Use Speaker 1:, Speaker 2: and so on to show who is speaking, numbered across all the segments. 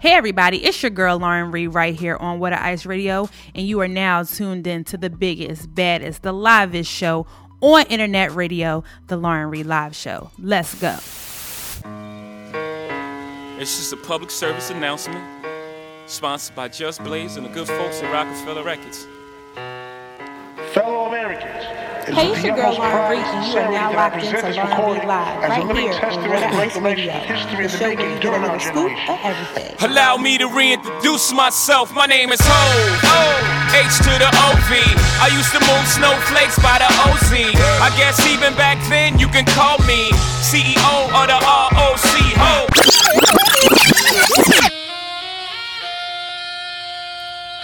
Speaker 1: Hey, everybody, it's your girl Lauren Ree right here on What a Ice Radio, and you are now tuned in to the biggest, baddest, the livest show on internet radio, the Lauren Ree Live Show. Let's go.
Speaker 2: It's just a public service announcement sponsored by Just Blaze and the good folks at Rockefeller Records.
Speaker 3: Fellow Americans, it
Speaker 1: Hey,
Speaker 3: is
Speaker 1: it's
Speaker 3: the
Speaker 1: your girl
Speaker 3: utmost
Speaker 1: Lauren
Speaker 3: pride
Speaker 1: Reed, and you
Speaker 3: and
Speaker 1: are
Speaker 3: sincerity
Speaker 1: now
Speaker 3: that I
Speaker 1: locked into
Speaker 3: present this
Speaker 1: Lauren Reed Live,
Speaker 3: recording as
Speaker 1: right
Speaker 3: a living
Speaker 1: here on Red
Speaker 3: testament of the
Speaker 1: Ice
Speaker 3: great
Speaker 1: Radio,
Speaker 3: relations of history
Speaker 1: the show where
Speaker 3: and the making
Speaker 1: we
Speaker 3: during
Speaker 1: doing
Speaker 3: our
Speaker 1: a scoop
Speaker 3: generation.
Speaker 1: of everything.
Speaker 2: Allow me to reintroduce myself. My name is Ho. Ho. H to the OV. I used to move snowflakes by the OZ. I guess even back then you can call me CEO of the ROC. Ho.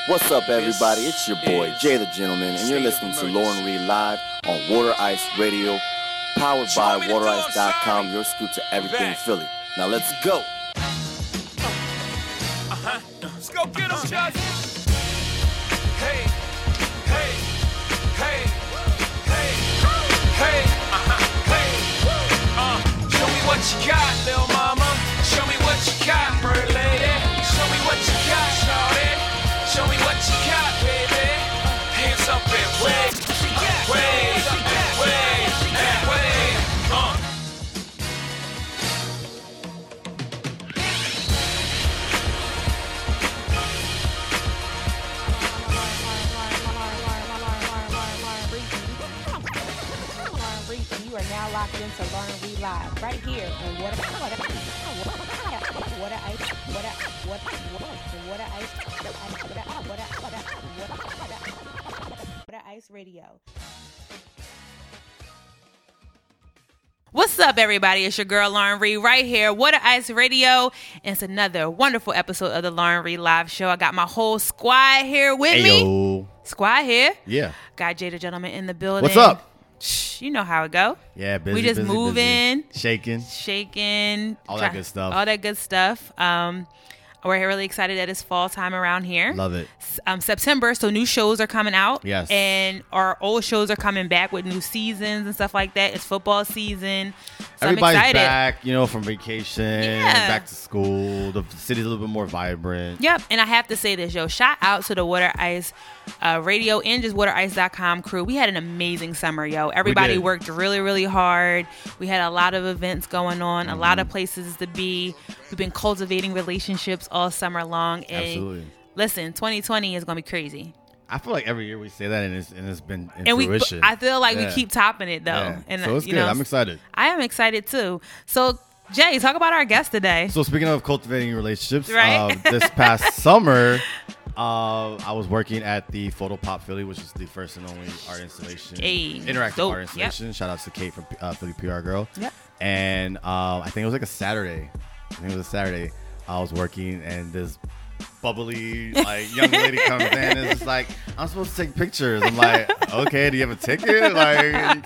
Speaker 4: What's up, everybody? It's your boy, Jay the Gentleman, and you're listening to Lauren Reed Live on Water Ice Radio, powered by WaterIce.com, your scoop to everything Philly. Now let's go.
Speaker 2: Let's go get them, Judge. Hey, hey, hey, hey, hey, uh-huh, hey. Uh, show me what you got, little mama. Show me what you got, bird lady. Show me what you got, shawty. Show me what you got, baby. Hands up and wave, wave, wave, and wave. Uh.
Speaker 1: Lauren Reed, and you are now locked into Lauren Reed Live right here on What a What a What a Ice What a What a What a Ice What a What a What a What a What a Ice Radio. What's up, everybody? It's your girl Lauren Ree right here, What a Ice Radio, and it's another wonderful episode of the Lauren Ree Live Show. I got my whole squad here with me.
Speaker 5: Ayo.
Speaker 1: Squad here.
Speaker 5: Yeah.
Speaker 1: Got Jada Gentleman in the building.
Speaker 5: What's up?
Speaker 1: Shh, you know how it go.
Speaker 5: Yeah, busy.
Speaker 1: We just
Speaker 5: busy,
Speaker 1: moving,
Speaker 5: busy. shaking.
Speaker 1: shaking,
Speaker 5: All that good stuff.
Speaker 1: All that good stuff. Um, we're really excited that it's fall time around here.
Speaker 5: Love it.
Speaker 1: S- Um, September, so new shows are coming out.
Speaker 5: Yes.
Speaker 1: and our old shows are coming back with new seasons and stuff like that. It's football season. So
Speaker 5: Everybody's
Speaker 1: I'm excited.
Speaker 5: back, you know, from vacation,
Speaker 1: Yeah.
Speaker 5: back to school. The city's a little bit more vibrant.
Speaker 1: Yep, and I have to say this, yo. Shout out to the Water Ice uh, Radio and just WaterIce.com crew. We had an amazing summer, yo. Everybody
Speaker 5: did.
Speaker 1: worked really, really hard. We had a lot of events going on, a lot of
Speaker 5: Mm-hmm.
Speaker 1: places to be. We've been cultivating relationships all summer long. And
Speaker 5: Absolutely.
Speaker 1: Listen, 2020 is gonna be crazy,
Speaker 5: I feel like every year we say that, and it's and it's been in
Speaker 1: and
Speaker 5: fruition.
Speaker 1: we. I feel like
Speaker 5: Yeah.
Speaker 1: we keep topping it though,
Speaker 5: Yeah.
Speaker 1: and
Speaker 5: so it's
Speaker 1: you
Speaker 5: good.
Speaker 1: know,
Speaker 5: I'm excited.
Speaker 1: I am excited too. So, Jay, talk about our guest today.
Speaker 5: So speaking of cultivating relationships,
Speaker 1: Right?
Speaker 5: uh, this past summer, uh, I was working at the Photo Pop Philly, which is the first and only art installation,
Speaker 1: Hey,
Speaker 5: interactive
Speaker 1: dope.
Speaker 5: art installation. Shout out to Kate from uh, Philly PR Girl.
Speaker 1: Yep.
Speaker 5: And uh, I think it was like a Saturday. I think it was a Saturday. I was working, and this bubbly like young lady comes in and is just like, "I'm supposed to take pictures." I'm like, "Okay, do you have a ticket?" Like,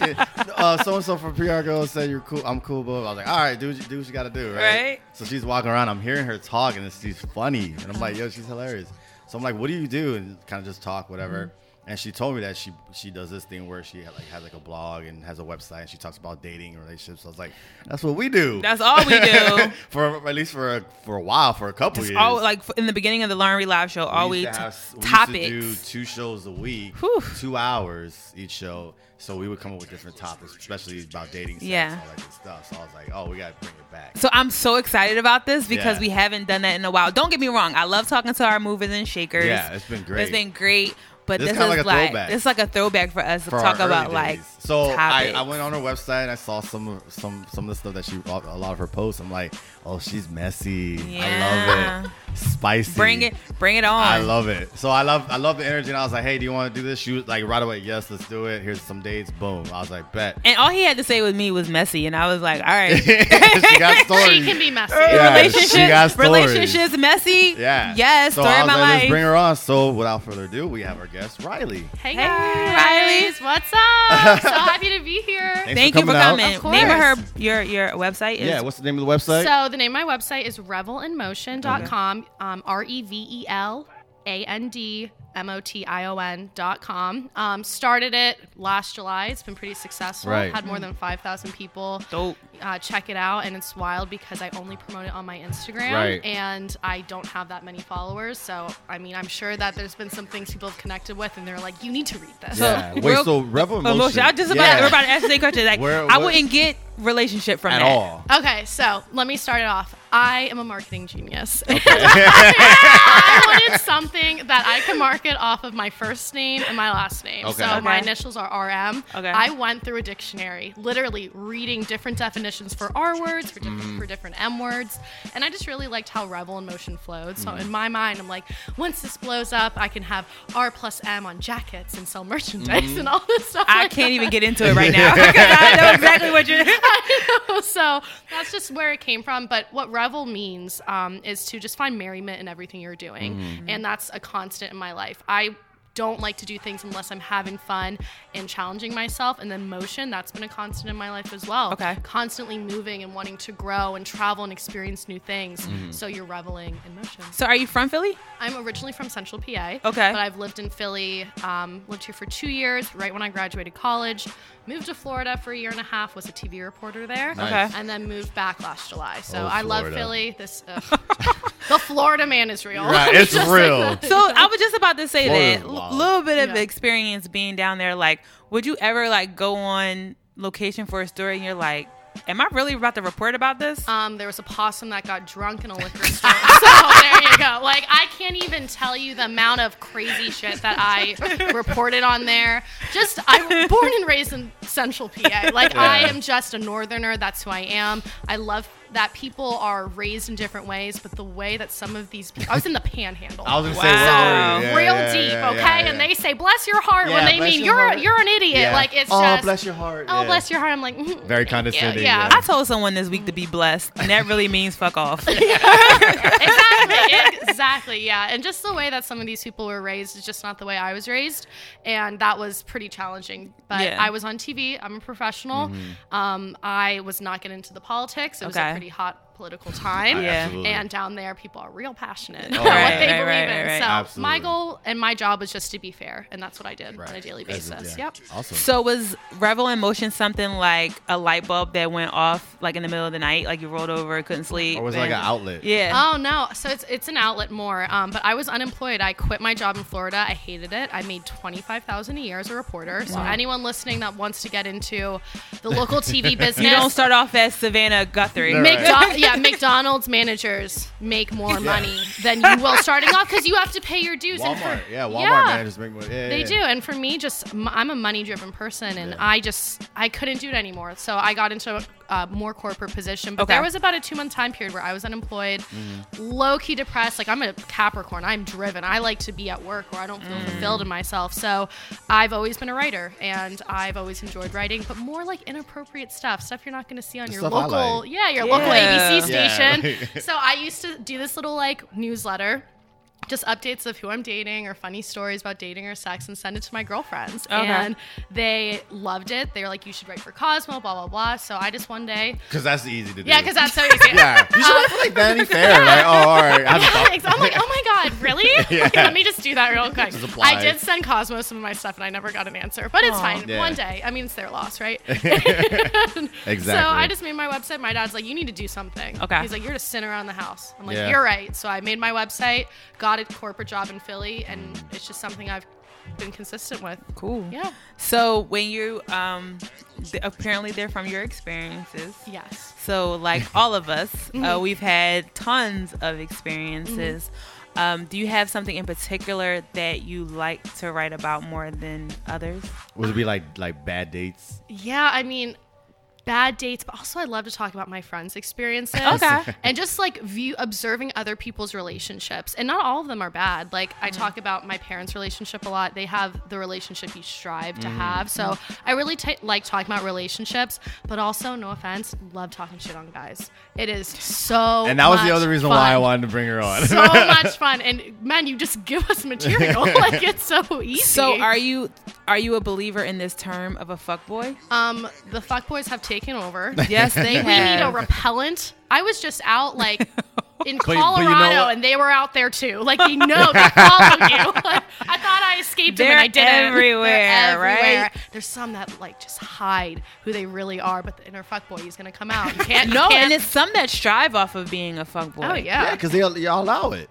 Speaker 5: so and so from PR Girl said you're cool. I'm cool, but I was like, "All right, do what you, do what you got to do." Right?
Speaker 1: Right.
Speaker 5: So she's walking around. I'm hearing her talk, and it's- she's funny, and I'm like, "Yo, she's hilarious." So I'm like, "What do you do?" And kind of just talk, whatever.
Speaker 1: Mm-hmm.
Speaker 5: And she told me that she she does this thing where she like has like a blog and has a website and she talks about dating and relationships. So I was like, that's what we do.
Speaker 1: That's all we do.
Speaker 5: for at least for a, for a while, for a couple
Speaker 1: It's
Speaker 5: years.
Speaker 1: all like in the beginning of the Lauren Reed Live show,
Speaker 5: We
Speaker 1: always
Speaker 5: used to have- we used to
Speaker 1: topics.
Speaker 5: do two shows a week,
Speaker 1: Whew.
Speaker 5: two hours each show. So we would come up with different topics, especially about dating, sex,
Speaker 1: Yeah.
Speaker 5: all that good stuff. So I was like, oh, we gotta bring it back.
Speaker 1: So I'm so excited about this because
Speaker 5: Yeah.
Speaker 1: we haven't done that in a while. Don't get me wrong, I love talking to our movers and shakers.
Speaker 5: Yeah, it's been great.
Speaker 1: It's been great, but
Speaker 5: This
Speaker 1: this,
Speaker 5: is
Speaker 1: is
Speaker 5: kinda
Speaker 1: like,
Speaker 5: like a throwback.
Speaker 1: this is like a throwback for us
Speaker 5: For
Speaker 1: to talk
Speaker 5: our early
Speaker 1: about like
Speaker 5: days. so I,
Speaker 1: topics.
Speaker 5: I went on her website and I saw some of- some some of the stuff that she a lot of her posts. I'm like, oh, she's messy. I
Speaker 1: Yeah.
Speaker 5: love it. Spicy.
Speaker 1: bring it, bring it on.
Speaker 5: I love it. So I love I love the energy. And I was like, hey, do you want to do this? She was like, right away, yes, let's do it. Here's some dates. Boom. I was like, bet.
Speaker 1: and all he had to say with me was messy, and I was like, all right.
Speaker 5: she got stories.
Speaker 6: She can be messy.
Speaker 5: Yeah,
Speaker 1: relationships,
Speaker 5: she got stories.
Speaker 1: relationships, messy.
Speaker 5: Yeah.
Speaker 1: Yes,
Speaker 5: So
Speaker 1: story
Speaker 5: I
Speaker 1: of
Speaker 5: was
Speaker 1: my
Speaker 5: like, let's
Speaker 1: life.
Speaker 5: bring her on. So without further ado, we have our guest, Riley.
Speaker 6: Hey,
Speaker 1: Hey,
Speaker 6: guys. What's up? so happy to be here.
Speaker 5: Thanks
Speaker 1: Thank you for
Speaker 5: out.
Speaker 1: coming.
Speaker 6: Of
Speaker 1: Name of her
Speaker 6: course.
Speaker 1: your your website is
Speaker 5: Yeah. What's the name of the website?
Speaker 6: So the name of my website is revelinmotion.com. Um, R E V E L A N D M O T I O N dot com. Um, started it last July. It's been pretty successful.
Speaker 5: Right.
Speaker 6: Had more than 5,000 people
Speaker 1: Dope.
Speaker 6: uh, check it out. And it's wild because I only promote it on my Instagram.
Speaker 5: Right.
Speaker 6: And I don't have that many followers. So, I mean, I'm sure that there's been some things people have connected with and they're like, you need to read this.
Speaker 5: Yeah. Wait,
Speaker 1: real-
Speaker 5: so Rebel Emotion.
Speaker 1: Emotion. I just about
Speaker 5: yeah.
Speaker 1: everybody asking that question. Like,
Speaker 5: Where-
Speaker 1: I
Speaker 5: what-
Speaker 1: wouldn't get relationship from
Speaker 5: at
Speaker 1: that.
Speaker 5: all.
Speaker 6: Okay, so let me start it off. I am a marketing genius. I wanted something that I could market off of my first name and my last name.
Speaker 5: Okay.
Speaker 6: So my
Speaker 1: Okay.
Speaker 6: initials are RM.
Speaker 1: Okay.
Speaker 6: I went through a dictionary, literally reading different definitions for R words, for different, for different M words, and I just really liked how Rebel in Motion flowed. So in my mind, I'm like, once this blows up, I can have R plus M on jackets and sell merchandise and all this stuff.
Speaker 1: I
Speaker 6: like
Speaker 1: can't
Speaker 6: that.
Speaker 1: even get into it right now because I know exactly what you're.
Speaker 6: so that's just where it came from. But what revel means um, is to just find merriment in everything you're doing, and that's a constant in my life. I don't like to do things unless I'm having fun and challenging myself. And then motion, that's been a constant in my life as well.
Speaker 1: Okay.
Speaker 6: Constantly moving and wanting to grow and travel and experience new things. So you're reveling in motion.
Speaker 1: So, are you from Philly?
Speaker 6: I'm originally from Central PA.
Speaker 1: Okay.
Speaker 6: But I've lived in Philly, um, lived here for two years, right when I graduated college. Moved to Florida for a year and a half, was a TV reporter there.
Speaker 5: Nice.
Speaker 6: And then moved back last July. So
Speaker 5: Oh,
Speaker 6: I love
Speaker 5: Florida.
Speaker 6: Philly. This uh, The Florida man is real.
Speaker 5: Right, it's
Speaker 6: Just
Speaker 5: real.
Speaker 6: that.
Speaker 1: So, I was just about to say
Speaker 5: Florida's
Speaker 1: that
Speaker 5: wild.
Speaker 1: a little bit of
Speaker 6: Yeah.
Speaker 1: experience being down there. Like, would you ever like go on location for a story and you're like, "Am I really about to report about this?"
Speaker 6: Um, there was a possum that got drunk in a liquor store. so there you go. Like I can't even tell you the amount of crazy shit that I reported on there. Just I was born and raised in Central PA. Like I
Speaker 5: Yeah.
Speaker 6: am just a northerner. That's who I am. I love that people are raised in different ways, but the way that some of these people, I was in the panhandle.
Speaker 5: I was gonna say,
Speaker 1: Wow.
Speaker 5: where were you? Yeah,
Speaker 6: Real
Speaker 5: yeah,
Speaker 6: deep,
Speaker 5: yeah,
Speaker 6: okay,
Speaker 5: yeah, yeah.
Speaker 6: and they say "bless your heart"
Speaker 5: Yeah,
Speaker 6: when they
Speaker 5: bless
Speaker 6: mean
Speaker 5: your
Speaker 6: you're
Speaker 5: heart.
Speaker 6: you're an idiot.
Speaker 5: Yeah.
Speaker 6: Like it's
Speaker 5: oh,
Speaker 6: just
Speaker 5: bless your heart.
Speaker 6: oh
Speaker 5: yeah.
Speaker 6: bless your heart. I'm like "Mhm,
Speaker 5: Very
Speaker 6: thank you."
Speaker 5: condescending,
Speaker 6: yeah.
Speaker 5: yeah.
Speaker 1: I told someone this week to be blessed, and that really means fuck off.
Speaker 6: exactly, exactly, yeah. And just the way that some of these people were raised is just not the way I was raised, and that was pretty challenging. But
Speaker 1: Yeah.
Speaker 6: I was on TV. I'm a professional. Um, I was not getting into the politics. It was
Speaker 1: Okay.
Speaker 6: a pretty hot political time.
Speaker 1: Yeah.
Speaker 5: Absolutely.
Speaker 6: And down there, people are real passionate about
Speaker 5: right,
Speaker 6: what they
Speaker 1: right,
Speaker 6: believe
Speaker 1: right,
Speaker 6: in.
Speaker 1: right, right.
Speaker 6: So
Speaker 5: Absolutely.
Speaker 6: my goal and my job was just to be fair, and that's what I did on a
Speaker 5: Right.
Speaker 6: daily
Speaker 5: As a-
Speaker 6: basis.
Speaker 5: yeah.
Speaker 6: Yep.
Speaker 5: Awesome.
Speaker 1: So was Revel in Motion something like a light bulb that went off like in the middle of the night, like you rolled over, couldn't sleep?
Speaker 5: or was it like an
Speaker 1: and-
Speaker 5: outlet?
Speaker 1: Yeah.
Speaker 6: Oh no! So it's it's an outlet more. Um, but I was unemployed. I quit my job in Florida. I hated it. I made twenty five thousand a year as a reporter. So anyone listening that wants to get into the local TV business,
Speaker 1: you don't start off as Savannah Guthrie.
Speaker 5: No.
Speaker 6: McDo- yeah, McDonald's managers make more money than you will starting off because you have to pay your dues. and for-
Speaker 5: Walmart. Yeah, Walmart
Speaker 6: Yeah.
Speaker 5: managers make money. Yeah,
Speaker 6: They
Speaker 5: yeah.
Speaker 6: do, and for me, just m- I'm a money driven person, and
Speaker 5: Yeah.
Speaker 6: I just I couldn't do it anymore. So I got into a uh, more corporate position. But
Speaker 1: Okay.
Speaker 6: there was about a two month time period where I was unemployed,
Speaker 5: Mm-hmm.
Speaker 6: low key depressed. Like I'm a Capricorn, I'm driven. I like to be at work or I don't
Speaker 5: Mm.
Speaker 6: feel fulfilled in myself. So I've always been a writer, and I've always enjoyed writing, but more like inappropriate stuff, stuff you're not going to see on
Speaker 5: The
Speaker 6: your
Speaker 5: stuff I
Speaker 6: local,
Speaker 5: like.
Speaker 6: yeah, your local
Speaker 1: Yeah.
Speaker 6: ABC
Speaker 5: Yeah,
Speaker 6: station.
Speaker 5: like-
Speaker 6: so I used to do this little like newsletter just updates of who I'm dating or funny stories about dating or sex and send it to my girlfriends.
Speaker 1: Okay.
Speaker 6: And they loved it. They were like, you should write for Cosmo, blah, blah, blah. So I just one day,
Speaker 5: Because that's easy to do.
Speaker 6: yeah, because that's so easy.
Speaker 5: yeah. You should feel like Vanity Fair. Like, oh, all right. I have
Speaker 6: Yeah,
Speaker 5: to
Speaker 6: ex- I'm like, oh my God, really? Let me just do that real quick.
Speaker 5: Just apply.
Speaker 6: I did send Cosmo some of my stuff and I never got an answer, but it's fine.
Speaker 5: Yeah.
Speaker 6: One day. I mean, it's their loss, right? So
Speaker 5: Exactly.
Speaker 6: I just made my website. My dad's like, you need to do something.
Speaker 1: Okay.
Speaker 6: He's like, you're just sitting around the house. I'm like,
Speaker 5: Yeah.
Speaker 6: you're right. So I made my website, got a corporate job in Philly, and it's just something I've been consistent with.
Speaker 1: Cool.
Speaker 6: Yeah.
Speaker 1: So when you um th- apparently they're from your experiences.
Speaker 6: Yes.
Speaker 1: So like all of us, uh, we've had tons of experiences. Um, do you have something in particular that you like to write about more than others?
Speaker 5: Would it be like like bad dates?
Speaker 6: Yeah. I mean, bad dates, but also I love to talk about my friends' experiences.
Speaker 1: Okay.
Speaker 6: and just like view observing other people's relationships, and not all of them are bad. Like I
Speaker 1: Mm-hmm.
Speaker 6: talk about my parents' relationship a lot. They have the relationship you strive
Speaker 5: Mm.
Speaker 6: to have. So I really t- like talking about relationships, but also, no offense, love talking shit on guys. It is so.
Speaker 5: And that was the
Speaker 6: much
Speaker 5: other reason why I
Speaker 6: fun.
Speaker 5: wanted to bring her on.
Speaker 6: so much fun, and man, you just give us material. like it's so easy.
Speaker 1: So are you are you a believer in this term of a fuckboy?
Speaker 6: Um, the fuckboys have taken over.
Speaker 1: Yes, they
Speaker 6: We need a repellent. I was just out like in
Speaker 5: but you know
Speaker 6: Colorado,
Speaker 5: what?
Speaker 6: and they were out there too. Like they know they follow you. I thought I escaped them, and
Speaker 1: They're
Speaker 6: I didn't.
Speaker 1: everywhere, right?
Speaker 6: There's some that like just hide who they really are, but the inner fuckboy is gonna come out. You can't.
Speaker 1: No,
Speaker 6: you can't-
Speaker 1: and it's some that strive off of being a fuckboy.
Speaker 6: oh
Speaker 5: Yeah,
Speaker 6: yeah,
Speaker 5: because they y'all allow it.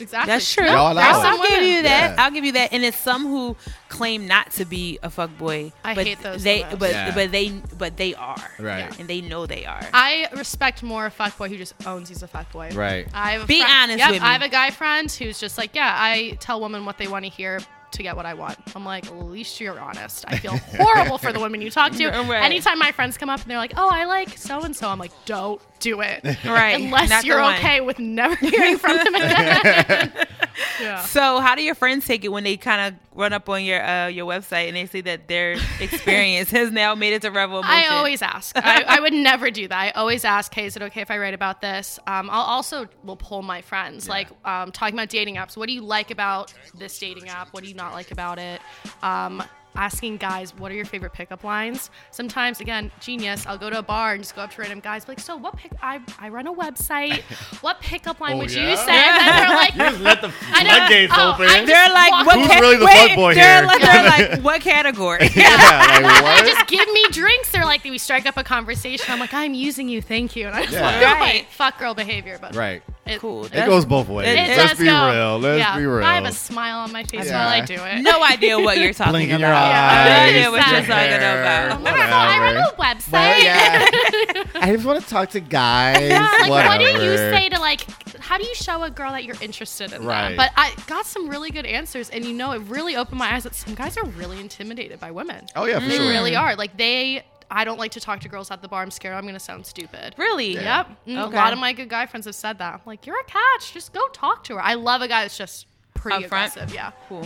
Speaker 6: exactly.
Speaker 1: That's true.
Speaker 5: Y'all
Speaker 1: I'll,
Speaker 5: allow
Speaker 6: it.
Speaker 1: give you that.
Speaker 5: Yeah.
Speaker 1: I'll give you that. And it's some who claim not to be a fuckboy.
Speaker 6: I
Speaker 1: but
Speaker 6: hate those
Speaker 1: They,
Speaker 6: the most.
Speaker 1: but
Speaker 5: Yeah.
Speaker 1: but they but they are
Speaker 5: Right.
Speaker 1: and they know they are.
Speaker 6: I respect more a fuckboy who just owns he's a fuckboy.
Speaker 5: Right.
Speaker 6: I have a
Speaker 1: Be
Speaker 6: fri-
Speaker 1: honest
Speaker 6: yep,
Speaker 1: with
Speaker 6: I
Speaker 1: me.
Speaker 6: have a guy friend who's just like, yeah, I tell women what they want to hear to get what I want. I'm like, at least you're honest. I feel horrible for the women you talk to.
Speaker 1: Right.
Speaker 6: Anytime my friends come up and they're like, oh, I like so and so, I'm like, don't do it.
Speaker 1: Right.
Speaker 6: Unless
Speaker 1: Not the
Speaker 6: you're
Speaker 1: one.
Speaker 6: okay with never hearing from them again. yeah.
Speaker 1: So how do your friends take it when they kind of run up on your uh, your website and they see that their experience has now made it to Rebel Emotion?
Speaker 6: I always ask. I, I would never do that. I always ask, hey, is it okay if I write about this? Um, I'll also will pull my friends, like um, talking about dating apps. What do you like about this dating app? What do you not like about it? Um, asking guys, what are your favorite pickup lines? Sometimes, again, genius. I'll go to a bar and just go up to random guys, be like, so what pick? I, I run a website. What pickup line
Speaker 5: Oh,
Speaker 6: would
Speaker 5: yeah?
Speaker 6: you say? And then they're like,
Speaker 5: let the
Speaker 6: I know. floodgates Oh, open. I
Speaker 1: They're like, what
Speaker 5: Who's
Speaker 1: ca-
Speaker 5: really the
Speaker 1: wait,
Speaker 5: fuckboy
Speaker 1: they're
Speaker 5: here?
Speaker 1: Like, they're like, what category?
Speaker 5: yeah, like what?
Speaker 6: just give me drinks. They're like, we strike up a conversation. I'm like, I'm using you, thank you. And I just
Speaker 5: Yeah.
Speaker 6: walk away.
Speaker 1: Right.
Speaker 6: fuck girl behavior, but
Speaker 5: Right.
Speaker 6: it-
Speaker 1: Cool.
Speaker 5: It goes both ways.
Speaker 1: It- it
Speaker 5: Let's
Speaker 6: does
Speaker 5: be
Speaker 6: go.
Speaker 5: real. Let's
Speaker 6: Yeah.
Speaker 5: be real.
Speaker 6: I have a smile on my face
Speaker 5: Yeah.
Speaker 6: while I do it.
Speaker 1: no idea what you're talking
Speaker 5: Blink in your
Speaker 1: about.
Speaker 6: Yeah.
Speaker 5: eyes.
Speaker 1: No idea what you're
Speaker 6: Exactly.
Speaker 1: talking
Speaker 5: hair,
Speaker 1: about.
Speaker 6: Whatever. oh, I run a
Speaker 5: whatever.
Speaker 6: website.
Speaker 5: But yeah, I just want to talk to guys.
Speaker 6: Like,
Speaker 5: whatever.
Speaker 6: what do you say to like? How do you show a girl that you're interested in? them?
Speaker 5: Right.
Speaker 6: But I got some really good answers, and you know, it really opened my eyes that some guys are really intimidated by women.
Speaker 5: Oh yeah, for
Speaker 6: they
Speaker 5: sure.
Speaker 6: really are. Like they. I don't like to talk to girls at the bar. I'm scared I'm going to sound stupid.
Speaker 1: Really?
Speaker 6: Yep. Mm,
Speaker 1: Okay.
Speaker 6: A lot of my good guy friends have said that. I'm like, you're a catch. Just go talk to her. I love a guy that's just pretty
Speaker 1: Upfront?
Speaker 6: aggressive. Yeah.
Speaker 1: Cool.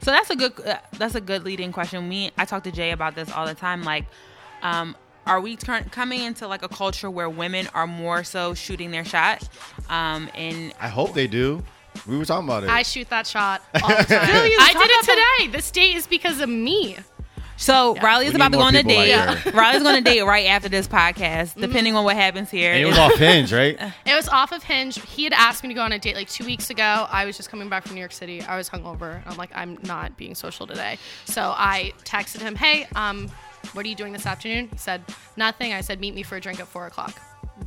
Speaker 1: So that's a good uh, that's a good leading question. Me, I talk to Jay about this all the time. Like, um, are we turn, coming into like a culture where women are more so shooting their shot? Um, and
Speaker 5: I hope they do. We were talking about it.
Speaker 6: I shoot that shot all the time.
Speaker 1: Really? You
Speaker 6: I
Speaker 1: talk
Speaker 6: did it
Speaker 1: about
Speaker 6: today. This date is because of me.
Speaker 1: so Riley
Speaker 5: We
Speaker 1: is
Speaker 5: need
Speaker 1: about to go
Speaker 5: more
Speaker 1: on a
Speaker 5: people like
Speaker 1: date.
Speaker 5: her.
Speaker 1: Riley's going to date right after this podcast, depending on what happens here.
Speaker 5: and it was off hinge, right?
Speaker 6: It was off of Hinge. He had asked me to go on a date like two weeks ago. I was just coming back from New York City. I was hungover. I'm like, I'm not being social today. So I texted him, hey, um, what are you doing this afternoon? He said, nothing. I said, meet me for a drink at four o'clock.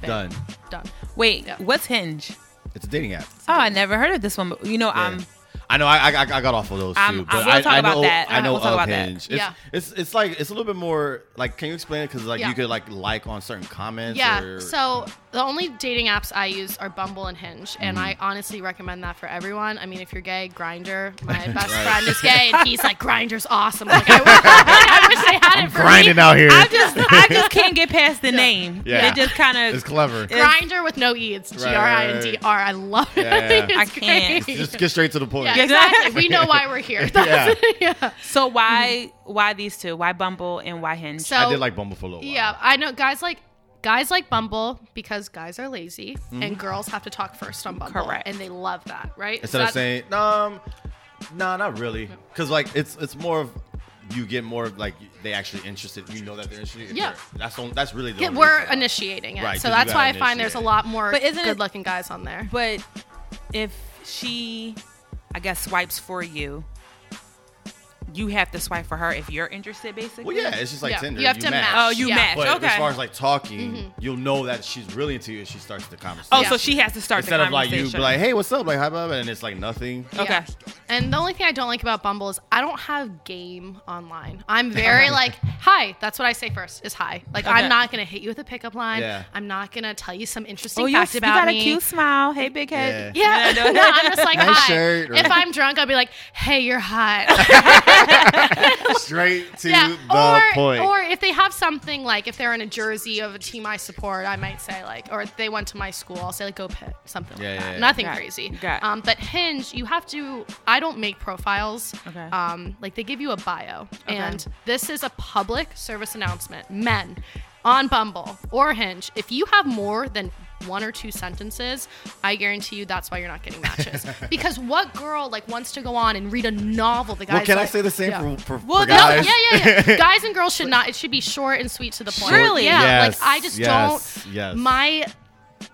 Speaker 6: Bang.
Speaker 5: Done.
Speaker 6: Done.
Speaker 1: Wait,
Speaker 6: Yeah.
Speaker 1: what's Hinge?
Speaker 5: It's a dating app.
Speaker 1: Oh, I never heard of this one. But, you know,
Speaker 5: Yeah.
Speaker 1: um,
Speaker 5: I know I, I I got off of those
Speaker 1: I'm-
Speaker 6: um, uh,
Speaker 5: too,
Speaker 1: I'm-
Speaker 5: but
Speaker 1: we'll
Speaker 5: I,
Speaker 1: talk
Speaker 5: I
Speaker 1: about
Speaker 5: know
Speaker 1: that.
Speaker 5: I know
Speaker 1: We'll talk
Speaker 5: of
Speaker 1: about that.
Speaker 5: Hinge. It's,
Speaker 6: Yeah.
Speaker 5: it's it's like it's a little bit more like. Can you explain it? Because like
Speaker 6: Yeah.
Speaker 5: you could like like on certain comments.
Speaker 6: Yeah.
Speaker 5: Or,
Speaker 6: So the only dating apps I use are Bumble and Hinge, and
Speaker 5: Mm-hmm.
Speaker 6: I honestly recommend that for everyone. I mean, if you're gay, Grinder. My best
Speaker 5: Right.
Speaker 6: friend is gay, and he's like, Grinder's awesome. Like, I, wish, I wish they had it for
Speaker 5: grinding
Speaker 6: me.
Speaker 5: out here.
Speaker 1: I just I just can't get past the name.
Speaker 5: Yeah.
Speaker 1: It just kind
Speaker 5: it's
Speaker 1: of
Speaker 5: clever.
Speaker 6: Grinder with no e. It's G
Speaker 5: Right,
Speaker 6: R I N D R. I love it.
Speaker 5: Yeah, yeah.
Speaker 6: It's
Speaker 1: I can't.
Speaker 6: great.
Speaker 5: Just get straight to the point.
Speaker 6: yeah, exactly. we know why we're here.
Speaker 5: Yeah.
Speaker 6: yeah.
Speaker 1: so why why these two? Why Bumble and why Hinge?
Speaker 6: So
Speaker 5: I did like Bumble for a little while.
Speaker 6: Yeah, I know guys like guys like Bumble because guys are lazy and girls have to talk first on Bumble.
Speaker 1: Correct.
Speaker 6: And they love that, right?
Speaker 5: Mm-hmm. Instead
Speaker 6: That's-
Speaker 5: of saying um, nah, not really, because like it's it's more of you get more of like they actually interested. You know that they're interested. If
Speaker 6: Yeah.
Speaker 5: you're- That's the only- that's really the
Speaker 6: Yeah,
Speaker 5: only
Speaker 6: we're
Speaker 5: reason why.
Speaker 6: initiating it.
Speaker 5: Right, 'cause
Speaker 6: so
Speaker 5: you
Speaker 6: that's
Speaker 5: gotta
Speaker 6: why I find there's a
Speaker 5: initiate.
Speaker 6: lot more
Speaker 1: But isn't it-
Speaker 6: good looking guys on there.
Speaker 1: But if she, I guess, swipes for you, you have to swipe for her if you're interested, basically.
Speaker 5: Well, yeah, it's just like
Speaker 6: Yeah.
Speaker 5: Tinder.
Speaker 6: You have to match.
Speaker 1: Oh, you
Speaker 6: Yeah.
Speaker 1: match.
Speaker 5: But
Speaker 1: okay.
Speaker 5: as far as like talking, you'll know that she's really into you if she starts the conversation.
Speaker 1: oh,
Speaker 6: Mm-hmm. Yeah.
Speaker 1: so she has to start
Speaker 5: Instead
Speaker 1: the
Speaker 5: of like
Speaker 1: conversation.
Speaker 5: you be like, hey, what's up? Like, hi, blah, blah, and it's like nothing.
Speaker 1: Okay.
Speaker 6: And the only thing I don't like about Bumble is I don't have game online. I'm very like, hi. That's what I say first is hi. Like
Speaker 1: Okay.
Speaker 6: I'm not gonna hit you with a pickup line.
Speaker 5: Yeah.
Speaker 6: I'm not gonna tell you some interesting
Speaker 1: oh, you,
Speaker 6: fact
Speaker 1: you
Speaker 6: about
Speaker 1: got
Speaker 6: me.
Speaker 1: a cute smile. Hey, big head.
Speaker 6: Yeah,
Speaker 1: You know,
Speaker 6: no, I'm just like
Speaker 5: Nice
Speaker 6: hi.
Speaker 5: shirt, or-
Speaker 6: If I'm drunk, I'll be like, "Hey, you're hot."
Speaker 5: Straight to
Speaker 6: yeah.
Speaker 5: the
Speaker 6: or,
Speaker 5: point.
Speaker 6: or if they have something like, if they're in a jersey of a team I support, I might say like, or if they went to my school, I'll say like, "Go Pitt," something
Speaker 5: Yeah,
Speaker 6: like
Speaker 5: yeah,
Speaker 6: that.
Speaker 5: yeah.
Speaker 6: Nothing
Speaker 1: Got it.
Speaker 6: crazy.
Speaker 1: Got it.
Speaker 6: Um, but Hinge, you have to. I don't make profiles.
Speaker 1: Okay.
Speaker 6: Um, like they give you a bio, and this is a public service announcement. Men on Bumble or Hinge, if you have more than one or two sentences, I guarantee you that's why you're not getting matches. because what girl like wants to go on and read a novel? The guys
Speaker 5: well, can I
Speaker 6: like-
Speaker 5: say the same
Speaker 6: Yeah.
Speaker 5: for, for,
Speaker 1: Well,
Speaker 5: for
Speaker 1: no,
Speaker 5: guys?
Speaker 6: No, yeah, yeah, yeah. guys and girls should not. It should be short and sweet to the point.
Speaker 1: Really?
Speaker 6: Yeah.
Speaker 5: Yes,
Speaker 6: like I just
Speaker 5: yes,
Speaker 6: don't.
Speaker 5: yes.
Speaker 6: My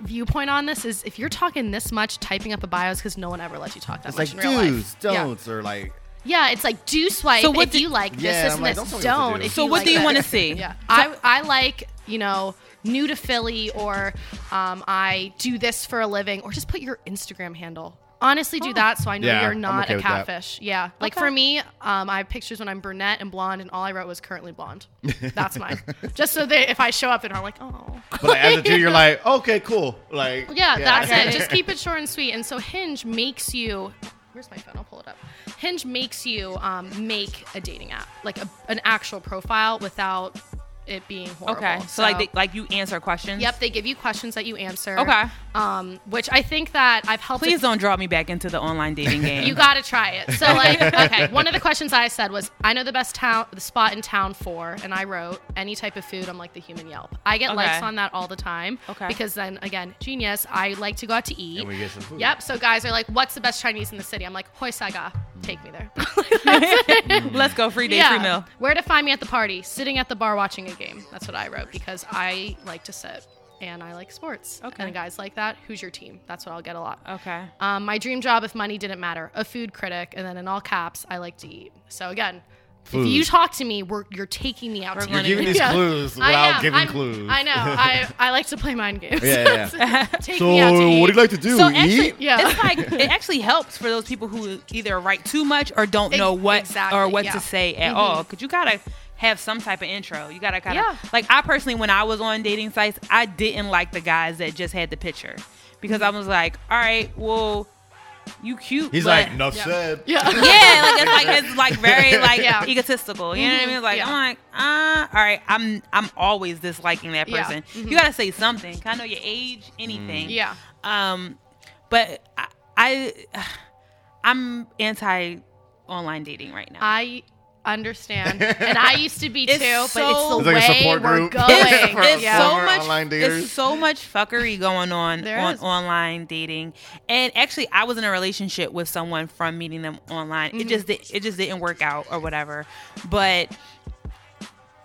Speaker 6: viewpoint on this is if you're talking this much, typing up a bio is because no one ever lets you talk that
Speaker 5: It's like
Speaker 6: much in real life.
Speaker 5: do's, don'ts, or like
Speaker 6: Yeah. yeah, it's like do swipe
Speaker 1: So what
Speaker 6: if
Speaker 1: do-
Speaker 6: you like this,
Speaker 5: Yeah,
Speaker 6: this,
Speaker 5: I'm like,
Speaker 6: and this.
Speaker 5: don't tell
Speaker 6: Don't.
Speaker 5: me what to do.
Speaker 6: if
Speaker 1: So what
Speaker 6: like
Speaker 1: do you
Speaker 6: this.
Speaker 1: wanna see?
Speaker 6: Yeah, I I like you know new to Philly or um, I do this for a living or just put your Instagram handle. Honestly,
Speaker 1: Oh.
Speaker 6: do that so I know
Speaker 5: Yeah,
Speaker 6: you're
Speaker 5: I'm
Speaker 6: not
Speaker 5: okay
Speaker 6: a
Speaker 5: with that.
Speaker 6: catfish. Yeah, like for me, um, I have pictures when I'm brunette and blonde, and all I wrote was currently blonde. That's mine. Just so that if I show up and I'm like, oh,
Speaker 5: But like, as a dude, you're like, okay, cool. Like,
Speaker 6: yeah, that's it. Just keep it short and sweet. And so Hinge makes you. Where's my phone? I'll pull it up. Hinge makes you um, make a dating app, like a, an actual profile, without it being horrible.
Speaker 1: Okay. So, like they, like you answer questions.
Speaker 6: Yep, they give you questions that you answer.
Speaker 1: Okay.
Speaker 6: Um, which I think that I've helped.
Speaker 1: Please don't draw me back into the online dating game.
Speaker 6: You gotta try it. So like, okay. One of the questions I said was, I know the best town, the spot in town for, and I wrote any type of food. I'm like the human Yelp. I get
Speaker 1: Okay.
Speaker 6: likes on that all the time.
Speaker 1: Okay.
Speaker 6: Because then again, genius. I like to go out to eat.
Speaker 5: And we get some food.
Speaker 6: Yep. So guys are like, what's the best Chinese in the city? I'm like, Hoi Saiga. Take me there.
Speaker 1: Let's go free day, free meal.
Speaker 6: Where to find me at the party? Sitting at the bar watching a game. That's what I wrote because I like to sit and I like sports.
Speaker 1: Okay.
Speaker 6: And guys like that. Who's your team? That's what I'll get a lot.
Speaker 1: Okay.
Speaker 6: Um, my dream job, if money didn't matter, a food critic, and then in all caps, I like to eat. So again,
Speaker 5: Food.
Speaker 6: if you talk to me, we're, you're taking me out. to
Speaker 1: You're
Speaker 6: eat.
Speaker 5: giving these clues
Speaker 6: I
Speaker 5: without
Speaker 6: am.
Speaker 5: giving
Speaker 6: I'm-
Speaker 5: clues.
Speaker 6: I know. I, I like to play mind games.
Speaker 5: Yeah, yeah.
Speaker 6: Take
Speaker 5: So,
Speaker 6: me out to eat.
Speaker 5: what do you like to do?
Speaker 1: So
Speaker 5: Eat?
Speaker 1: actually,
Speaker 6: Yeah.
Speaker 1: it's like it actually helps for those people who either write too much or don't
Speaker 6: Ex-
Speaker 1: know what
Speaker 6: exactly,
Speaker 1: or what
Speaker 6: yeah. Mm-hmm.
Speaker 1: to say at all. Because you gotta have some type of intro. You gotta kind of
Speaker 6: Yeah.
Speaker 1: like I personally, when I was on dating sites, I didn't like the guys that just had the picture because
Speaker 6: Mm-hmm.
Speaker 1: I was like, all right, well, you cute.
Speaker 5: He's
Speaker 1: but-
Speaker 5: like, enough
Speaker 6: Yeah.
Speaker 5: said.
Speaker 6: Yeah.
Speaker 1: yeah, like it's like it's like very like
Speaker 6: Yeah. Mm-hmm.
Speaker 1: egotistical. You know what I mean? Like
Speaker 6: Yeah.
Speaker 1: I'm like, uh, all right, I'm I'm always disliking that
Speaker 6: Yeah. Mm-hmm.
Speaker 1: person. You gotta say something. I know your age, anything.
Speaker 6: Yeah.
Speaker 1: Um, but I, I I'm anti online dating right now.
Speaker 6: I understand, and I used to be too,
Speaker 1: It's
Speaker 6: but it's the
Speaker 1: so- It's
Speaker 5: like a
Speaker 6: way
Speaker 5: support
Speaker 6: we're
Speaker 5: group.
Speaker 6: going.
Speaker 5: It's- For
Speaker 1: it's
Speaker 5: yeah.
Speaker 1: so
Speaker 5: former
Speaker 1: much
Speaker 5: online daters.
Speaker 1: it's so much fuckery going on
Speaker 6: There
Speaker 1: on
Speaker 6: is.
Speaker 1: online dating and actually i was in a relationship with someone from meeting them online
Speaker 6: Mm-hmm.
Speaker 1: it just di- it just didn't work out or whatever but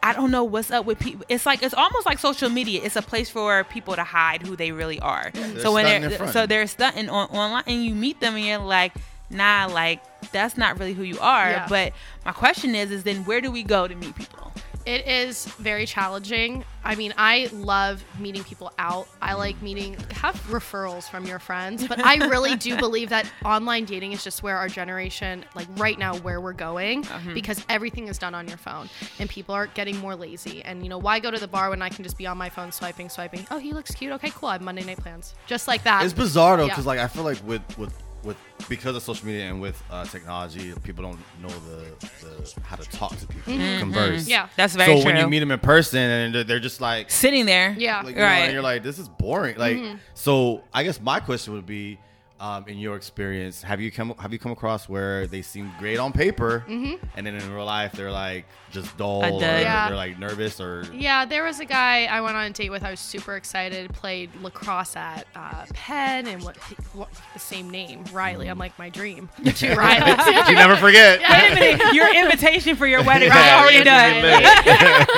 Speaker 1: I don't know what's up with people. It's like it's almost like social media. It's a place for people to hide who they really are. so when
Speaker 5: stunting
Speaker 1: they're
Speaker 5: in front.
Speaker 1: so they're stunting on online, and you meet them, and you're like, nah, like that's not really who you are.
Speaker 6: Yeah.
Speaker 1: But my question is, is then where do we go to meet people?
Speaker 6: It is very challenging. I mean, I love meeting people out. I like meeting, have referrals from your friends, but I really do believe that online dating is just where our generation, like right now, where we're going
Speaker 1: Uh-huh.
Speaker 6: because everything is done on your phone and people are getting more lazy. And, you know, why go to the bar when I can just be on my phone swiping, swiping? Oh, he looks cute. Okay, cool. I have Monday night plans. Just like that.
Speaker 5: It's bizarre though,
Speaker 6: Yeah.
Speaker 5: because like I feel like with with with because of social media and with uh, technology, people don't know the, the how to talk to people, converse.
Speaker 6: Mm-hmm. Yeah.
Speaker 1: Mm-hmm. That's very
Speaker 5: so
Speaker 1: true.
Speaker 5: when you meet them in person and they're, they're just like,
Speaker 1: sitting there.
Speaker 6: Yeah. Mm-hmm.
Speaker 5: like, you know,
Speaker 1: right.
Speaker 5: and you're like, this is boring. Like, so I guess my question would be, um, in your experience, have you come have you come across where they seem great on paper, and then in real life they're like just dull,
Speaker 1: A
Speaker 5: or
Speaker 1: dud.
Speaker 6: Mm-hmm. Yeah.
Speaker 5: they're like nervous, or
Speaker 6: Yeah, there was a guy I went on a date with. I was super excited. Played lacrosse at uh, Penn and what, what the same name Riley. I'm like my dream. Two Rileys.
Speaker 5: you never forget.
Speaker 1: Wait a minute, your invitation for your wedding was
Speaker 5: Yeah,
Speaker 1: already
Speaker 5: it's
Speaker 1: done.
Speaker 5: lit.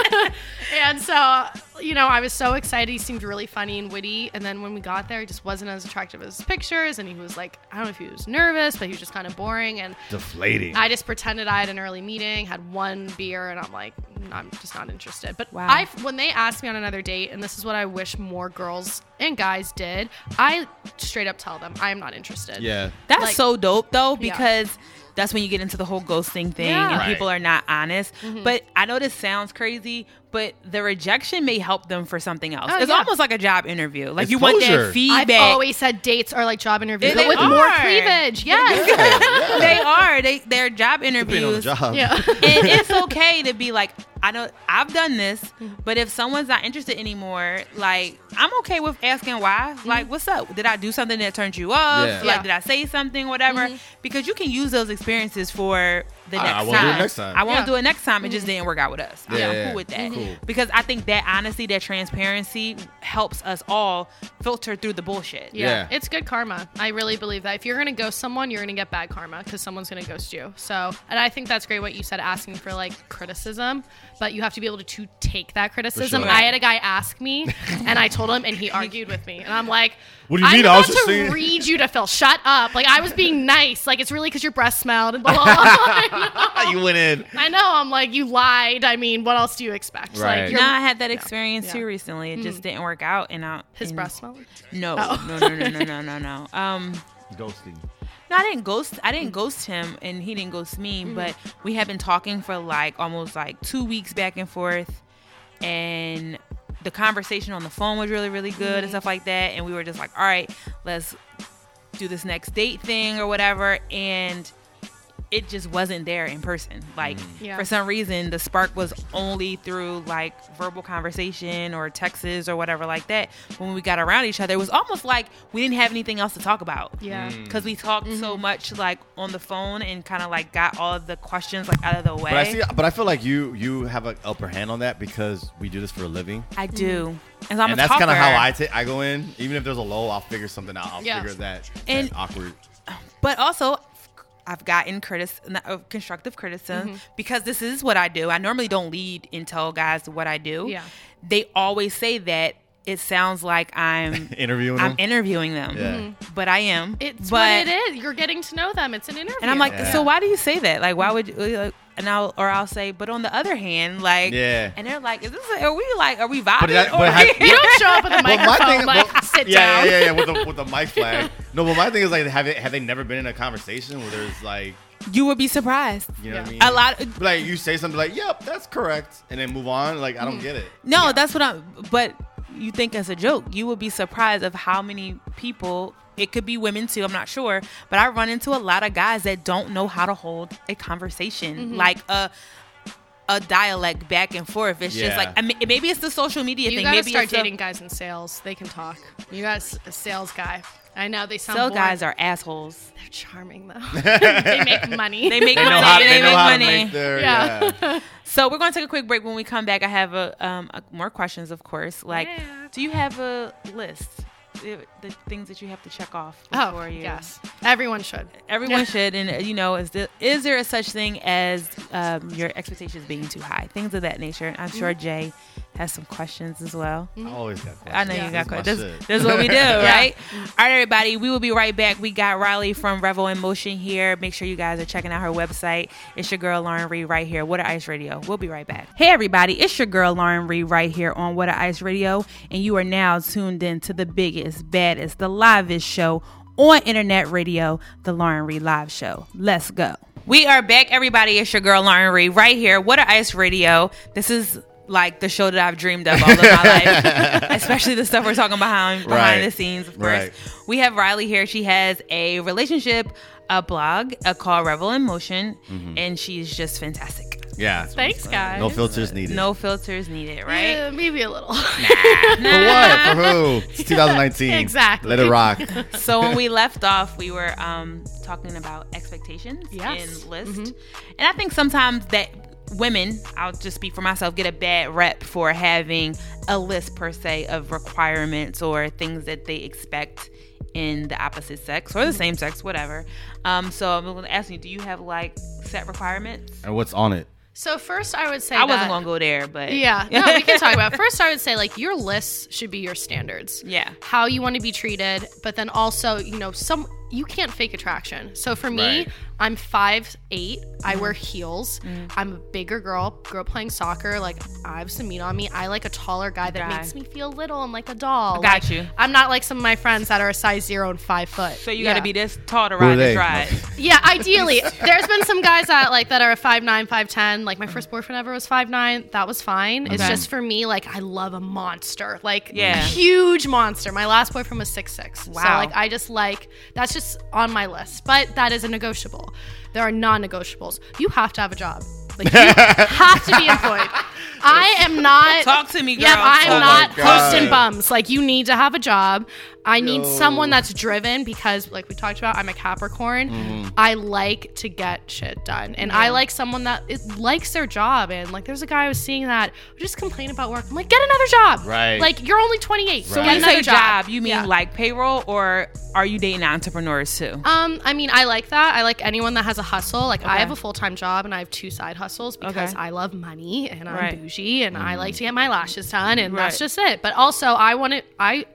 Speaker 6: and so you know, I was so excited. He seemed really funny and witty. And then when we got there, he just wasn't as attractive as his pictures. And he was like, I don't know if he was nervous, but he was just kind of boring. And
Speaker 5: Deflating.
Speaker 6: I just pretended I had an early meeting, had one beer, and I'm like, "Mm, I'm just not interested. But
Speaker 1: Wow.
Speaker 6: I, when they asked me on another date, and this is what I wish more girls and guys did, I straight up tell them I am not interested.
Speaker 5: yeah.
Speaker 1: That's
Speaker 6: Like-
Speaker 1: so dope though
Speaker 6: Yeah.
Speaker 1: because that's when you get into the whole ghosting thing
Speaker 6: Yeah.
Speaker 1: and
Speaker 5: Right.
Speaker 1: people are not honest. But I know this sounds crazy, but the rejection may help them for something else.
Speaker 6: Oh,
Speaker 1: it's
Speaker 6: yeah.
Speaker 1: almost like a job interview. Like
Speaker 5: It's
Speaker 1: you want
Speaker 5: closure.
Speaker 1: that
Speaker 6: I've
Speaker 1: feedback.
Speaker 6: always said dates are like job interviews,
Speaker 1: They-
Speaker 6: but
Speaker 1: they
Speaker 6: with more
Speaker 1: are.
Speaker 6: cleavage. Yes.
Speaker 1: they are. They they're job
Speaker 5: Depending on the
Speaker 1: interviews.
Speaker 5: job.
Speaker 6: yeah.
Speaker 1: and it's okay to be like, I know I've done this,
Speaker 5: Mm-hmm.
Speaker 1: but if someone's not interested anymore, like I'm okay with asking why. Like, what's up? Did I do something that turned you off?
Speaker 5: Mm-hmm. Yeah. Mm-hmm.
Speaker 1: Like,
Speaker 6: Yeah.
Speaker 1: did I say something? Whatever. Because you can use those experiences for the
Speaker 5: I-
Speaker 1: next
Speaker 5: I
Speaker 1: time.
Speaker 5: won't do it next time. Mm-hmm.
Speaker 1: I won't
Speaker 6: Yeah.
Speaker 1: do it next time. It just didn't work out with us.
Speaker 5: Yeah,
Speaker 1: I'm
Speaker 5: yeah, Mm-hmm.
Speaker 1: cool with that.
Speaker 5: cool.
Speaker 1: Because I think that honesty, that transparency helps us all filter through the bullshit.
Speaker 6: Yeah.
Speaker 5: Yeah.
Speaker 6: It's good karma. I really believe that. If you're going to ghost someone, you're going to get bad karma because someone's going to ghost you. So, and I think that's great what you said, asking for like criticism. but you have to be able to, to take that criticism.
Speaker 5: sure.
Speaker 6: I had a guy ask me, and I told him, and he argued with me, and I'm like,
Speaker 5: What do you
Speaker 6: I'm
Speaker 5: mean? I
Speaker 6: About
Speaker 5: was just
Speaker 6: to
Speaker 5: saying-
Speaker 6: read you to Phil. Shut up! Like I was being nice. Like it's really because your breath smelled and blah blah. blah.
Speaker 5: you went in.
Speaker 6: I know. I'm like you lied. I mean, what else do you expect?
Speaker 5: Right.
Speaker 6: Like
Speaker 1: No,
Speaker 6: your,
Speaker 1: I had that experience
Speaker 6: Yeah.
Speaker 1: too recently. It
Speaker 5: Mm.
Speaker 1: just didn't work out, and I
Speaker 6: his
Speaker 1: and-
Speaker 6: breath smelled.
Speaker 1: No,
Speaker 6: Oh.
Speaker 1: no, no, no, no, no, no, no. Um,
Speaker 5: Ghosting.
Speaker 1: no, I didn't ghost. I didn't ghost him, and he didn't ghost me. But we had been talking for like almost like two weeks back and forth, and the conversation on the phone was really, really good and stuff like that. And we were just like, all right, let's do this next date thing or whatever. And it just wasn't there in person. Like
Speaker 6: Yeah.
Speaker 1: for some reason, the spark was only through like verbal conversation or texts or whatever like that. When we got around each other, it was almost like we didn't have anything else to talk about
Speaker 6: Yeah.
Speaker 5: Mm.
Speaker 1: because we talked so
Speaker 6: Mm-hmm.
Speaker 1: much like on the phone and kind of like got all of the questions like out of the way.
Speaker 5: But I see. But I feel like you you have an upper hand on that because we do this for a living,
Speaker 1: I do, Mm-hmm. and, so I'm
Speaker 5: and
Speaker 1: a
Speaker 5: that's kind of
Speaker 1: talker.
Speaker 5: how I take. I go in, even if there's a low, I'll figure something out. I'll
Speaker 6: Yeah.
Speaker 5: figure that, that
Speaker 1: And-
Speaker 5: awkward.
Speaker 1: But also, I've gotten criticism, constructive criticism,
Speaker 6: Mm-hmm.
Speaker 1: because this is what I do. I normally don't lead and tell guys what I do.
Speaker 6: Yeah.
Speaker 1: They always say that it sounds like I'm
Speaker 5: Interviewing
Speaker 1: I'm
Speaker 5: them?
Speaker 1: interviewing them,
Speaker 5: Yeah. Mhm.
Speaker 1: but I am.
Speaker 6: Mm-hmm. It's
Speaker 1: but,
Speaker 6: what it is. You're getting to know them. It's an interview.
Speaker 1: And I'm like,
Speaker 5: Yeah.
Speaker 1: so why do you say that? Like, why would you? Like, and I'll or I'll say, but on the other hand, like,
Speaker 5: Yeah.
Speaker 1: And they're like, is this? Are we like, are we vibing?
Speaker 5: that-
Speaker 1: or
Speaker 5: but
Speaker 1: are
Speaker 5: have-
Speaker 1: we-
Speaker 6: You don't show up with a
Speaker 5: Well,
Speaker 6: microphone. like,
Speaker 5: well,
Speaker 6: sit
Speaker 5: yeah,
Speaker 6: down.
Speaker 5: Yeah, yeah, yeah, with the with the mic flag. no, but my thing is like, have it, have they never been in a conversation where there's like,
Speaker 1: you would be surprised.
Speaker 5: you know what I mean?
Speaker 1: A lot. Of,
Speaker 5: Like you say something like, "Yep, that's correct," and then move on. Like I
Speaker 1: Mm.
Speaker 5: don't get it.
Speaker 1: No, that's what I'm. But you think it's a joke. You would be surprised of how many people. It could be women too. I'm not sure, but I run into a lot of guys that don't know how to hold a conversation,
Speaker 6: Mm-hmm.
Speaker 1: like a a dialect back and forth. It's just
Speaker 5: Yeah.
Speaker 1: like I mean, maybe it's the social media
Speaker 6: You
Speaker 1: thing.
Speaker 6: gotta
Speaker 1: maybe
Speaker 6: start
Speaker 1: it's the-
Speaker 6: dating guys in sales. They can talk. You guys, a sales guy. I know they sound.
Speaker 1: Sell
Speaker 6: boring.
Speaker 1: guys are assholes.
Speaker 6: They're charming though. they make money.
Speaker 1: They make
Speaker 5: They know
Speaker 1: money.
Speaker 5: how,
Speaker 1: they,
Speaker 5: they know
Speaker 1: make
Speaker 5: how to
Speaker 1: money.
Speaker 5: make their
Speaker 6: Yeah.
Speaker 5: yeah.
Speaker 1: So we're going to take a quick break. When we come back, I have a, um, a, more questions, of course. Like,
Speaker 6: Yeah.
Speaker 1: do you have a list? The, the things that you have to check off
Speaker 6: Oh
Speaker 1: before you.
Speaker 6: yes, everyone should.
Speaker 1: Everyone
Speaker 6: Yeah.
Speaker 1: should, and uh, you know, is the, is there a such thing as um, your expectations being too high? Things of that nature. I'm sure
Speaker 6: Mm-hmm.
Speaker 1: Jay has some questions as well.
Speaker 5: I always got questions.
Speaker 1: I know you
Speaker 5: This
Speaker 1: got
Speaker 5: is my
Speaker 1: questions.
Speaker 5: shit.
Speaker 1: This, this is what we do, right? All right, everybody. We will be right back. We got Riley from Revel in Motion here. Make sure you guys are checking out her website. It's your girl Lauren Reed right here. What a Ice Radio. We'll be right back. Hey, everybody. It's your girl Lauren Reed right here on What a Ice Radio, and you are now tuned in to the biggest, baddest, the livest show on internet radio, the Lauren Reed Live Show. Let's go. We are back, everybody. It's your girl Lauren Reed right here. What a Ice Radio. This is like the show that I've dreamed of all of my life, especially the stuff we're talking behind behind
Speaker 5: Right.
Speaker 1: the scenes. Of course,
Speaker 5: Right.
Speaker 1: we have Riley here. She has a relationship, a blog, a call Revel in Motion,
Speaker 5: Mm-hmm.
Speaker 1: and she's just fantastic.
Speaker 5: Yeah.
Speaker 6: Thanks, guys.
Speaker 5: No filters needed.
Speaker 1: No filters needed, right?
Speaker 6: Uh, maybe a little.
Speaker 5: For what? For who? It's 2019.
Speaker 6: Exactly.
Speaker 5: Let it rock.
Speaker 1: so when we left off, we were um, talking about expectations
Speaker 6: Yes. Mm-hmm.
Speaker 1: and list, and I think sometimes that women, I'll just speak for myself, get a bad rep for having a list per se of requirements or things that they expect in the opposite sex
Speaker 6: Mm-hmm.
Speaker 1: or the same sex, whatever. Um, so I'm going to ask you, do you have like set requirements?
Speaker 5: and what's on it?
Speaker 6: so first, I would say
Speaker 1: I wasn't
Speaker 6: that-
Speaker 1: going to go there, but
Speaker 6: Yeah, no, we can talk about. it. First, I would say like your lists should be your standards.
Speaker 1: Yeah.
Speaker 6: how you want to be treated, but then also you know some you can't fake attraction. So for me,
Speaker 5: Right.
Speaker 6: I'm five eight. I
Speaker 1: Mm.
Speaker 6: wear heels. I'm a bigger girl. Girl playing soccer. Like I have some meat on me. I like a taller guy that
Speaker 1: Guy.
Speaker 6: makes me feel little and like a doll.
Speaker 1: got
Speaker 6: Like,
Speaker 1: you.
Speaker 6: I'm not like some of my friends that are a size zero and five foot.
Speaker 1: So you
Speaker 6: Yeah.
Speaker 1: got to be this tall to
Speaker 5: are
Speaker 1: ride
Speaker 5: they?
Speaker 1: this ride.
Speaker 6: Yeah, ideally. There's been some guys that like that are five nine, five ten. Like my first boyfriend ever was five nine. That was fine. It's
Speaker 1: Okay.
Speaker 6: just for me, like I love a monster. Like
Speaker 1: Yeah.
Speaker 6: a huge monster. My last boyfriend was six six. So
Speaker 1: Wow.
Speaker 6: like I just like that's just on my list. But that is a negotiable. There are non negotiables. You have to have a job. Like you have to be employed. I am not
Speaker 1: Talk to me, girl. Oh
Speaker 6: Yep, I'm
Speaker 1: Talk.
Speaker 6: not
Speaker 5: Oh God.
Speaker 6: posting bums. Like you need to have a job. I need
Speaker 5: Yo.
Speaker 6: someone that's driven because, like we talked about, I'm a Capricorn.
Speaker 5: Mm-hmm.
Speaker 6: I like to get shit done, and I like someone that is, likes their job. And like, there's a guy I was seeing that would just complain about work. I'm like, get another job.
Speaker 5: Right.
Speaker 6: Like, you're only 28. So
Speaker 5: Right.
Speaker 6: get
Speaker 5: When
Speaker 1: you
Speaker 6: another
Speaker 1: say job, you mean
Speaker 6: Yeah.
Speaker 1: like payroll, or are you dating entrepreneurs too?
Speaker 6: Um, I mean, I like that. I like anyone that has a hustle. Like, I have a full time job and I have two side hustles because
Speaker 1: Okay.
Speaker 6: I love money and I'm
Speaker 1: Right.
Speaker 6: bougie and I
Speaker 5: Mm.
Speaker 6: like to get my lashes done and that's
Speaker 1: Right.
Speaker 6: just it. But also, I want to, I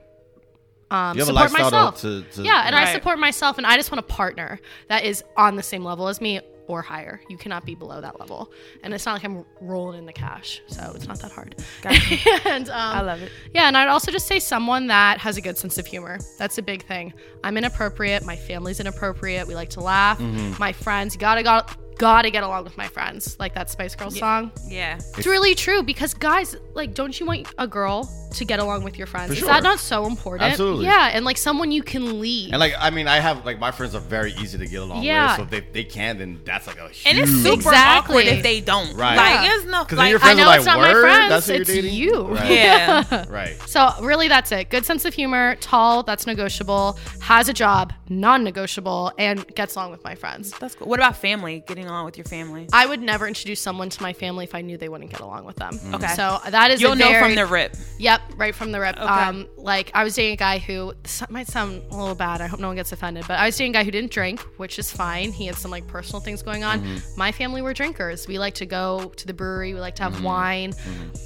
Speaker 6: um,
Speaker 5: You have a
Speaker 6: support
Speaker 5: lifestyle to-
Speaker 6: myself.
Speaker 5: to- to-
Speaker 6: yeah, and I
Speaker 1: Right.
Speaker 6: support myself, and I just want a partner that is on the same level as me or higher. You cannot be below that level, and it's not like I'm rolling in the cash, so it's not that hard. and um,
Speaker 1: I love it.
Speaker 6: yeah, and I'd also just say someone that has a good sense of humor. That's a big thing. I'm inappropriate. My family's inappropriate. We like to laugh.
Speaker 5: Mm-hmm.
Speaker 6: My friends gotta got gotta get along with my friends. Like that Spice Girls song.
Speaker 1: Yeah.
Speaker 6: It's really true because guys, like, don't you want a girl to get along with your friends?
Speaker 5: For
Speaker 6: Is that
Speaker 5: sure.
Speaker 6: not so important?
Speaker 5: Absolutely.
Speaker 6: Yeah, and like someone you can lead.
Speaker 5: And like, I mean, I have like my friends are very easy to get along
Speaker 6: Yeah.
Speaker 5: with. So if they, they can, then that's like a huge.
Speaker 1: And it's super
Speaker 6: Exactly.
Speaker 1: awkward if they don't.
Speaker 5: Right.
Speaker 1: Like
Speaker 5: Yeah.
Speaker 1: it's no
Speaker 5: Because then
Speaker 1: like
Speaker 5: your
Speaker 6: I
Speaker 5: friends
Speaker 6: know
Speaker 5: are like,
Speaker 6: it's not my
Speaker 5: "Word?
Speaker 6: friends,
Speaker 5: That's who you're
Speaker 6: it's
Speaker 5: dating?
Speaker 6: you.
Speaker 5: Right.
Speaker 1: yeah.
Speaker 5: Right.
Speaker 6: So really, that's it. Good sense of humor, tall, that's negotiable, has a job, non-negotiable, and gets along with my friends.
Speaker 1: That's cool. What about family? Getting along with your family?
Speaker 6: I would never introduce someone to my family if I knew they wouldn't get along with them.
Speaker 1: Mm. Okay.
Speaker 6: So that is a
Speaker 1: You'll know
Speaker 6: very-
Speaker 1: from the rip.
Speaker 6: Yep, right from the rip. Um, like I was dating a guy who this might sound a little bad. I hope no one gets offended, but I was dating a guy who didn't drink, which is fine. He had some like personal things going on.
Speaker 5: Mm-hmm.
Speaker 6: My family were drinkers. We like to go to the brewery. We like to have
Speaker 5: Mm-hmm.
Speaker 6: wine.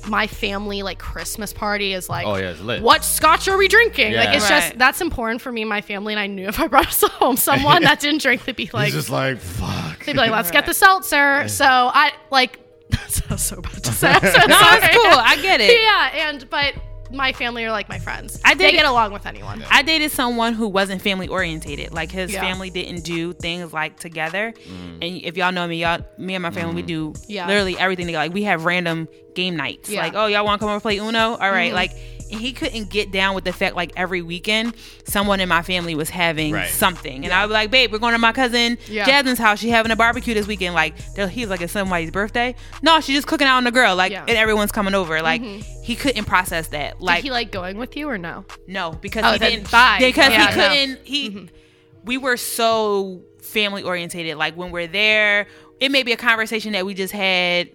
Speaker 6: My family like Christmas party is like,
Speaker 5: Oh, yeah, it's lit.
Speaker 6: What scotch are we drinking? Like
Speaker 5: Yeah.
Speaker 6: it's just
Speaker 1: Right.
Speaker 6: that's important for me and my family. And I knew if I brought us home someone that didn't drink, they'd be like,
Speaker 5: He's just like, fuck.
Speaker 6: they'd be like, let's get the seltzer. So I like. That sounds so bad to say. I'm so
Speaker 1: No,
Speaker 6: sorry.
Speaker 1: it's cool. I get it.
Speaker 6: Yeah, and but my family are like my friends.
Speaker 1: I
Speaker 6: I
Speaker 1: did
Speaker 6: they
Speaker 1: it-
Speaker 6: get along with anyone.
Speaker 1: I dated someone who wasn't family orientated. Like his
Speaker 6: Yeah.
Speaker 1: family didn't do things like together. And if y'all know me, y'all me and my family we do
Speaker 6: Yeah.
Speaker 1: literally everything together. Like we have random game nights.
Speaker 6: Yeah. Mm-hmm.
Speaker 1: Like, oh y'all wanna come over and play Uno? All right. Like and he couldn't get down with the fact like every weekend someone in my family was having
Speaker 5: Right.
Speaker 1: something. And I was like, babe, we're going to my cousin
Speaker 6: Yeah.
Speaker 1: Jasmine's house. She having a barbecue this weekend. Like they're- he's like, it's somebody's birthday. No, she's just cooking out on the grill. Like
Speaker 6: Yeah. Mm-hmm.
Speaker 1: and everyone's coming over. Like he couldn't process that. Like
Speaker 6: Did he like going with you or no?
Speaker 1: no, because
Speaker 6: Oh,
Speaker 1: he
Speaker 6: then
Speaker 1: didn't
Speaker 6: bye.
Speaker 1: Because
Speaker 6: Yeah,
Speaker 1: he
Speaker 6: no. Mm-hmm.
Speaker 1: couldn't. He. We were so family orientated. Like when we're there, it may be a conversation that we just had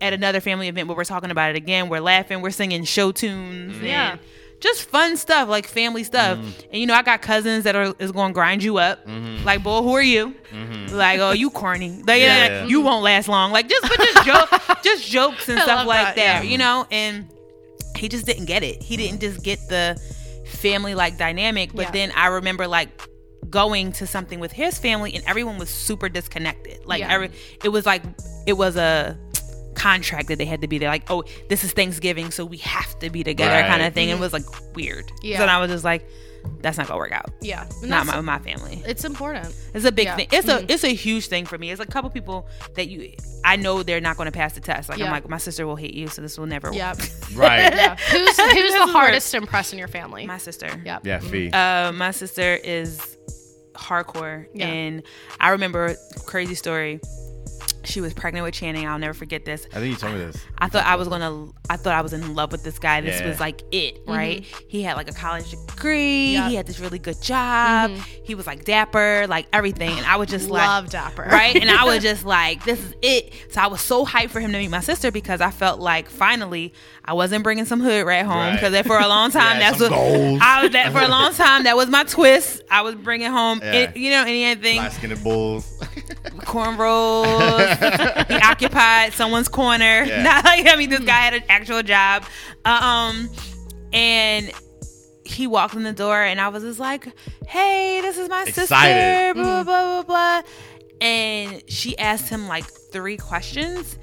Speaker 1: at another family event, but we're talking about it again. We're laughing. We're singing show tunes.
Speaker 6: Mm-hmm. Yeah. Mm-hmm.
Speaker 1: And just fun stuff, like family stuff. And you know, I got cousins that are is going to grind you up. Like, boy, who are you?
Speaker 6: Mm-hmm.
Speaker 1: Like, oh, you corny. Like,
Speaker 5: Yeah,
Speaker 1: like,
Speaker 5: yeah.
Speaker 1: you won't last long. Like, just but just joke, just jokes and
Speaker 6: I
Speaker 1: stuff
Speaker 6: love
Speaker 1: like that.
Speaker 6: that, yeah.
Speaker 1: You know, and he just didn't get it. He didn't just get the family like dynamic. But
Speaker 6: Yeah.
Speaker 1: then I remember like going to something with his family and everyone was super disconnected. Like
Speaker 6: Yeah.
Speaker 1: every it was like it was a contract that they had to be there. Like, oh, this is Thanksgiving, so we have to be together
Speaker 5: Right.
Speaker 1: kind of thing. And it was like weird.
Speaker 6: Mm-hmm. Yeah.
Speaker 1: So then I was just like, that's not gonna work out.
Speaker 6: Yeah. And
Speaker 1: Not
Speaker 6: that's-
Speaker 1: my, my family.
Speaker 6: It's important.
Speaker 1: It's a big
Speaker 6: Yeah. Mm-hmm.
Speaker 1: thing. It's a it's a huge thing for me. It's a couple people that you I know they're not going to pass the test. Like
Speaker 6: Yeah.
Speaker 1: I'm like my sister will hate you, so this will never.
Speaker 6: Yeah.
Speaker 5: right.
Speaker 6: yeah. Who's who's the hardest to impress in your family?
Speaker 1: My sister.
Speaker 6: Yep.
Speaker 5: Yeah, fee.
Speaker 1: Uh, my sister is hardcore,
Speaker 6: Yeah.
Speaker 1: and I remember crazy story. She was pregnant with Channing. I'll never forget this.
Speaker 5: I think you told me this.
Speaker 1: I thought I was gonna. I thought I was in love with this guy. This
Speaker 5: Yeah.
Speaker 1: was like it, right? He had like a college degree.
Speaker 6: Yeah.
Speaker 1: He had this really good job. He was like dapper, like everything. And I was just like,
Speaker 6: Love Dapper.
Speaker 1: right? And I was just like, this is it. So I was so hyped for him to meet my sister because I felt like finally I wasn't bringing some hood rat home
Speaker 5: Right.
Speaker 1: because for a long time
Speaker 5: Yeah,
Speaker 1: that's
Speaker 5: some
Speaker 1: what
Speaker 5: gold.
Speaker 1: I was that for a long time that was my twist. I was bringing home,
Speaker 5: Yeah.
Speaker 1: it- you know, anything
Speaker 5: Black skinned bulls.
Speaker 1: corn rolls. he occupied someone's corner.
Speaker 5: Yeah.
Speaker 1: Not
Speaker 5: Hmm.
Speaker 1: like I mean, this guy had an actual job. Um, and he walked in the door, and I was just like, "Hey, this is my sister."
Speaker 5: Excited. Hmm.
Speaker 1: Blah blah blah blah blah. And she asked him like three questions,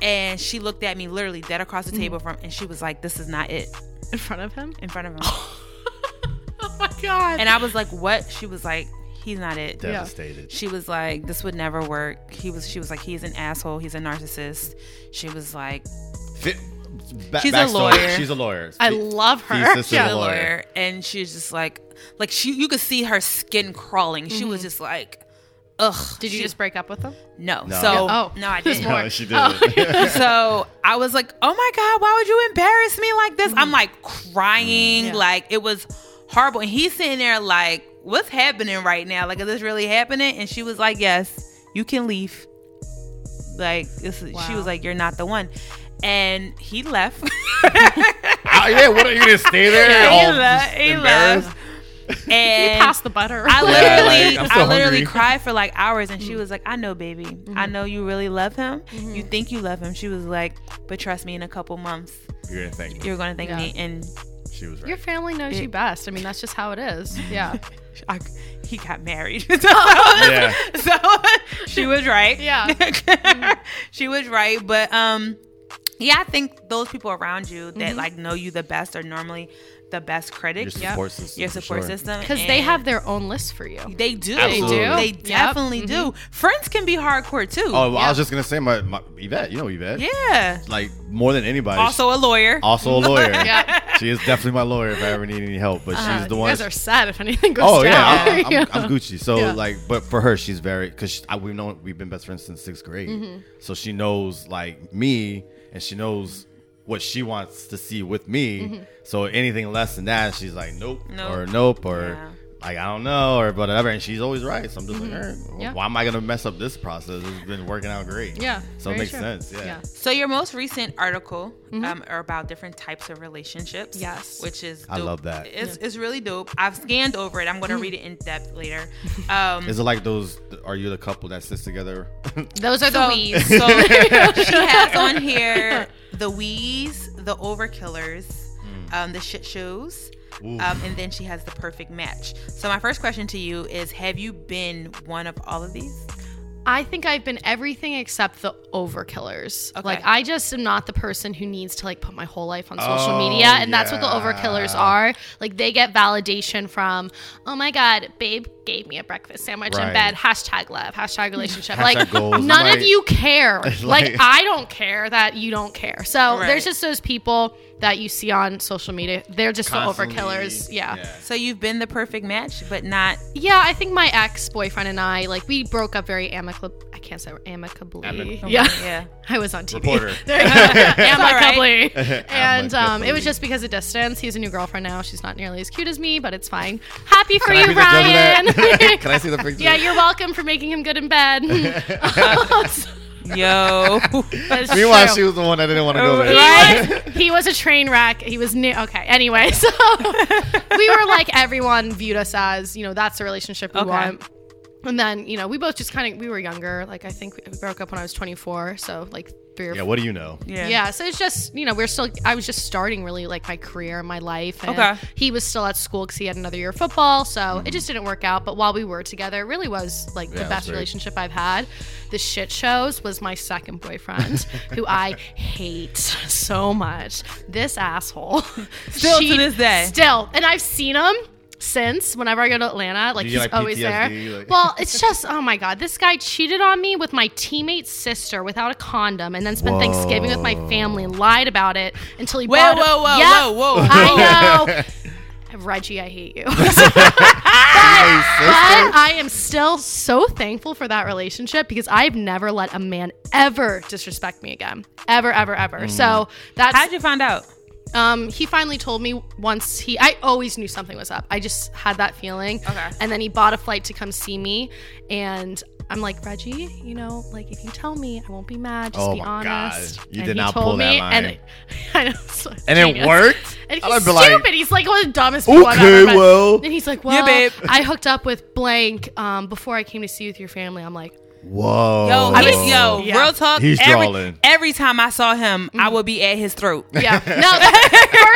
Speaker 1: and she looked at me literally dead across
Speaker 5: Hmm.
Speaker 1: the table from, and she was like, "This is not it."
Speaker 6: In front of him.
Speaker 1: In front of him,
Speaker 6: Oh my god.
Speaker 1: and I was like, "What?" She was like, "He's not it."
Speaker 5: Devastated.
Speaker 1: she was like this would never work he was she was like he's an asshole he's a narcissist she was like
Speaker 5: Fit, ba-
Speaker 1: She's a
Speaker 5: backstory,
Speaker 1: lawyer.
Speaker 5: She's a lawyer.
Speaker 6: I
Speaker 5: Fee-
Speaker 6: love
Speaker 5: Fee's
Speaker 6: her.
Speaker 5: sister's
Speaker 6: Yeah.
Speaker 5: a lawyer.
Speaker 1: lawyer and she was just like like she you could see her skin crawling she was just like ugh
Speaker 6: Mm-hmm. Did you
Speaker 1: She-
Speaker 6: just break up with him?
Speaker 1: no,
Speaker 5: No.
Speaker 1: so
Speaker 6: Yeah. Oh.
Speaker 1: no i
Speaker 6: There's
Speaker 1: didn't
Speaker 5: No, she did.
Speaker 6: Oh.
Speaker 5: it.
Speaker 1: so I was like, oh my God, why would you embarrass me like this? I'm like crying.
Speaker 6: Yeah.
Speaker 1: Like it was horrible. And he's sitting there like, what's happening right now? Like, is this really happening? And she was like, yes, you can leave. Like, this is, she
Speaker 6: Wow.
Speaker 1: was like, you're not the one. And he left.
Speaker 5: Oh, yeah, what are you gonna stay there?
Speaker 1: he
Speaker 5: all
Speaker 1: left.
Speaker 5: just
Speaker 1: He
Speaker 5: embarrassed?
Speaker 1: left. And
Speaker 6: Pass the butter.
Speaker 1: I
Speaker 5: Yeah,
Speaker 1: literally,
Speaker 5: like, I'm so
Speaker 1: I literally
Speaker 5: hungry.
Speaker 1: cried for like hours, and
Speaker 6: Mm-hmm.
Speaker 1: she was like, "I know, baby. I know you really love him. You think you love him." She was like, "But trust me, in a couple months,
Speaker 5: You're gonna think
Speaker 1: you're gonna thank
Speaker 6: Yeah.
Speaker 1: me." And
Speaker 5: she was right.
Speaker 6: Your family knows you best. I mean, that's just how it is. Yeah.
Speaker 1: I, he got married, so,
Speaker 5: Yeah.
Speaker 1: so she was right.
Speaker 6: Yeah. Mm-hmm.
Speaker 1: she was right. But um, yeah, I think those people around you that
Speaker 6: Mm-hmm.
Speaker 1: like know you the best are normally the best
Speaker 5: Your
Speaker 1: critics.
Speaker 5: support system.
Speaker 1: Your
Speaker 5: for
Speaker 1: support
Speaker 5: sure.
Speaker 1: system,
Speaker 6: Because they
Speaker 1: and-
Speaker 6: have their own list for you.
Speaker 1: They do.
Speaker 5: Absolutely.
Speaker 1: They
Speaker 6: Yep. Mm-hmm.
Speaker 1: definitely do. Friends can be hardcore too.
Speaker 5: Oh, well, I was
Speaker 6: Yeah.
Speaker 5: just gonna say my, my Yvette. You know Yvette.
Speaker 1: yeah.
Speaker 5: Like more than anybody.
Speaker 1: Also a lawyer.
Speaker 5: also a lawyer.
Speaker 6: Yeah.
Speaker 5: She is definitely my lawyer if I ever need any help. But
Speaker 6: Uh,
Speaker 5: she's the
Speaker 6: you
Speaker 5: one.
Speaker 6: guys are sad if anything goes
Speaker 5: oh
Speaker 6: down.
Speaker 5: yeah, I'm, I'm,
Speaker 6: Yeah.
Speaker 5: I'm Gucci. So
Speaker 6: Yeah.
Speaker 5: like, but for her, she's very because we've known we've been best friends since sixth grade.
Speaker 6: Mm-hmm.
Speaker 5: So she knows like me, and she knows what she wants to see with me.
Speaker 6: Mm-hmm.
Speaker 5: So anything less than that, she's like nope,
Speaker 1: Nope.
Speaker 5: or nope or.
Speaker 1: Yeah.
Speaker 5: Like I don't know or whatever, and she's always right. So I'm just like, "All right,
Speaker 6: Mm-hmm. Yeah.
Speaker 5: why am I gonna mess up this process? It's been working out great.
Speaker 6: Yeah,
Speaker 5: so it
Speaker 6: very
Speaker 5: makes
Speaker 6: true.
Speaker 5: sense. Yeah,
Speaker 6: Yeah.
Speaker 1: So your most recent article um, are about different types of relationships.
Speaker 6: Yes.
Speaker 1: which is
Speaker 5: I
Speaker 1: dope.
Speaker 5: love that.
Speaker 1: It's, it's really dope. I've scanned over it. I'm gonna read it in depth later. Um,
Speaker 5: is it like those? Are you the couple that sits together?
Speaker 6: Those are
Speaker 1: so,
Speaker 6: the weeds.
Speaker 1: so she has on here the wees, the overkillers, um, the shit shows.
Speaker 5: Mm. Ooh.
Speaker 1: Um, and then she has the perfect match. So my first question to you is: Have you been one of all of these?
Speaker 6: I think I've been everything except the overkillers.
Speaker 1: Okay.
Speaker 6: Like I just am not the person who needs to like put my whole life on social
Speaker 5: Oh,
Speaker 6: media, and that's what the
Speaker 5: yeah.
Speaker 6: overkillers are. Like they get validation from, oh my god, babe gave me a breakfast sandwich
Speaker 5: Right.
Speaker 6: in bed. Hashtag love. Hashtag relationship.
Speaker 5: Hashtag
Speaker 6: like
Speaker 5: goals.
Speaker 6: none
Speaker 5: Like-
Speaker 6: of you care.
Speaker 5: Like-
Speaker 6: like, I don't care that you don't care. So
Speaker 1: Right.
Speaker 6: there's just those people that you see on social media. They're just
Speaker 5: Constantly-
Speaker 6: the overkillers. yeah.
Speaker 1: So you've been the perfect match, but not
Speaker 6: Yeah, I think my ex boyfriend and I like we broke up very amicably. I can't say amicably.
Speaker 5: Amicably.
Speaker 6: Yeah.
Speaker 1: yeah.
Speaker 6: I was on TV.
Speaker 5: Reporter.
Speaker 6: There you go.
Speaker 1: right.
Speaker 6: amicably. and um, it
Speaker 5: Amicably.
Speaker 6: was just because of distance. He has a new girlfriend now. She's not nearly as cute as me, but it's fine. Happy for
Speaker 5: Can I
Speaker 6: you,
Speaker 5: be the judge of that?
Speaker 6: Ryan.
Speaker 5: Can I see the picture?
Speaker 6: yeah, you're welcome for making him good in bed.
Speaker 1: Yo.
Speaker 6: But it's
Speaker 5: Meanwhile,
Speaker 6: true.
Speaker 5: she was the one that didn't want to go there.
Speaker 6: He was, he was a train wreck. He was new. Okay. Anyway, so we were like everyone viewed us as you know that's the relationship we
Speaker 1: Okay.
Speaker 6: want. And then you know we both just kind of we were younger. Like I think we broke up when I was 24, so like three or
Speaker 5: Yeah, what do you know?
Speaker 6: yeah. so it's just you know we're still i was just starting really like my career and my life and
Speaker 1: Okay. Mm-hmm.
Speaker 6: he was still at school because he had another year of football so it just didn't work out but while we were together it really was like
Speaker 5: Yeah,
Speaker 6: the
Speaker 5: it was
Speaker 6: best
Speaker 5: great.
Speaker 6: relationship i've had the shit shows was my second boyfriend who i hate so much this asshole
Speaker 1: Still to this day.
Speaker 6: still and i've seen him since whenever I go to Atlanta, like
Speaker 5: Do you
Speaker 6: he's
Speaker 5: get, like,
Speaker 6: always
Speaker 5: PTSD,
Speaker 6: there.
Speaker 5: like-
Speaker 6: Well, it's just oh my god, this guy cheated on me with my teammate's sister without a condom, and then spent Thanksgiving with my family and lied about it until he
Speaker 1: Whoa,
Speaker 6: brought
Speaker 1: whoa, whoa,
Speaker 6: Yep,
Speaker 1: whoa, whoa, whoa.
Speaker 6: I know. Reggie, I hate you. But I am still so thankful for that relationship because I've never let a man ever disrespect me again. Ever, ever, ever.
Speaker 5: Mm.
Speaker 6: So that's
Speaker 1: How'd you find out?
Speaker 6: um, he finally told me once he, I always knew something was up. I just had that feeling.
Speaker 1: Okay.
Speaker 6: And then he bought a flight to come see me. And I'm like, Reggie, you know, like if you tell me, I won't be mad. Just
Speaker 5: Oh
Speaker 6: be
Speaker 5: my God.
Speaker 6: honest.
Speaker 5: You
Speaker 6: and
Speaker 5: did
Speaker 6: he
Speaker 5: not
Speaker 6: told
Speaker 5: pull that
Speaker 6: me,
Speaker 5: line.
Speaker 6: And, I know, so
Speaker 5: And it
Speaker 6: genius.
Speaker 5: worked?
Speaker 6: And he's
Speaker 5: I'd be
Speaker 6: stupid.
Speaker 5: like,
Speaker 6: he's like one of the dumbest people I've
Speaker 5: "Okay,
Speaker 6: ever met."
Speaker 5: well.
Speaker 6: And he's like, well,
Speaker 1: Yeah, babe.
Speaker 6: I hooked up with blank um, before I came to see you with your family. I'm like,
Speaker 5: Whoa.
Speaker 1: Yo, I mean, yo,
Speaker 6: Yeah. Mm-hmm.
Speaker 1: real talk.
Speaker 5: Oh. He's
Speaker 1: every,
Speaker 5: drawling.
Speaker 1: Every time I saw him, I would be at his throat.
Speaker 6: Yeah. No, the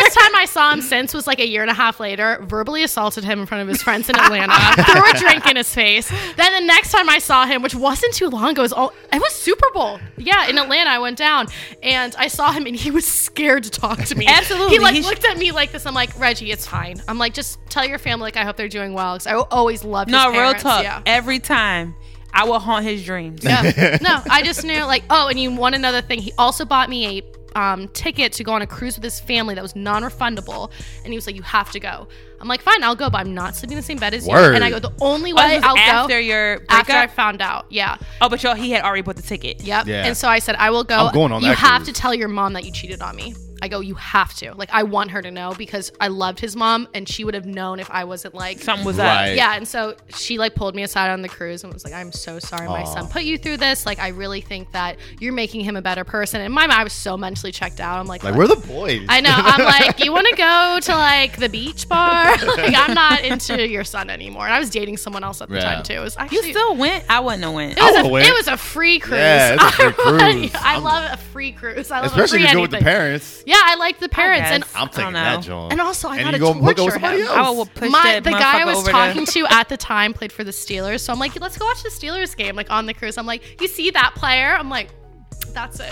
Speaker 6: first time I saw him since was like a year and a half later. Verbally assaulted him in front of his friends in Atlanta. threw a drink in his face. Then the next time I saw him, which wasn't too long ago, it was, all, it was Super Bowl. Yeah, in Atlanta, I went down and I saw him and he was scared to talk to me.
Speaker 1: Absolutely.
Speaker 6: He like
Speaker 1: He sh-
Speaker 6: looked at me like this. I'm like, Reggie, it's fine. I'm like, just tell your family like I hope they're doing well because I always loved
Speaker 1: No,
Speaker 6: his parents.
Speaker 1: real talk.
Speaker 6: Yeah.
Speaker 1: Every time, I will haunt his dreams.
Speaker 6: Yeah. No, I just knew like, oh, and you one another thing. He also bought me a um, ticket to go on a cruise with his family that was non-refundable, and he was like, "You have to go." I'm like, "Fine, I'll go," but I'm not sleeping in the same bed as
Speaker 5: Word.
Speaker 6: you. And I go, "The only
Speaker 1: Oh,
Speaker 6: way
Speaker 1: this was
Speaker 6: I'll
Speaker 1: after
Speaker 6: go
Speaker 1: your breakup.
Speaker 6: after I found out." Yeah.
Speaker 1: oh, but y'all, he had already bought the ticket.
Speaker 6: Yep.
Speaker 5: Yeah.
Speaker 6: And so I said, "I will go."
Speaker 5: I'm going on
Speaker 6: you
Speaker 5: that
Speaker 6: have
Speaker 5: cruise.
Speaker 6: to tell your mom that you cheated on me. I go, you have to. Like, I want her to know because I loved his mom, and she would have known if I wasn't like
Speaker 1: Something was
Speaker 5: Right.
Speaker 1: up.
Speaker 6: yeah, and so she like pulled me aside on the cruise and was like, "I'm so sorry, my
Speaker 5: Aw.
Speaker 6: son put you through this. Like, I really think that you're making him a better person." And in my mind, I was so mentally checked out. I'm like,
Speaker 5: Like
Speaker 6: "Look,
Speaker 5: we're the boys.
Speaker 6: I know. I'm like, you want to go to like the beach bar? like, I'm not into your son anymore. And I was dating someone else at the
Speaker 5: Yeah.
Speaker 6: time too. It was actually
Speaker 1: You still went? I wouldn't have went.
Speaker 6: It was,
Speaker 5: I
Speaker 6: a,
Speaker 5: would've
Speaker 6: it was a free cruise.
Speaker 5: Yeah, it's a free
Speaker 6: I-
Speaker 5: cruise.
Speaker 6: I
Speaker 5: I'm-
Speaker 6: love a free cruise. I love
Speaker 5: Especially
Speaker 6: a free
Speaker 5: if you go with
Speaker 6: anything.
Speaker 5: the parents.
Speaker 6: Yeah, I liked the parents, and
Speaker 1: guess.
Speaker 5: I'm
Speaker 1: I don't
Speaker 5: taking
Speaker 1: know.
Speaker 5: that, John.
Speaker 6: And also, I
Speaker 5: and
Speaker 6: had
Speaker 5: you go
Speaker 6: to
Speaker 5: hook
Speaker 6: torture
Speaker 5: up with somebody
Speaker 6: him.
Speaker 5: else.
Speaker 1: I would push
Speaker 6: My,
Speaker 1: that
Speaker 6: the guy I
Speaker 1: motherfucker
Speaker 6: was
Speaker 1: over
Speaker 6: talking
Speaker 1: to.
Speaker 6: to at the time played for the Steelers, so I'm like, let's go watch the Steelers game, like on the cruise. I'm like, you see that player? I'm like, that's it.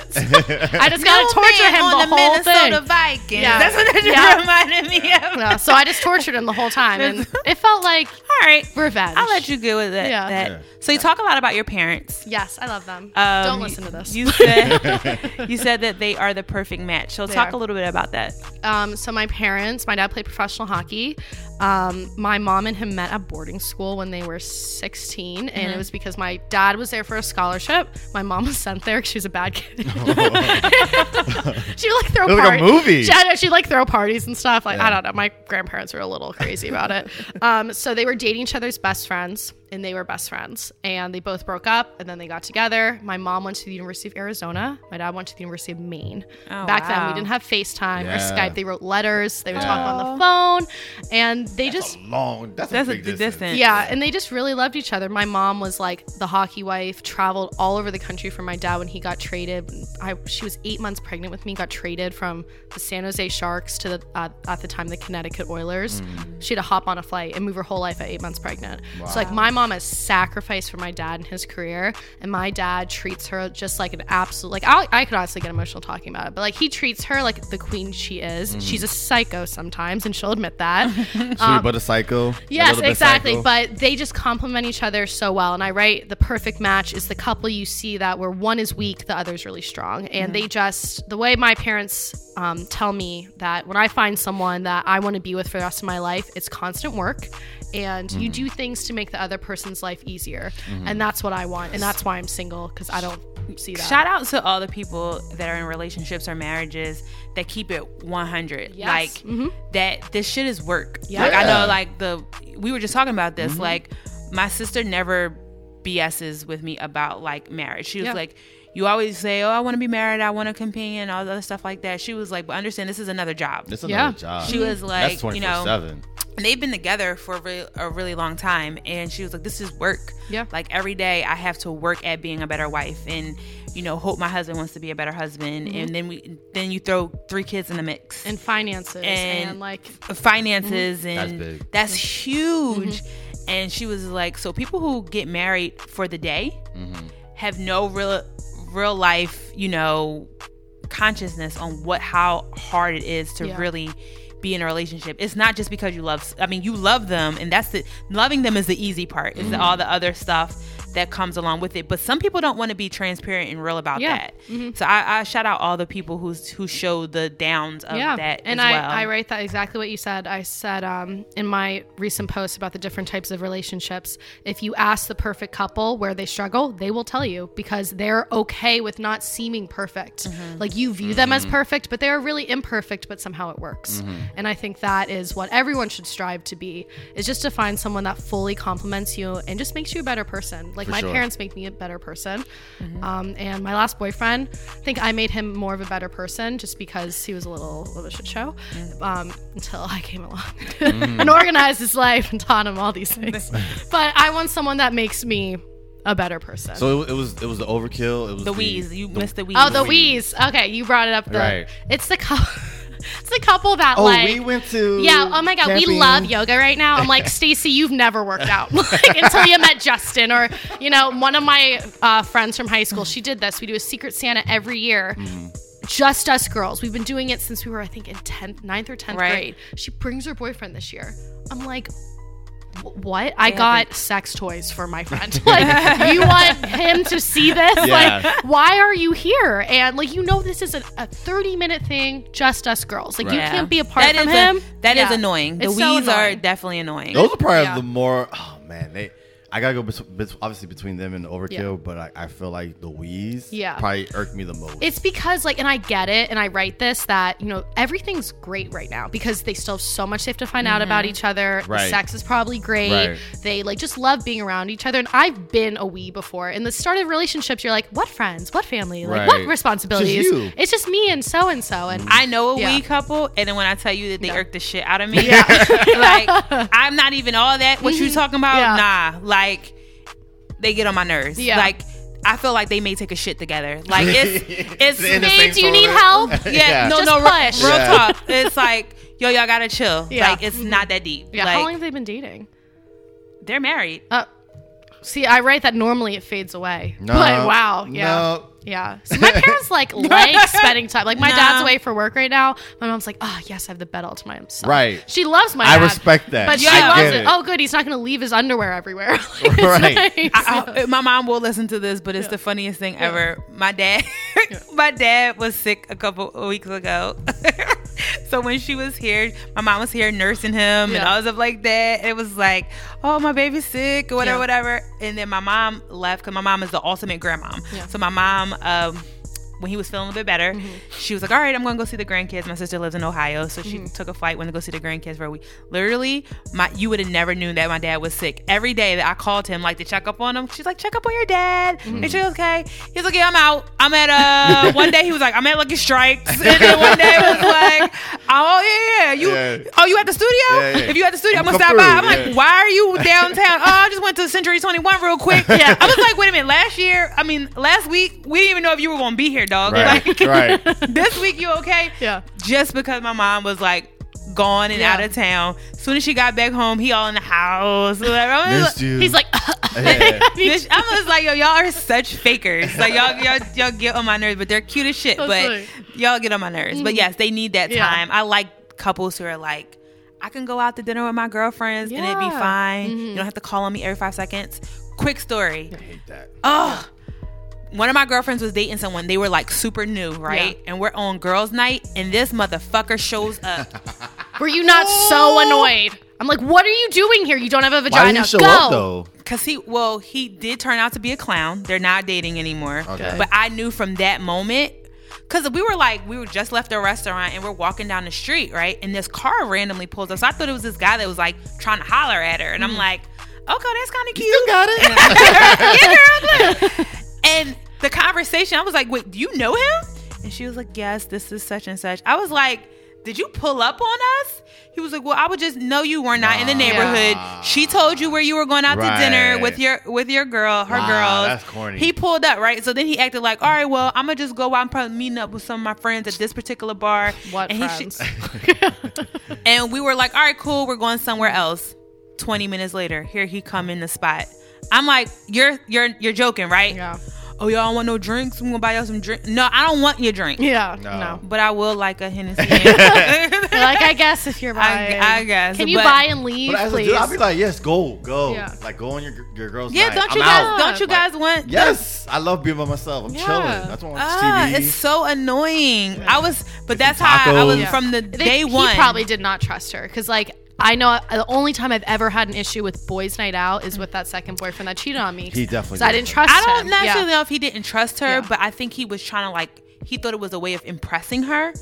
Speaker 6: I just gotta torture him the, whole
Speaker 1: Minnesota
Speaker 6: thing.
Speaker 1: Vikings.
Speaker 6: Yeah.
Speaker 1: That's what that just
Speaker 6: Yeah.
Speaker 1: reminded me of.
Speaker 6: Yeah, so I just tortured him the whole time, and it felt like
Speaker 1: All right,
Speaker 6: revenge.
Speaker 1: I'll let you go with that.
Speaker 6: Yeah.
Speaker 1: that.
Speaker 5: Yeah.
Speaker 1: So you talk a lot about your parents.
Speaker 6: Yes, I love them.
Speaker 1: Um,
Speaker 6: Don't listen to this.
Speaker 1: You said you said that they are the perfect match. So
Speaker 6: They
Speaker 1: talk
Speaker 6: are.
Speaker 1: a little bit about that.
Speaker 6: um, so my parents, my dad played professional hockey. Um, my mom and him met at boarding school when they were 16, and
Speaker 1: Mm-hmm.
Speaker 6: it was because my dad was there for a scholarship. My mom was sent there because she was a bad kid. she would, like
Speaker 5: It
Speaker 6: throw
Speaker 5: was like a
Speaker 6: parties.
Speaker 5: movie.
Speaker 6: She, I know, she'd like throw parties and stuff. Like I
Speaker 5: Yeah.
Speaker 6: don't know. My grandparents were a little crazy about it. Um, so they were dating each other's best friends, and they were best friends, and they both broke up, and then they got together. My mom went to the University of Arizona. My dad went to the University of Maine.
Speaker 1: Oh,
Speaker 6: Back then,
Speaker 1: wow.
Speaker 6: we didn't have FaceTime
Speaker 5: Yeah.
Speaker 6: or Skype. They wrote letters. They would talk
Speaker 1: Yeah.
Speaker 6: on the phone, and they just.
Speaker 5: long. That's,
Speaker 1: That's
Speaker 5: a
Speaker 1: a
Speaker 5: big
Speaker 1: good
Speaker 5: distance.
Speaker 1: distance.
Speaker 6: Yeah, and they just really loved each other. My mom was like the hockey wife, traveled all over the country for my dad when he got traded. I she was eight months pregnant with me, got traded from the San Jose Sharks to the uh, at the time the Connecticut Oilers. She had to hop on a flight and move her whole life at eight months pregnant. So like my mom has sacrificed for my dad and his career, and my dad treats her just like an absolute like I, I could honestly get emotional talking about it, but like he treats her like the queen she is. She's a psycho sometimes, and she'll admit that.
Speaker 5: Sweet but a psycho. a
Speaker 6: Yes,
Speaker 5: little bit
Speaker 6: exactly.
Speaker 5: psycho.
Speaker 6: But they just complement each other so well. And I write the perfect match is the couple you see that where one is weak, the other's really strong. And they just, the way my parents um, tell me that when I find someone that I want to be with for the rest of my life, it's constant work. And
Speaker 5: Mm-hmm.
Speaker 6: you do things to make the other person's life easier. And that's what I want. And that's why I'm single because I don't see that.
Speaker 1: Shout out to all the people that are in relationships or marriages that keep it 100.
Speaker 6: Yes.
Speaker 1: Like
Speaker 6: Mhm.
Speaker 1: that this shit is work.
Speaker 6: Yeah.
Speaker 1: Like I
Speaker 5: Yeah.
Speaker 1: know like the we were just talking about this like my sister never BSs with me about like marriage. She was
Speaker 6: Yeah.
Speaker 1: like you always say, "Oh, I want to be married. I want a companion, all the other stuff like that." She was like, "But understand, this is another job."
Speaker 5: It's
Speaker 6: Yeah.
Speaker 5: another job.
Speaker 1: She was like,
Speaker 5: That's
Speaker 1: "You
Speaker 5: twenty four
Speaker 1: know,
Speaker 5: seven.
Speaker 1: and they've been together for a really, a really long time and she was like this is work
Speaker 6: Yeah.
Speaker 1: like every day i have to work at being a better wife and you know hope my husband wants to be a better husband and then we then you throw three kids in the mix
Speaker 6: and finances and,
Speaker 1: And-
Speaker 6: like,
Speaker 1: finances
Speaker 5: That's
Speaker 1: and
Speaker 5: big.
Speaker 1: that's huge
Speaker 6: Mm-hmm.
Speaker 1: and she was like so people who get married for the day
Speaker 5: Mm-hmm.
Speaker 1: have no real real life you know consciousness on what how hard it is to
Speaker 6: Yeah.
Speaker 1: really be in a relationship it's not just because you love i mean you love them and that's the loving them is the easy part
Speaker 5: Mm-hmm.
Speaker 1: It's all the other stuff that comes along with it but some people don't want to be transparent and real about
Speaker 6: Yeah. Mm-hmm.
Speaker 1: that so I, I shout out all the people who's who show the downs of that
Speaker 6: and
Speaker 1: as
Speaker 6: I,
Speaker 1: well.
Speaker 6: I write that exactly what you said i said um, in my recent post about the different types of relationships if you ask the perfect couple where they struggle they will tell you because they're okay with not seeming perfect
Speaker 1: Mm-hmm.
Speaker 6: like you view them as perfect but they're really imperfect but somehow it works and i think that is what everyone should strive to be is just to find someone that fully complements you and just makes you a better person like my
Speaker 5: sure.
Speaker 6: parents make me a better person um, and my last boyfriend, I think I made him more of a better person just because he was a little of a shit show um, until I came along
Speaker 5: Mm-hmm.
Speaker 6: and organized his life and taught him all these things. but I want someone that makes me a better person.
Speaker 5: So it, it was it was the overkill. It was
Speaker 1: the wheeze. You missed the wheeze.
Speaker 6: oh, the wheeze. Okay, you brought it up. The,
Speaker 5: Right.
Speaker 6: It's the couple. it's the couple that
Speaker 5: Oh,
Speaker 6: like.
Speaker 5: we went to
Speaker 6: yeah. Oh my God. We
Speaker 5: camping.
Speaker 6: love yoga right now. I'm like, Stacy, you've never worked out like, until you met Justin, or you know, one of my uh, friends from high school. She did this. We do a Secret Santa every year. Just us girls. We've been doing it since we were, I think, in 10th, 9th or 10th
Speaker 1: Right.
Speaker 6: grade. She brings her boyfriend this year. I'm like, "Wh- what? I
Speaker 1: Yeah,
Speaker 6: got sex toys for my friend. Like, you want him to see
Speaker 5: Yeah.
Speaker 6: this? Like, why are you here? And like, you know, this is a, a 30 minute thing, just us girls. Like, you
Speaker 1: Yeah.
Speaker 6: can't be apart
Speaker 1: That
Speaker 6: from
Speaker 1: is a-
Speaker 6: him.
Speaker 1: that is
Speaker 6: Yeah.
Speaker 1: annoying. The
Speaker 6: It's
Speaker 1: wheeze
Speaker 6: so
Speaker 1: are
Speaker 6: annoying.
Speaker 1: definitely annoying.
Speaker 5: Those are probably
Speaker 6: Yeah.
Speaker 5: the more. Oh man, they. I gotta go bet- bet- obviously between them and Overkill, but I, I feel like the Wheeze
Speaker 6: Yeah.
Speaker 5: probably irked me the most.
Speaker 6: It's because like, and I get it, and I write this that you know everything's great right now because they still have so much they have to find out
Speaker 1: Mm-hmm.
Speaker 6: about each other. The
Speaker 5: Right.
Speaker 6: sex is probably great.
Speaker 5: Right.
Speaker 6: They like just love being around each other. And I've been a wee before. In the start of relationships, you're like, what friends, what family, like
Speaker 5: Right.
Speaker 6: what responsibilities?
Speaker 5: Just you.
Speaker 6: It's just me and so and so. And
Speaker 1: I know a
Speaker 6: Yeah.
Speaker 1: wee couple, and then when I tell you that they
Speaker 6: No.
Speaker 1: irk the shit out of me, like I'm not even all that. What you talking about?
Speaker 6: Mm-hmm. Yeah.
Speaker 1: Nah, like they get on my nerves.
Speaker 6: Yeah.
Speaker 1: like I feel like they may take a shit together. Like it's it's
Speaker 5: In the
Speaker 6: Hey,
Speaker 5: same
Speaker 6: do you need
Speaker 5: folder.
Speaker 6: help?
Speaker 1: yeah,
Speaker 5: Yeah.
Speaker 1: no
Speaker 6: Just
Speaker 1: no real,
Speaker 6: push.
Speaker 1: real
Speaker 5: Yeah.
Speaker 1: talk. It's like yo y'all gotta chill.
Speaker 6: Yeah.
Speaker 1: Like it's not that deep.
Speaker 6: yeah.
Speaker 1: like
Speaker 6: How long have they been dating?
Speaker 1: they're married.
Speaker 6: Uh, see, I write that normally it fades away.
Speaker 5: No,
Speaker 6: but wow, yeah.
Speaker 5: no.
Speaker 6: Yeah. So my parents like like spending time. Like my
Speaker 1: No.
Speaker 6: dad's away for work right now. My mom's like, oh yes, I have the bed all to myself.
Speaker 5: Right.
Speaker 6: She loves my
Speaker 5: I
Speaker 6: dad,
Speaker 5: respect that.
Speaker 6: But she
Speaker 1: I
Speaker 6: loves
Speaker 5: get
Speaker 6: it.
Speaker 5: it.
Speaker 6: Oh good, he's not gonna leave his underwear everywhere. Like, it's
Speaker 5: Right.
Speaker 6: nice.
Speaker 1: I, I- my mom will listen to this, but it's the funniest thing ever. My dad, my dad was sick a couple of weeks ago. so when she was here, my mom was here nursing him and
Speaker 6: Yeah.
Speaker 1: all stuff like that. It was like, oh, my baby's sick or whatever,
Speaker 6: Yeah.
Speaker 1: whatever. And then my mom left because my mom is the ultimate grandmom.
Speaker 6: Yeah.
Speaker 1: So my mom, um, when he was feeling a bit better, she was like, "All right, I'm going to go see the grandkids." My sister lives in Ohio, so she took a flight, went to go see the grandkids for a week. Literally, my you would have never knew that my dad was sick. Every day that I called him, like to check up on him, she's like, "Check up on your dad, make sure he's okay." He's like, "Yeah, I'm out. I'm at uh." one day he was like, "I'm at Lucky Strikes," and then one day he was like, "Oh yeah, yeah, you,
Speaker 5: Yeah.
Speaker 1: oh you at the studio?
Speaker 5: Yeah, yeah.
Speaker 1: If you at the studio, I'm
Speaker 5: Come
Speaker 1: gonna stop
Speaker 5: through,
Speaker 1: by." I'm like,
Speaker 5: yeah.
Speaker 1: "Why are you downtown?" oh, I just went to Century 21 real quick. Yeah, I was like, "Wait a minute." Last year, I mean, last week, we didn't even know if you were gonna be here, dog.
Speaker 5: right,
Speaker 1: Like,
Speaker 5: right.
Speaker 1: this week you okay?
Speaker 6: Yeah.
Speaker 1: Just because my mom was like gone and
Speaker 6: Yeah.
Speaker 1: out of town. soon as she got back home, he all in the house. Like, I was
Speaker 5: Missed
Speaker 1: like,
Speaker 5: you.
Speaker 6: he's like
Speaker 5: Yeah.
Speaker 1: this- I was like, yo, y'all are such fakers. Like y'all, y'all, y'all get on my nerves, but they're cute as shit.
Speaker 6: That's
Speaker 1: but
Speaker 6: right. Mm-hmm.
Speaker 1: y'all get on my nerves. But yes, they need that
Speaker 6: Yeah.
Speaker 1: time. I like couples who are like, I can go out to dinner with my girlfriends and it'd be
Speaker 6: Yeah. Mm-hmm.
Speaker 1: fine. You don't have to call on me every five seconds. Quick story.
Speaker 5: hate that.
Speaker 1: Oh, one of my girlfriends was dating someone. They were like super new, right? And we're on girls' night, and this motherfucker shows up.
Speaker 6: Were you not so annoyed? I'm like, what are you doing here? You don't have a
Speaker 5: Why
Speaker 6: vagina.
Speaker 5: did you show
Speaker 6: Go.
Speaker 5: up though?
Speaker 1: Cause he, well, he did turn out to be a clown. They're not dating anymore.
Speaker 5: Okay.
Speaker 1: But I knew from that moment, cause we were like, we were just left a restaurant and we're walking down the street, right? And this car randomly pulls us. I thought it was this guy that was like trying to holler at her, and I'm like, okay, that's kind of cute. Mm-hmm. You got it. yeah, girl. look. And the conversation, I was like, wait, do you know him? And she was like, yes, this is such and such. I was like. Did you pull up on us? He was like, "Well, I would just know you were not in the neighborhood. She told you where you were going out to dinner
Speaker 5: Right.
Speaker 1: with your with your girl, her
Speaker 5: Wow,
Speaker 1: girls.
Speaker 5: that's corny.
Speaker 1: He pulled up, right? So then he acted like, all right, well, I'm gonna just go out and probably meeting up with some of my friends at this particular bar.
Speaker 6: What
Speaker 1: and he
Speaker 6: friends?
Speaker 1: sh- and we were like, all right, cool, we're going somewhere else. Twenty minutes later, here he come in the spot. I'm like, you're you're you're joking, right?
Speaker 6: yeah.
Speaker 1: Oh, y'all don't want no drinks? I'm gonna buy y'all some drink. No, I don't want your drink.
Speaker 6: Yeah.
Speaker 5: No.
Speaker 6: No.
Speaker 1: But I will like a Hennessy. I,
Speaker 6: You're like, I guess if you're buying,
Speaker 1: I guess.
Speaker 6: Can you
Speaker 1: but-
Speaker 6: buy and leave,
Speaker 5: But as a
Speaker 6: please?
Speaker 5: dude, I'll be like, yes, go, go.
Speaker 6: Yeah.
Speaker 5: Like go on your your girls.
Speaker 1: Yeah,
Speaker 5: night.
Speaker 1: don't
Speaker 5: I'm
Speaker 1: you guys
Speaker 5: out.
Speaker 1: don't you
Speaker 5: Like,
Speaker 1: guys want
Speaker 5: Yes, I love being by myself. I'm
Speaker 6: Yeah.
Speaker 5: chilling. That's why I watch
Speaker 1: Ah,
Speaker 5: TV.
Speaker 1: it's so annoying. I was, but that's
Speaker 5: some
Speaker 1: how I, I was
Speaker 5: tacos. Yeah.
Speaker 1: from the
Speaker 6: They-
Speaker 1: day one.
Speaker 6: He probably did not trust her because, like, I know uh, the only time I've ever had an issue with boys' night out is with that second boyfriend that cheated on me.
Speaker 5: He definitely
Speaker 6: 'Cause I
Speaker 5: did.
Speaker 6: didn't trust.
Speaker 1: I don't
Speaker 6: him.
Speaker 1: necessarily
Speaker 6: Yeah.
Speaker 1: know if he didn't trust her,
Speaker 6: Yeah.
Speaker 1: but I think he was trying to like he thought it was a way of impressing her,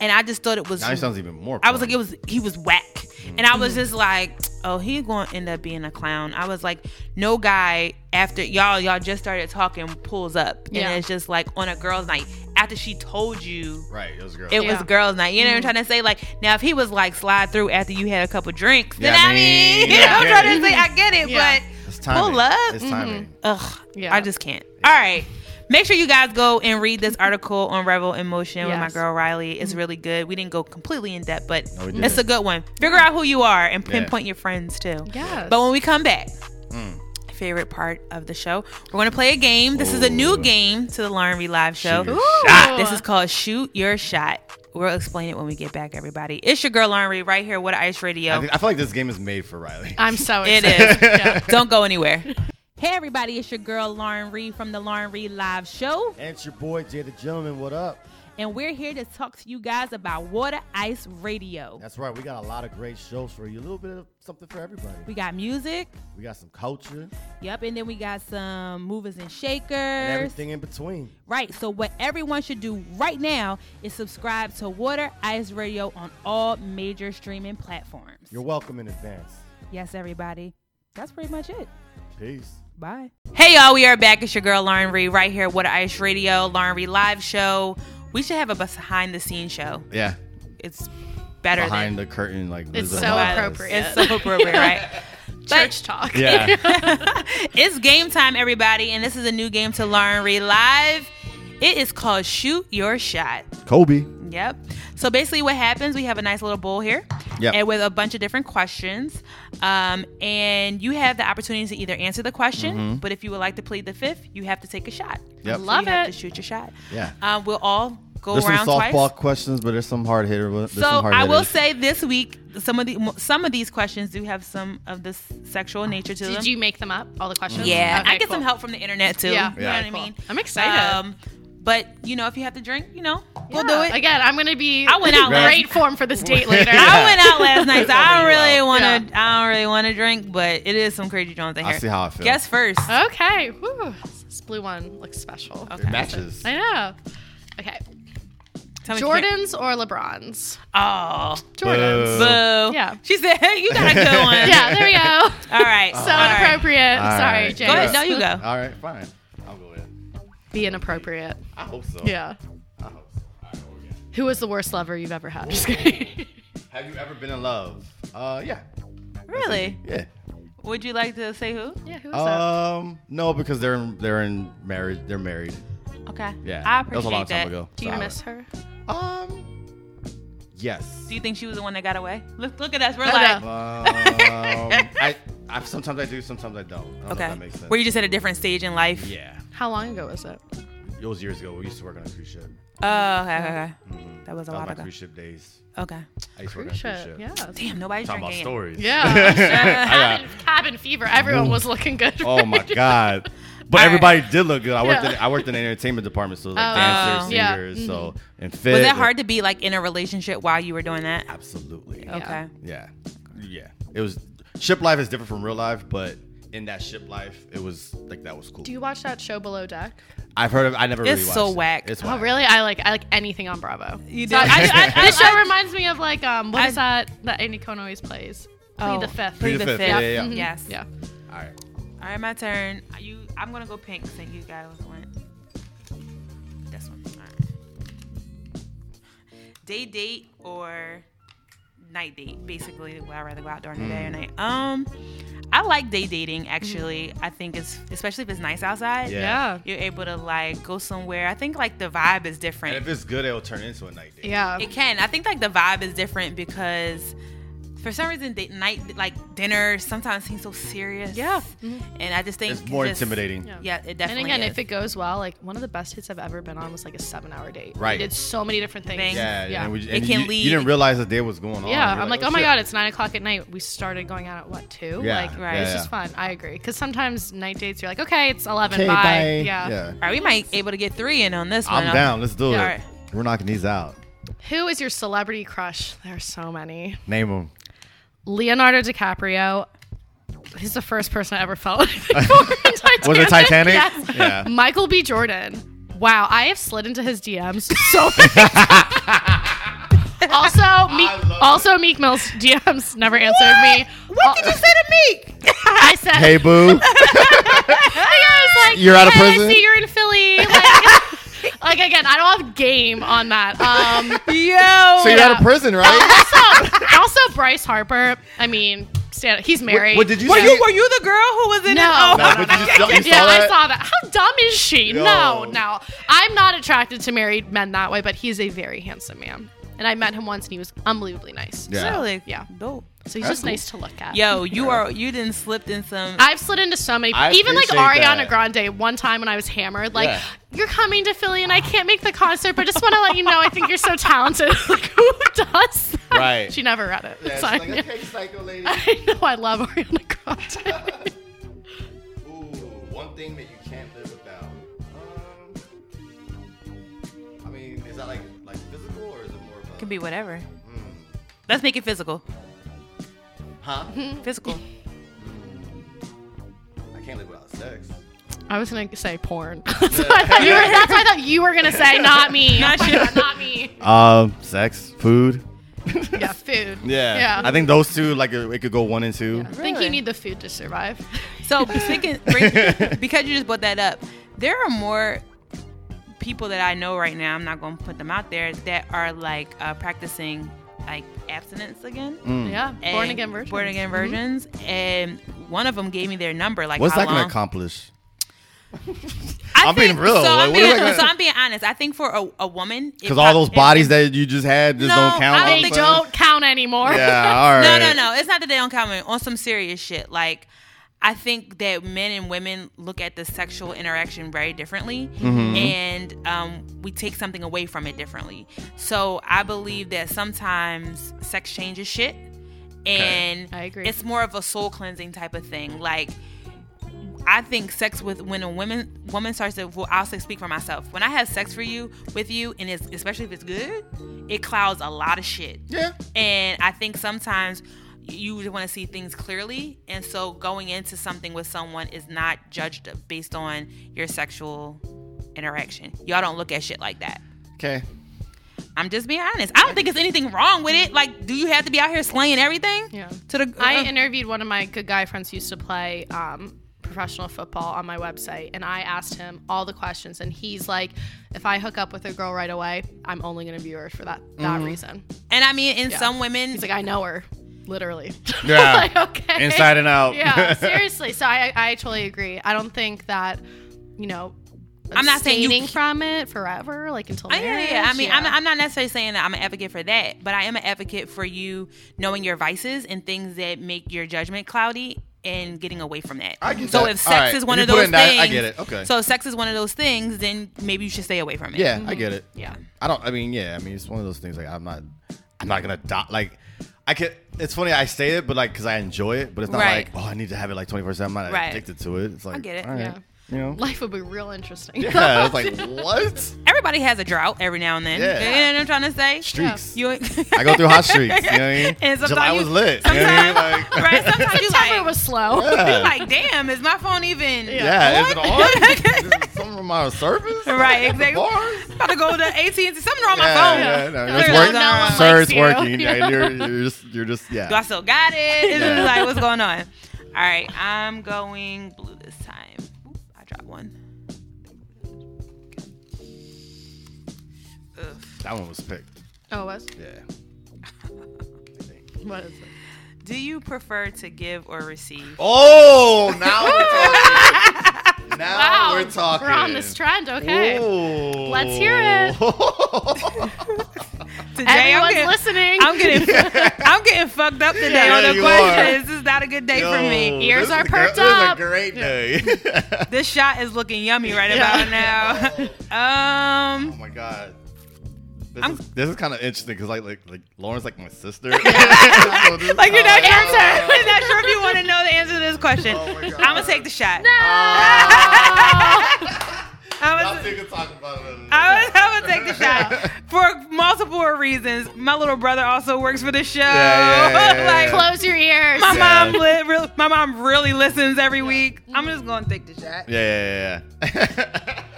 Speaker 1: and I just thought it was.
Speaker 5: now he sounds even Mm-hmm. more.
Speaker 1: I was like,
Speaker 5: corny.
Speaker 1: it was he was whack, and I was just like, oh, he going to end up being a clown. I was like, no guy after y'all y'all just started talking pulls up,
Speaker 6: Yeah.
Speaker 1: and it's just like on a girls' night after she told you
Speaker 5: right. It was a girl.
Speaker 1: it was
Speaker 6: Yeah. Mm-hmm.
Speaker 1: girls' night. You know what I'm trying to say? Like now, if he was like slide through after you had a couple drinks, then
Speaker 5: Yeah, I
Speaker 1: I mean,
Speaker 5: mean,
Speaker 1: you know what I'm
Speaker 5: yeah.
Speaker 1: trying to say? I get it,
Speaker 6: Yeah.
Speaker 5: it's
Speaker 1: but
Speaker 5: timing.
Speaker 1: pull up. Mm-hmm.
Speaker 5: It's timing.
Speaker 1: Ugh,
Speaker 6: Yeah.
Speaker 1: I just can't. All right. Make sure you guys go and read this article on Rebel in Motion with my
Speaker 6: Yes.
Speaker 1: girl Riley. It's really good. We didn't go completely in depth, but
Speaker 5: No, we didn't.
Speaker 1: it's a good one. Figure out who you are and
Speaker 5: Yeah.
Speaker 1: pinpoint your friends too.
Speaker 6: Yes.
Speaker 1: But when we come back,
Speaker 5: Mm.
Speaker 1: favorite part of the show, we're going to play a game. This is a new game to the Lauren Reed Live show.
Speaker 5: Shoot.
Speaker 6: Ooh.
Speaker 1: This is called Shoot Your Shot. We'll explain it when we get back, everybody. It's your girl Lauren Reed right here with Ice
Speaker 5: I,
Speaker 1: Radio.
Speaker 5: think, I feel like this game is made for Riley.
Speaker 6: I'm so
Speaker 1: It
Speaker 6: excited.
Speaker 1: is. Don't go anywhere. Hey everybody, it's your girl Lauren Reed from the Lauren Reed Live Show.
Speaker 5: and it's your boy Jay the Gentleman. What up?
Speaker 1: and we're here to talk to you guys about Water Ice Radio.
Speaker 5: That's right. We got a lot of great shows for you. A little bit of something for everybody.
Speaker 1: We got music,
Speaker 5: We got some culture
Speaker 1: yep, and then we got some movers and shakers.
Speaker 5: and everything in between.
Speaker 1: Right. So what everyone should do right now is subscribe to Water Ice Radio on all major streaming platforms.
Speaker 5: You're welcome in advance.
Speaker 1: yes, everybody. That's pretty much it.
Speaker 5: Peace.
Speaker 1: Bye. Hey y'all, we are back. It's your girl Lauren Ree right here at Water Ice Radio, Lauren Ree Live Show. We should have a behind the scenes show.
Speaker 5: Yeah.
Speaker 1: It's better
Speaker 5: Behind the curtain, like
Speaker 6: It's
Speaker 5: Wizard of
Speaker 6: so
Speaker 5: Oz.
Speaker 6: appropriate.
Speaker 1: than it's so appropriate, right?
Speaker 6: Church talk.
Speaker 5: Yeah.
Speaker 1: It's game time, everybody, and this is a new game to Lauren Ree Live. It is called Shoot Your Shot.
Speaker 5: Kobe.
Speaker 1: Yep. So basically, what happens? We have a nice little bowl here,
Speaker 5: Yep.
Speaker 1: and with a bunch of different questions, um, and you have the opportunity to either answer the question, but if you would like to plead the fifth, you have to take a shot.
Speaker 5: Mm-hmm. Yep.
Speaker 1: So
Speaker 6: Love
Speaker 1: you have
Speaker 6: it.
Speaker 1: to shoot your shot.
Speaker 5: Yeah.
Speaker 1: Um, we'll all go
Speaker 5: There's some
Speaker 1: around
Speaker 5: softball
Speaker 1: twice.
Speaker 5: questions, but there's some hard hitter. There's
Speaker 1: So
Speaker 5: some hard
Speaker 1: I will
Speaker 5: hitters.
Speaker 1: say this week, some of the some of these questions do have some of this sexual nature to them.
Speaker 6: Did you make them up? All the questions?
Speaker 1: Yeah,
Speaker 6: Okay,
Speaker 1: I get
Speaker 6: cool.
Speaker 1: some help from the internet too.
Speaker 6: Yeah.
Speaker 1: you know
Speaker 5: Yeah.
Speaker 1: what I mean. Um,
Speaker 6: I'm excited.
Speaker 1: but you know, if you have to drink, you know, we'll
Speaker 6: Yeah.
Speaker 1: do it.
Speaker 6: Again, I'm going to be
Speaker 1: I went out
Speaker 6: in
Speaker 1: last-
Speaker 6: great form for this date later.
Speaker 5: Yeah.
Speaker 1: I went out last night, so I don't really want to.
Speaker 6: Yeah.
Speaker 1: I don't really want to drink, but it is some crazy Jones in
Speaker 5: I
Speaker 1: here.
Speaker 5: see how I feel.
Speaker 1: Guess first.
Speaker 6: Uh, Okay. Woo. This blue one looks special.
Speaker 5: It matches.
Speaker 6: I know. Okay.
Speaker 1: Tell me if you can-
Speaker 6: Jordan's or LeBron's?
Speaker 1: Oh,
Speaker 6: Jordan's.
Speaker 5: Boo.
Speaker 1: boo.
Speaker 6: Yeah.
Speaker 1: She said, "Hey, you got a good one."
Speaker 6: Yeah, there we go.
Speaker 1: All right.
Speaker 6: So
Speaker 1: all right.
Speaker 6: inappropriate.
Speaker 5: All
Speaker 6: Sorry,
Speaker 5: right.
Speaker 6: James.
Speaker 1: Go ahead. No, you go.
Speaker 5: All right, fine. I'll go in.
Speaker 6: Be inappropriate.
Speaker 5: I hope so.
Speaker 6: Yeah.
Speaker 5: I hope so. All right, go again.
Speaker 6: Who was the worst lover you've ever had? Just kidding.
Speaker 5: Have you ever been in love? Uh, yeah.
Speaker 1: Really?
Speaker 5: Yeah.
Speaker 1: Would you like to say who?
Speaker 6: yeah, who was that?
Speaker 5: Um, no, because they're in, they're in marriage. They're married.
Speaker 1: Okay.
Speaker 5: Yeah.
Speaker 1: I
Speaker 5: that was a long
Speaker 1: appreciate
Speaker 5: time
Speaker 1: that.
Speaker 5: ago.
Speaker 6: Do you
Speaker 5: so I-
Speaker 6: miss her?
Speaker 5: Um, yes.
Speaker 1: Do you think she was the one that got away? Look, look at us. We're
Speaker 6: I
Speaker 1: like,
Speaker 6: know.
Speaker 5: um, I, I sometimes I do, sometimes I don't. I don't know if
Speaker 1: okay.
Speaker 5: that makes sense.
Speaker 1: Were you just at a different stage in life?
Speaker 5: yeah.
Speaker 6: How long ago was it?
Speaker 5: It was years ago. We used to work on a cruise ship.
Speaker 1: Oh, okay, okay, okay. That was a
Speaker 5: That was
Speaker 1: lot
Speaker 5: my
Speaker 1: ago.
Speaker 5: cruise ship days.
Speaker 1: Okay.
Speaker 5: I used to work on a
Speaker 6: Cruise
Speaker 5: cruise ship.
Speaker 6: ship. Yeah.
Speaker 1: Damn, nobody's
Speaker 5: Talking about
Speaker 1: drinking. it.
Speaker 5: stories.
Speaker 6: Yeah.
Speaker 5: I
Speaker 6: cabin,
Speaker 5: got-
Speaker 6: cabin fever. Everyone was looking good.
Speaker 5: Oh my
Speaker 6: right?
Speaker 5: god. But
Speaker 1: All right.
Speaker 5: everybody did look good. I worked
Speaker 6: Yeah.
Speaker 5: in I worked in the entertainment department, so like
Speaker 6: Oh.
Speaker 5: dancers,
Speaker 6: Yeah. Mm-hmm.
Speaker 5: singers, so and fit.
Speaker 1: Was that hard to be like in a relationship while you were doing that?
Speaker 5: Absolutely.
Speaker 6: Yeah.
Speaker 1: Okay.
Speaker 5: Yeah. Yeah. It was ship life is different from real life, but in that ship life, it was like that was cool.
Speaker 6: Do you watch that show Below Deck?
Speaker 5: I've heard of I never
Speaker 1: It's
Speaker 5: really watched
Speaker 1: so
Speaker 5: it.
Speaker 1: whack.
Speaker 5: It's
Speaker 6: Oh,
Speaker 5: whack.
Speaker 6: really? I like I like anything on Bravo.
Speaker 1: You
Speaker 6: So I,
Speaker 1: did.
Speaker 6: I, I, this show reminds me of like um what
Speaker 1: I-
Speaker 6: is that that Andy Cohen always plays? Plead
Speaker 1: Oh.
Speaker 6: the fifth.
Speaker 5: Plead the
Speaker 1: Plead the
Speaker 5: fifth.
Speaker 1: fifth.
Speaker 5: Yeah, yeah, yeah.
Speaker 6: Mhm.
Speaker 1: Yes.
Speaker 6: Yeah.
Speaker 5: All right.
Speaker 1: All right, my turn. You, I'm gonna go pink since you guys went. This one. All right. Day date or night date? Basically, would I rather go out during the day or
Speaker 5: Hmm.
Speaker 1: night? Um, I like day dating actually. I think it's especially if it's nice outside.
Speaker 5: Yeah.
Speaker 6: Yeah.
Speaker 1: You're able to like go somewhere. I think like the vibe is different.
Speaker 5: And if it's good, it'll turn into a night date.
Speaker 6: Yeah.
Speaker 1: It can. I think like the vibe is different because for some reason date night like dinner sometimes seems so serious.
Speaker 6: Yeah.
Speaker 1: And I just think
Speaker 5: It's more
Speaker 1: just-
Speaker 5: intimidating.
Speaker 6: Yeah.
Speaker 1: Yeah, it
Speaker 6: And
Speaker 1: definitely.
Speaker 6: again,
Speaker 1: is.
Speaker 6: if it goes well, like one of the best hits I've ever been on was like a seven-hour date.
Speaker 5: Right.
Speaker 6: We did so many different things.
Speaker 1: Things.
Speaker 5: Yeah,
Speaker 6: Yeah.
Speaker 5: and, we, and
Speaker 1: It can
Speaker 5: you,
Speaker 1: lead-
Speaker 5: you didn't realize that day was going on.
Speaker 6: Yeah,
Speaker 5: You're
Speaker 6: I'm like, oh my
Speaker 5: shit."
Speaker 6: god, it's nine o'clock at night. We started going out at what two?
Speaker 5: Yeah,
Speaker 6: like,
Speaker 1: Right.
Speaker 6: It's
Speaker 5: yeah,
Speaker 6: just
Speaker 5: yeah.
Speaker 6: fun. I agree. Because sometimes night dates, you're like, okay, it's eleven.
Speaker 5: Okay,
Speaker 6: bye.
Speaker 5: bye.
Speaker 6: Yeah.
Speaker 1: All right, we might able to get three in on this one.
Speaker 5: I'm down. Let's do it.
Speaker 1: Yeah, all right.
Speaker 5: We're knocking these out.
Speaker 6: Who is your celebrity crush? There are so many.
Speaker 5: Name them.
Speaker 6: Leonardo DiCaprio. He's the first person I ever felt anything for in Titanic.
Speaker 5: Was it Titanic?
Speaker 6: Yes.
Speaker 5: Yeah.
Speaker 6: Michael B. Jordan. Wow, I have slid into his DMs so many times. Also, Meek,
Speaker 5: love
Speaker 6: also Meek Mill's DMs never answered me. Uh,
Speaker 1: What did you say to me?
Speaker 6: I said,
Speaker 5: Hey boo.
Speaker 6: I was like,
Speaker 5: You're out of
Speaker 6: "Hey,
Speaker 5: prison?"
Speaker 6: I see you're in Philly. Like, like, again, I don't have game on that. Um,
Speaker 1: Yo.
Speaker 5: so you're out of prison, right?
Speaker 6: also, also Bryce Harper. I mean, stand, he's married.
Speaker 5: what did you
Speaker 1: were
Speaker 5: say?
Speaker 1: you were you the girl who was in
Speaker 6: No.
Speaker 1: it? Oh,
Speaker 5: No, but did you, you saw
Speaker 6: yeah, I
Speaker 5: that?
Speaker 6: saw that. How dumb is she?
Speaker 5: Yo.
Speaker 6: No, no. I'm not attracted to married men that way, but he's a very handsome man. And I met him once and he was unbelievably nice.
Speaker 5: Yeah.
Speaker 1: Really?
Speaker 6: Yeah.
Speaker 1: Dope.
Speaker 6: So he's just nice to look at.
Speaker 1: Yo, you are you didn't slipped in some.
Speaker 6: I've slid into so many,
Speaker 5: I
Speaker 6: even like
Speaker 5: appreciate
Speaker 6: Ariana
Speaker 5: that.
Speaker 6: Grande one time when I was hammered. Like,
Speaker 5: Yeah.
Speaker 6: you're coming to Philly and I can't make the concert, but just want to let you know I think you're so talented. like, who does that?
Speaker 5: Right.
Speaker 6: She never read it.
Speaker 5: Yeah,
Speaker 6: It's
Speaker 5: she's
Speaker 6: fine.
Speaker 5: like, okay, psycho lady.
Speaker 6: I know I love Ariana Grande.
Speaker 5: Ooh, one thing that you can't live without. Um, I mean, is that that like like physical or is it more of a
Speaker 1: Can be whatever. Let's make it physical.
Speaker 5: huh?
Speaker 1: Physical.
Speaker 5: I can't live without sex.
Speaker 6: I was gonna say porn. that's, what I thought you were, that's what I thought you were gonna say, not me.
Speaker 1: Not
Speaker 6: Oh my
Speaker 1: you.
Speaker 6: God, not me.
Speaker 5: Um, sex, food.
Speaker 6: Yeah, food.
Speaker 5: Yeah.
Speaker 6: Yeah.
Speaker 5: I think those two like it, it could go one and two.
Speaker 6: I think
Speaker 1: Really?
Speaker 6: you need the food to survive.
Speaker 1: So speaking, bring, because you just brought that up, there are more people that I know right now. I'm not going to put them out there that are like uh, practicing like abstinence again.
Speaker 5: Mm. Hmm.
Speaker 6: yeah, born
Speaker 1: And-
Speaker 6: again version.
Speaker 1: Born again virgins, and one of them gave me their number. Like,
Speaker 5: What's
Speaker 1: how
Speaker 5: that gonna
Speaker 1: long-
Speaker 5: accomplish?
Speaker 1: I
Speaker 5: I'm being
Speaker 1: think-
Speaker 5: real.
Speaker 1: So,
Speaker 5: Like,
Speaker 1: I'm,
Speaker 5: what is
Speaker 1: being,
Speaker 5: that gonna-
Speaker 1: so I'm being honest. I think for a, a woman, it
Speaker 5: Because all
Speaker 1: prob-
Speaker 5: those
Speaker 1: it-
Speaker 5: bodies that you just had just
Speaker 1: No,
Speaker 5: don't count.
Speaker 1: I don't
Speaker 5: all of
Speaker 6: They
Speaker 5: a
Speaker 1: think-
Speaker 5: sudden?
Speaker 6: don't count anymore.
Speaker 5: Yeah. All right.
Speaker 1: No, no, no. It's not that they don't comment on some serious shit. Like, I think that men and women look at the sexual interaction very differently, and um, we take something away from it differently. So I believe that sometimes sex changes shit, and
Speaker 6: I agree.
Speaker 1: It's more of a soul cleansing type of thing. Like, I think sex with when a woman woman starts to well, I'll say speak for myself. When I have sex for you with you, and it's, especially if it's good, it clouds a lot of shit.
Speaker 5: Yeah.
Speaker 1: And I think sometimes you just want to see things clearly, and so going into something with someone is not judged based on your sexual interaction. Y'all don't look at shit like that.
Speaker 5: Okay.
Speaker 1: I'm just being honest. I don't think it's anything wrong with it. Like, do you have to be out here slaying everything?
Speaker 6: Yeah.
Speaker 1: To the uh,
Speaker 6: I interviewed one of my good guy friends who used to play um, professional football on my website, and I asked him all the questions, and he's like, "If I hook up with a girl right away, I'm only gonna view her for that that
Speaker 5: Mm-hmm.
Speaker 6: reason."
Speaker 1: and I mean, in
Speaker 6: Yeah.
Speaker 1: some women,
Speaker 6: He's like, "I know her, literally."
Speaker 5: Yeah.
Speaker 6: like, okay.
Speaker 5: Inside and out.
Speaker 6: yeah, seriously. So I I totally agree. I don't think that you know.
Speaker 1: I'm not saying you
Speaker 6: abstaining
Speaker 1: c-
Speaker 6: from it forever, like until
Speaker 1: I, yeah,
Speaker 6: marriage.
Speaker 1: yeah. I mean, I'm, I'm not necessarily saying that I'm an advocate for that, but I am an advocate for you knowing your vices and things that make your judgment cloudy and getting away from that.
Speaker 5: I get
Speaker 1: so
Speaker 5: that.
Speaker 1: if
Speaker 5: All
Speaker 1: sex
Speaker 5: right.
Speaker 1: is
Speaker 5: If
Speaker 1: one
Speaker 5: you
Speaker 1: of
Speaker 5: put it
Speaker 1: those
Speaker 5: in
Speaker 1: things,
Speaker 5: that, I get it. Okay.
Speaker 1: So if sex is one of those things, then maybe you should stay away from it.
Speaker 5: Yeah, I get it.
Speaker 6: Yeah.
Speaker 5: I don't. I mean, yeah. I mean, it's one of those things. Like, I'm not. I'm not gonna die. Like, I could. It's funny I say it, but like, cause I enjoy it. But it's not
Speaker 1: Right.
Speaker 5: like, oh, I need to have it like 24 seven. I'm not
Speaker 1: Right.
Speaker 5: addicted to it. It's like,
Speaker 1: get it,
Speaker 5: all right,
Speaker 6: yeah.
Speaker 5: You know.
Speaker 6: Life would be real interesting.
Speaker 5: yeah. It's like what
Speaker 1: Everybody has a drought every now and then.
Speaker 5: Yeah.
Speaker 1: You know what I'm trying to say?
Speaker 5: streaks?
Speaker 1: You
Speaker 5: I go through hot streaks. You know what I mean?
Speaker 1: And sometimes
Speaker 5: July
Speaker 1: you-
Speaker 5: was lit. You know what I mean? Like,
Speaker 1: right? Sometimes you
Speaker 6: September
Speaker 1: like,
Speaker 6: was slow.
Speaker 5: yeah.
Speaker 1: you like, damn, is my phone even?
Speaker 5: yeah. Is it on? Is Something on my service?
Speaker 1: Right,
Speaker 5: At the
Speaker 1: exactly.
Speaker 5: bars?
Speaker 1: About to go to AT and T. Something wrong with my phone.
Speaker 5: Yeah, yeah, no, it's
Speaker 1: Clearly
Speaker 5: working.
Speaker 1: no one likes
Speaker 5: Sir, it's
Speaker 6: you,
Speaker 5: working.
Speaker 6: you
Speaker 5: Yeah,
Speaker 6: know?
Speaker 5: you're, you're just, you're just, yeah.
Speaker 1: Do I still got it? It's
Speaker 5: Yeah.
Speaker 1: just like what's going on? All right, I'm going blue this time. Oop, I dropped one. Ugh.
Speaker 5: That one was picked.
Speaker 6: Oh, it was.
Speaker 5: Yeah.
Speaker 6: What is it?
Speaker 1: Do you prefer to give or receive?
Speaker 5: Oh, now we're talking. now
Speaker 6: Wow,
Speaker 5: we're talking.
Speaker 6: We're on this trend, okay?
Speaker 5: Ooh.
Speaker 6: Let's hear it.
Speaker 1: Today
Speaker 6: Everyone's
Speaker 1: I'm getting,
Speaker 6: listening.
Speaker 1: I'm getting I'm getting fucked up today
Speaker 5: Yeah,
Speaker 1: on the
Speaker 5: you are.
Speaker 1: questions. This is not a good day for
Speaker 5: Yo,
Speaker 1: me.
Speaker 6: Ears
Speaker 5: this
Speaker 6: are
Speaker 5: is a gr-
Speaker 6: perked up.
Speaker 5: This is a great day.
Speaker 1: This shot is looking yummy right about now.
Speaker 5: oh
Speaker 1: um,
Speaker 5: my god. This
Speaker 1: I'm-
Speaker 5: is, this is kind of interesting because like, like like Lauren's like my sister. So this-
Speaker 1: like you're not sure.
Speaker 5: Oh,
Speaker 1: You're not sure if you want to know the answer to this question.
Speaker 5: Oh my God.
Speaker 1: I'm gonna take the shot. I'm gonna-
Speaker 5: I think it's talking about it.
Speaker 1: I was, I would take the shot for multiple reasons. My little brother also works for the show.
Speaker 5: Yeah, yeah, yeah, yeah,
Speaker 1: like
Speaker 5: yeah.
Speaker 6: Close your ears.
Speaker 1: my
Speaker 5: Yeah.
Speaker 1: mom, li- real- my mom really listens every week. I'm just gonna take the shot.
Speaker 5: Yeah, yeah, yeah, yeah.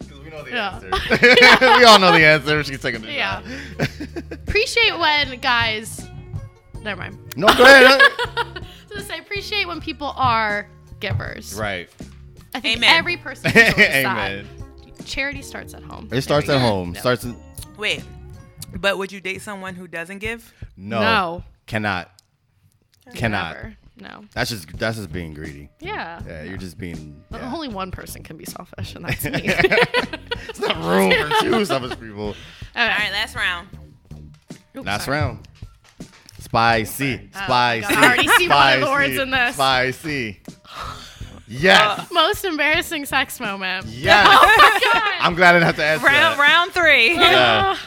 Speaker 5: Because we know the
Speaker 6: Yeah.
Speaker 5: answer. we all know the answer. She's taking the
Speaker 6: Yeah.
Speaker 5: shot.
Speaker 6: Appreciate when guys. Never mind.
Speaker 5: no, go ahead.
Speaker 6: So this, I appreciate when people are givers.
Speaker 5: right.
Speaker 6: I think
Speaker 1: Amen.
Speaker 6: every person deserves
Speaker 5: Amen.
Speaker 6: that. Charity starts at home.
Speaker 5: It starts at home.
Speaker 6: No.
Speaker 5: Starts in
Speaker 1: Wait, but would you date someone who doesn't give?
Speaker 5: no.
Speaker 6: No.
Speaker 5: Cannot. Cannot.
Speaker 6: Never. No.
Speaker 5: That's just that's just being greedy.
Speaker 6: Yeah.
Speaker 5: Yeah, you're just being.
Speaker 6: But
Speaker 5: Yeah.
Speaker 6: Only one person can be selfish, and that's me.
Speaker 5: it's not room for two selfish people.
Speaker 1: All right, last round.
Speaker 6: Oops,
Speaker 5: Last
Speaker 6: sorry. Oh,
Speaker 5: round. Spicy, spicy.
Speaker 6: I already see one of the
Speaker 5: spicy,
Speaker 6: words in this. Uh,
Speaker 5: Spicy. Yes.
Speaker 6: Most embarrassing sex moment.
Speaker 5: yes. I'm glad I didn't have to answer
Speaker 1: Round
Speaker 5: that.
Speaker 1: round three.
Speaker 5: Yeah.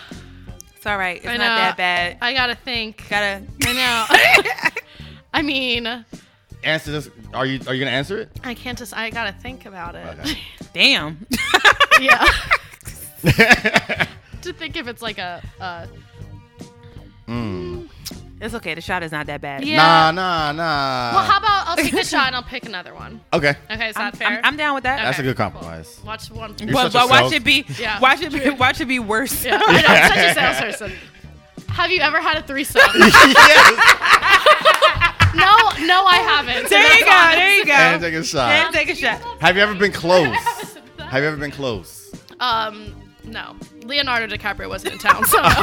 Speaker 1: It's all right. It's not
Speaker 6: I know.
Speaker 1: that bad.
Speaker 6: I gotta think.
Speaker 1: Gotta.
Speaker 6: I know. I mean,
Speaker 5: Answer this. Are you are you gonna answer it?
Speaker 6: I can't just. I gotta think about it.
Speaker 5: Okay.
Speaker 1: Damn.
Speaker 6: yeah. to think if it's like a. a
Speaker 1: It's okay. The shot is not that bad.
Speaker 6: yeah.
Speaker 5: Nah, nah, nah.
Speaker 6: Well, how about I'll take the shot and I'll pick another one.
Speaker 5: okay,
Speaker 6: Okay, is
Speaker 1: I'm,
Speaker 6: that fair?
Speaker 1: I'm, I'm down with that.
Speaker 6: Okay,
Speaker 5: That's a good
Speaker 6: cool.
Speaker 5: compromise.
Speaker 6: Watch one.
Speaker 5: You're
Speaker 1: But,
Speaker 5: such a
Speaker 1: but watch
Speaker 5: self-
Speaker 1: it be.
Speaker 6: Yeah.
Speaker 1: Watch it be. Watch it be worse.
Speaker 6: Yeah, I know, I'm such a salesperson. Have you ever had a threesome? no,
Speaker 5: yes.
Speaker 6: no, I haven't.
Speaker 1: There you go. There you
Speaker 5: And
Speaker 1: go.
Speaker 5: take a shot.
Speaker 1: And take a shot.
Speaker 5: Have you ever been close? Have you ever been close?
Speaker 6: Um, no. Leonardo DiCaprio wasn't in town, so.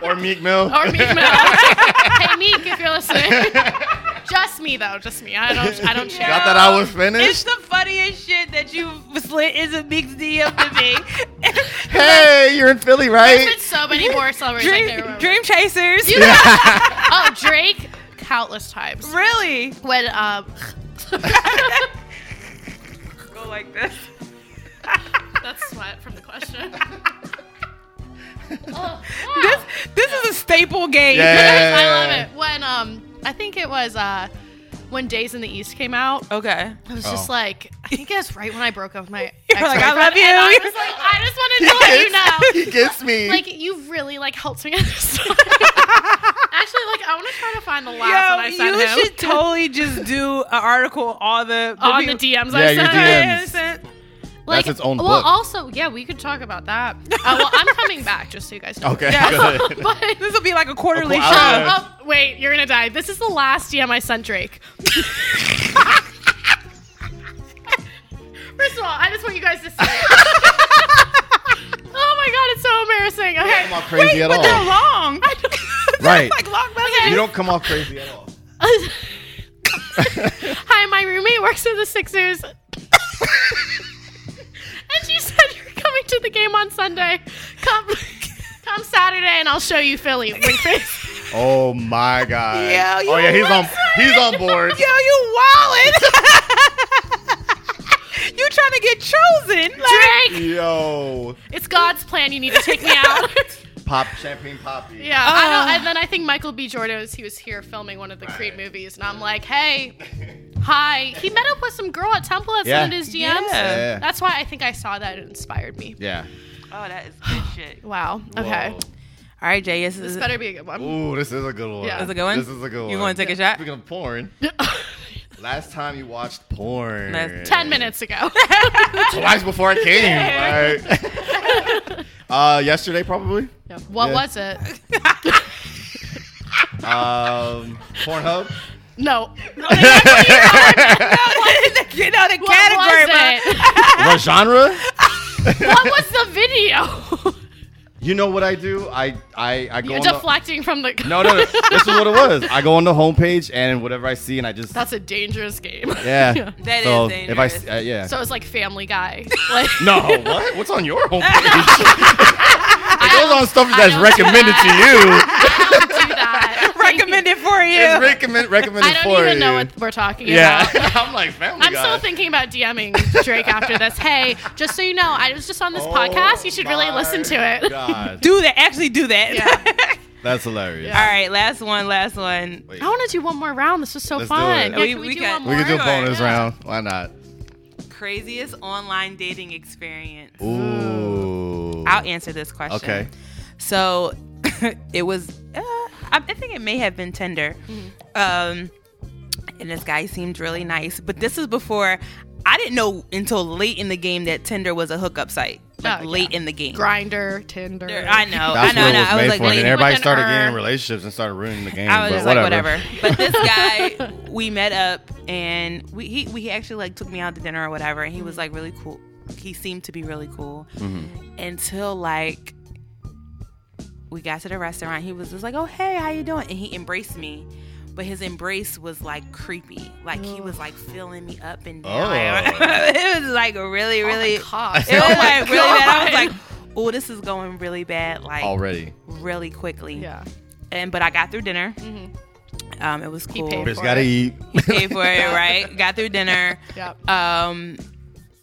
Speaker 5: Or Meek Mill?
Speaker 6: or Meek Mill. hey Meek, if you're listening. just me though, just me. I don't, I don't share.
Speaker 5: Not that I was finished.
Speaker 1: It's the funniest shit that you slit is a big DM to me.
Speaker 5: hey, you're in Philly,
Speaker 6: There's
Speaker 5: right?
Speaker 6: been so many more celebrities I can't
Speaker 1: dream,
Speaker 6: remember.
Speaker 1: dream chasers.
Speaker 6: You guys- oh, Drake, countless times.
Speaker 1: really?
Speaker 6: When um,
Speaker 1: Go like this.
Speaker 6: that's sweat from the question. Oh, wow.
Speaker 1: This this is a staple game.
Speaker 5: Yeah.
Speaker 6: I love it. When um, I think it was uh, when Days in the East came out.
Speaker 1: Okay.
Speaker 6: I was
Speaker 5: Oh.
Speaker 6: just like, I think it was right when I broke up with my.
Speaker 1: You're like, I
Speaker 6: ex-boyfriend,
Speaker 1: love you.
Speaker 6: and I was like, I just want to know what you know.
Speaker 5: He gets me.
Speaker 6: like you really like helped me understand. Actually, like I want to try to find the last one I
Speaker 1: Yo,
Speaker 6: sent
Speaker 1: you
Speaker 6: him
Speaker 1: should totally just do an article all the,
Speaker 6: on the
Speaker 1: people-
Speaker 6: DMs
Speaker 5: Yeah,
Speaker 6: I
Speaker 5: your
Speaker 6: sent.
Speaker 5: DMs.
Speaker 6: Like,
Speaker 5: That's its own
Speaker 6: well,
Speaker 5: book.
Speaker 6: also, yeah, we could talk about that. Uh, well, I'm coming back, just so you guys know.
Speaker 5: okay,
Speaker 1: Yeah.
Speaker 5: good.
Speaker 6: But
Speaker 1: This will be like a quarterly
Speaker 5: A
Speaker 1: show.
Speaker 5: quarter- Uh,
Speaker 6: oh, oh, wait, you're gonna die. This is the last DM I sent Drake. First of all, I just want you guys to see. it. oh my god, it's so embarrassing.
Speaker 5: Come
Speaker 6: Okay.
Speaker 5: off crazy at
Speaker 1: but they're
Speaker 5: all.
Speaker 1: long.
Speaker 5: Right.
Speaker 1: like long messages.
Speaker 5: You don't come off crazy at all.
Speaker 6: Hi, my roommate works at the Sixers. and she said you're coming to the game on Sunday. Come come Saturday and I'll show you Philly. Wink face.
Speaker 5: Oh my god.
Speaker 1: Yeah,
Speaker 5: oh yeah,
Speaker 1: you
Speaker 5: he's on. He's on board.
Speaker 1: Yo, you wildin'. you trying to get chosen. Like,
Speaker 6: Drake!
Speaker 5: Yo,
Speaker 6: It's God's plan. You need to take me out.
Speaker 5: pop champagne poppy.
Speaker 6: yeah. I don't,
Speaker 1: Oh.
Speaker 6: and then I think Michael B. Jordan was he was here filming one of the Creed movies, and I'm like, hey, hi. He met up with some girl at Temple that
Speaker 5: Yeah.
Speaker 6: sent his DMs.
Speaker 1: Yeah.
Speaker 6: That's why I think I saw that. It inspired me.
Speaker 5: Yeah.
Speaker 1: oh, that is good shit. All
Speaker 6: Wow. Okay.
Speaker 1: right, Jay. This is
Speaker 6: This better be a good one.
Speaker 5: Ooh, this is a good one.
Speaker 6: Yeah. This
Speaker 1: is a good one?
Speaker 5: This is a good one.
Speaker 1: You gonna take a shot?
Speaker 5: Speaking of porn, last time you watched porn.
Speaker 1: Last-
Speaker 6: Ten minutes ago.
Speaker 5: Twice before I came. Right? uh, yesterday probably.
Speaker 6: What
Speaker 5: Yeah.
Speaker 6: was it?
Speaker 5: Um, Pornhub.
Speaker 6: No.
Speaker 1: you know the
Speaker 6: What
Speaker 1: category.
Speaker 6: was it?
Speaker 5: what genre?
Speaker 6: what was the video?
Speaker 5: You know what I do? I I I go.
Speaker 6: You're
Speaker 5: on the-
Speaker 6: deflecting from the.
Speaker 5: no, no, no. This is what it was. I go on the homepage and whatever I see, and I just
Speaker 6: That's a dangerous game.
Speaker 5: yeah.
Speaker 1: That is
Speaker 5: so if I
Speaker 1: dangerous.
Speaker 5: s- uh, yeah.
Speaker 6: So it's like Family Guy. Like
Speaker 5: no, what? What's on your homepage?
Speaker 6: I
Speaker 5: Those
Speaker 6: don't-
Speaker 5: on stuff
Speaker 6: I
Speaker 5: that's
Speaker 6: don't
Speaker 5: recommended
Speaker 6: do
Speaker 5: to you.
Speaker 6: I don't do that.
Speaker 1: Recommended for you.
Speaker 5: It's recommend, recommended
Speaker 6: I don't
Speaker 5: for
Speaker 6: even
Speaker 5: you.
Speaker 6: know what we're talking
Speaker 5: yeah,
Speaker 6: about.
Speaker 5: I'm like family
Speaker 6: I'm
Speaker 5: guy.
Speaker 6: still thinking about DMing Drake after this. Hey, just so you know, I was just on this
Speaker 5: Oh
Speaker 6: podcast. You should really
Speaker 5: my
Speaker 6: listen to it.
Speaker 5: God,
Speaker 1: do that. Actually, do that.
Speaker 6: Yeah.
Speaker 5: that's hilarious.
Speaker 1: All right, last one. Last one.
Speaker 5: Wait,
Speaker 6: I want to do one more round. This was so
Speaker 5: Let's do it.
Speaker 6: fun. Yeah,
Speaker 1: We-
Speaker 6: can we,
Speaker 1: we
Speaker 6: do
Speaker 1: can-
Speaker 6: one
Speaker 5: we
Speaker 6: more?
Speaker 5: could do a
Speaker 1: Alright,
Speaker 5: bonus
Speaker 1: yeah.
Speaker 5: round. Why not?
Speaker 1: Craziest online dating experience.
Speaker 5: Ooh.
Speaker 1: I'll answer this question.
Speaker 5: Okay.
Speaker 1: So it was, uh, I I think it may have been Tinder.
Speaker 6: Mm-hmm.
Speaker 1: Um, and this guy seemed really nice, but this is before I didn't know until late in the game that Tinder was a hookup site. Like
Speaker 6: Oh, yeah.
Speaker 1: late in the game.
Speaker 6: Grinder, Tinder.
Speaker 1: I know. Oh, I
Speaker 5: That's
Speaker 1: know. I
Speaker 5: what it
Speaker 1: know.
Speaker 5: was
Speaker 1: I
Speaker 5: made
Speaker 1: was like,
Speaker 5: for, and
Speaker 1: late-
Speaker 5: then everybody
Speaker 6: With an
Speaker 5: started
Speaker 6: er.
Speaker 5: getting relationships and started ruining the game.
Speaker 1: I was
Speaker 5: but
Speaker 1: just
Speaker 5: whatever.
Speaker 1: like, whatever. But this guy, we met up, and we he we actually like took me out to dinner or whatever, and he was like really cool. He seemed to be really cool
Speaker 5: Mm-hmm.
Speaker 1: until like we got to the restaurant. He was just like, "Oh hey, how you doing?" And he embraced me. But his embrace was like creepy. Like he was like filling me up and down.
Speaker 5: Oh.
Speaker 1: it was like really, really.
Speaker 6: Oh my God.
Speaker 1: it was like really bad. I
Speaker 6: God.
Speaker 1: was like, "Oh, this is going really bad." Like
Speaker 5: Already.
Speaker 1: really quickly
Speaker 6: Yeah.
Speaker 1: and but I got through dinner. Um, it was
Speaker 6: Mm-hmm. He
Speaker 1: cool.
Speaker 6: paid
Speaker 5: Bitch
Speaker 6: For
Speaker 5: gotta
Speaker 6: it.
Speaker 5: eat.
Speaker 1: Paid for it, right? Got through dinner.
Speaker 6: Yep.
Speaker 1: Um,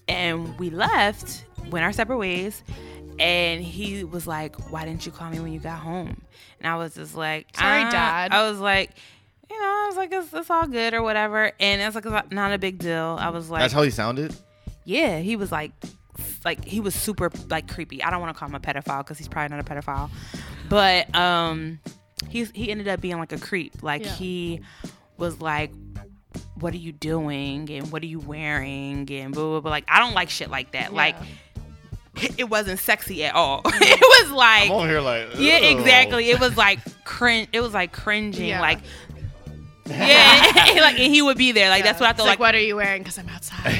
Speaker 1: and we left, went our separate ways. And he was like, "Why didn't you call me when you got home?" And I was just like,
Speaker 6: Sorry,
Speaker 1: "Ah."
Speaker 6: Dad.
Speaker 1: I was like, you know, I was like, "It's, it's all good or whatever." And it's like, it's not a big deal. I was like,
Speaker 5: That's how he sounded.
Speaker 1: "Yeah." He was like, like he was super like creepy. I don't want to call him a pedophile because he's probably not a pedophile, but um, he's he ended up being like a creep. Like
Speaker 6: Yeah.
Speaker 1: he was like, "What are you doing? And what are you wearing? And blah blah blah." Like I don't like shit like that. Like it wasn't sexy at all. it was like
Speaker 5: I'm over here like
Speaker 1: yeah,
Speaker 5: "Ew."
Speaker 1: exactly. It was like cringe. It was like cringing.
Speaker 6: Yeah.
Speaker 1: Like yeah, like and he would be there. Like that's what I
Speaker 6: It's
Speaker 1: thought.
Speaker 6: like,
Speaker 1: Like,
Speaker 6: what are you wearing? Because I'm outside.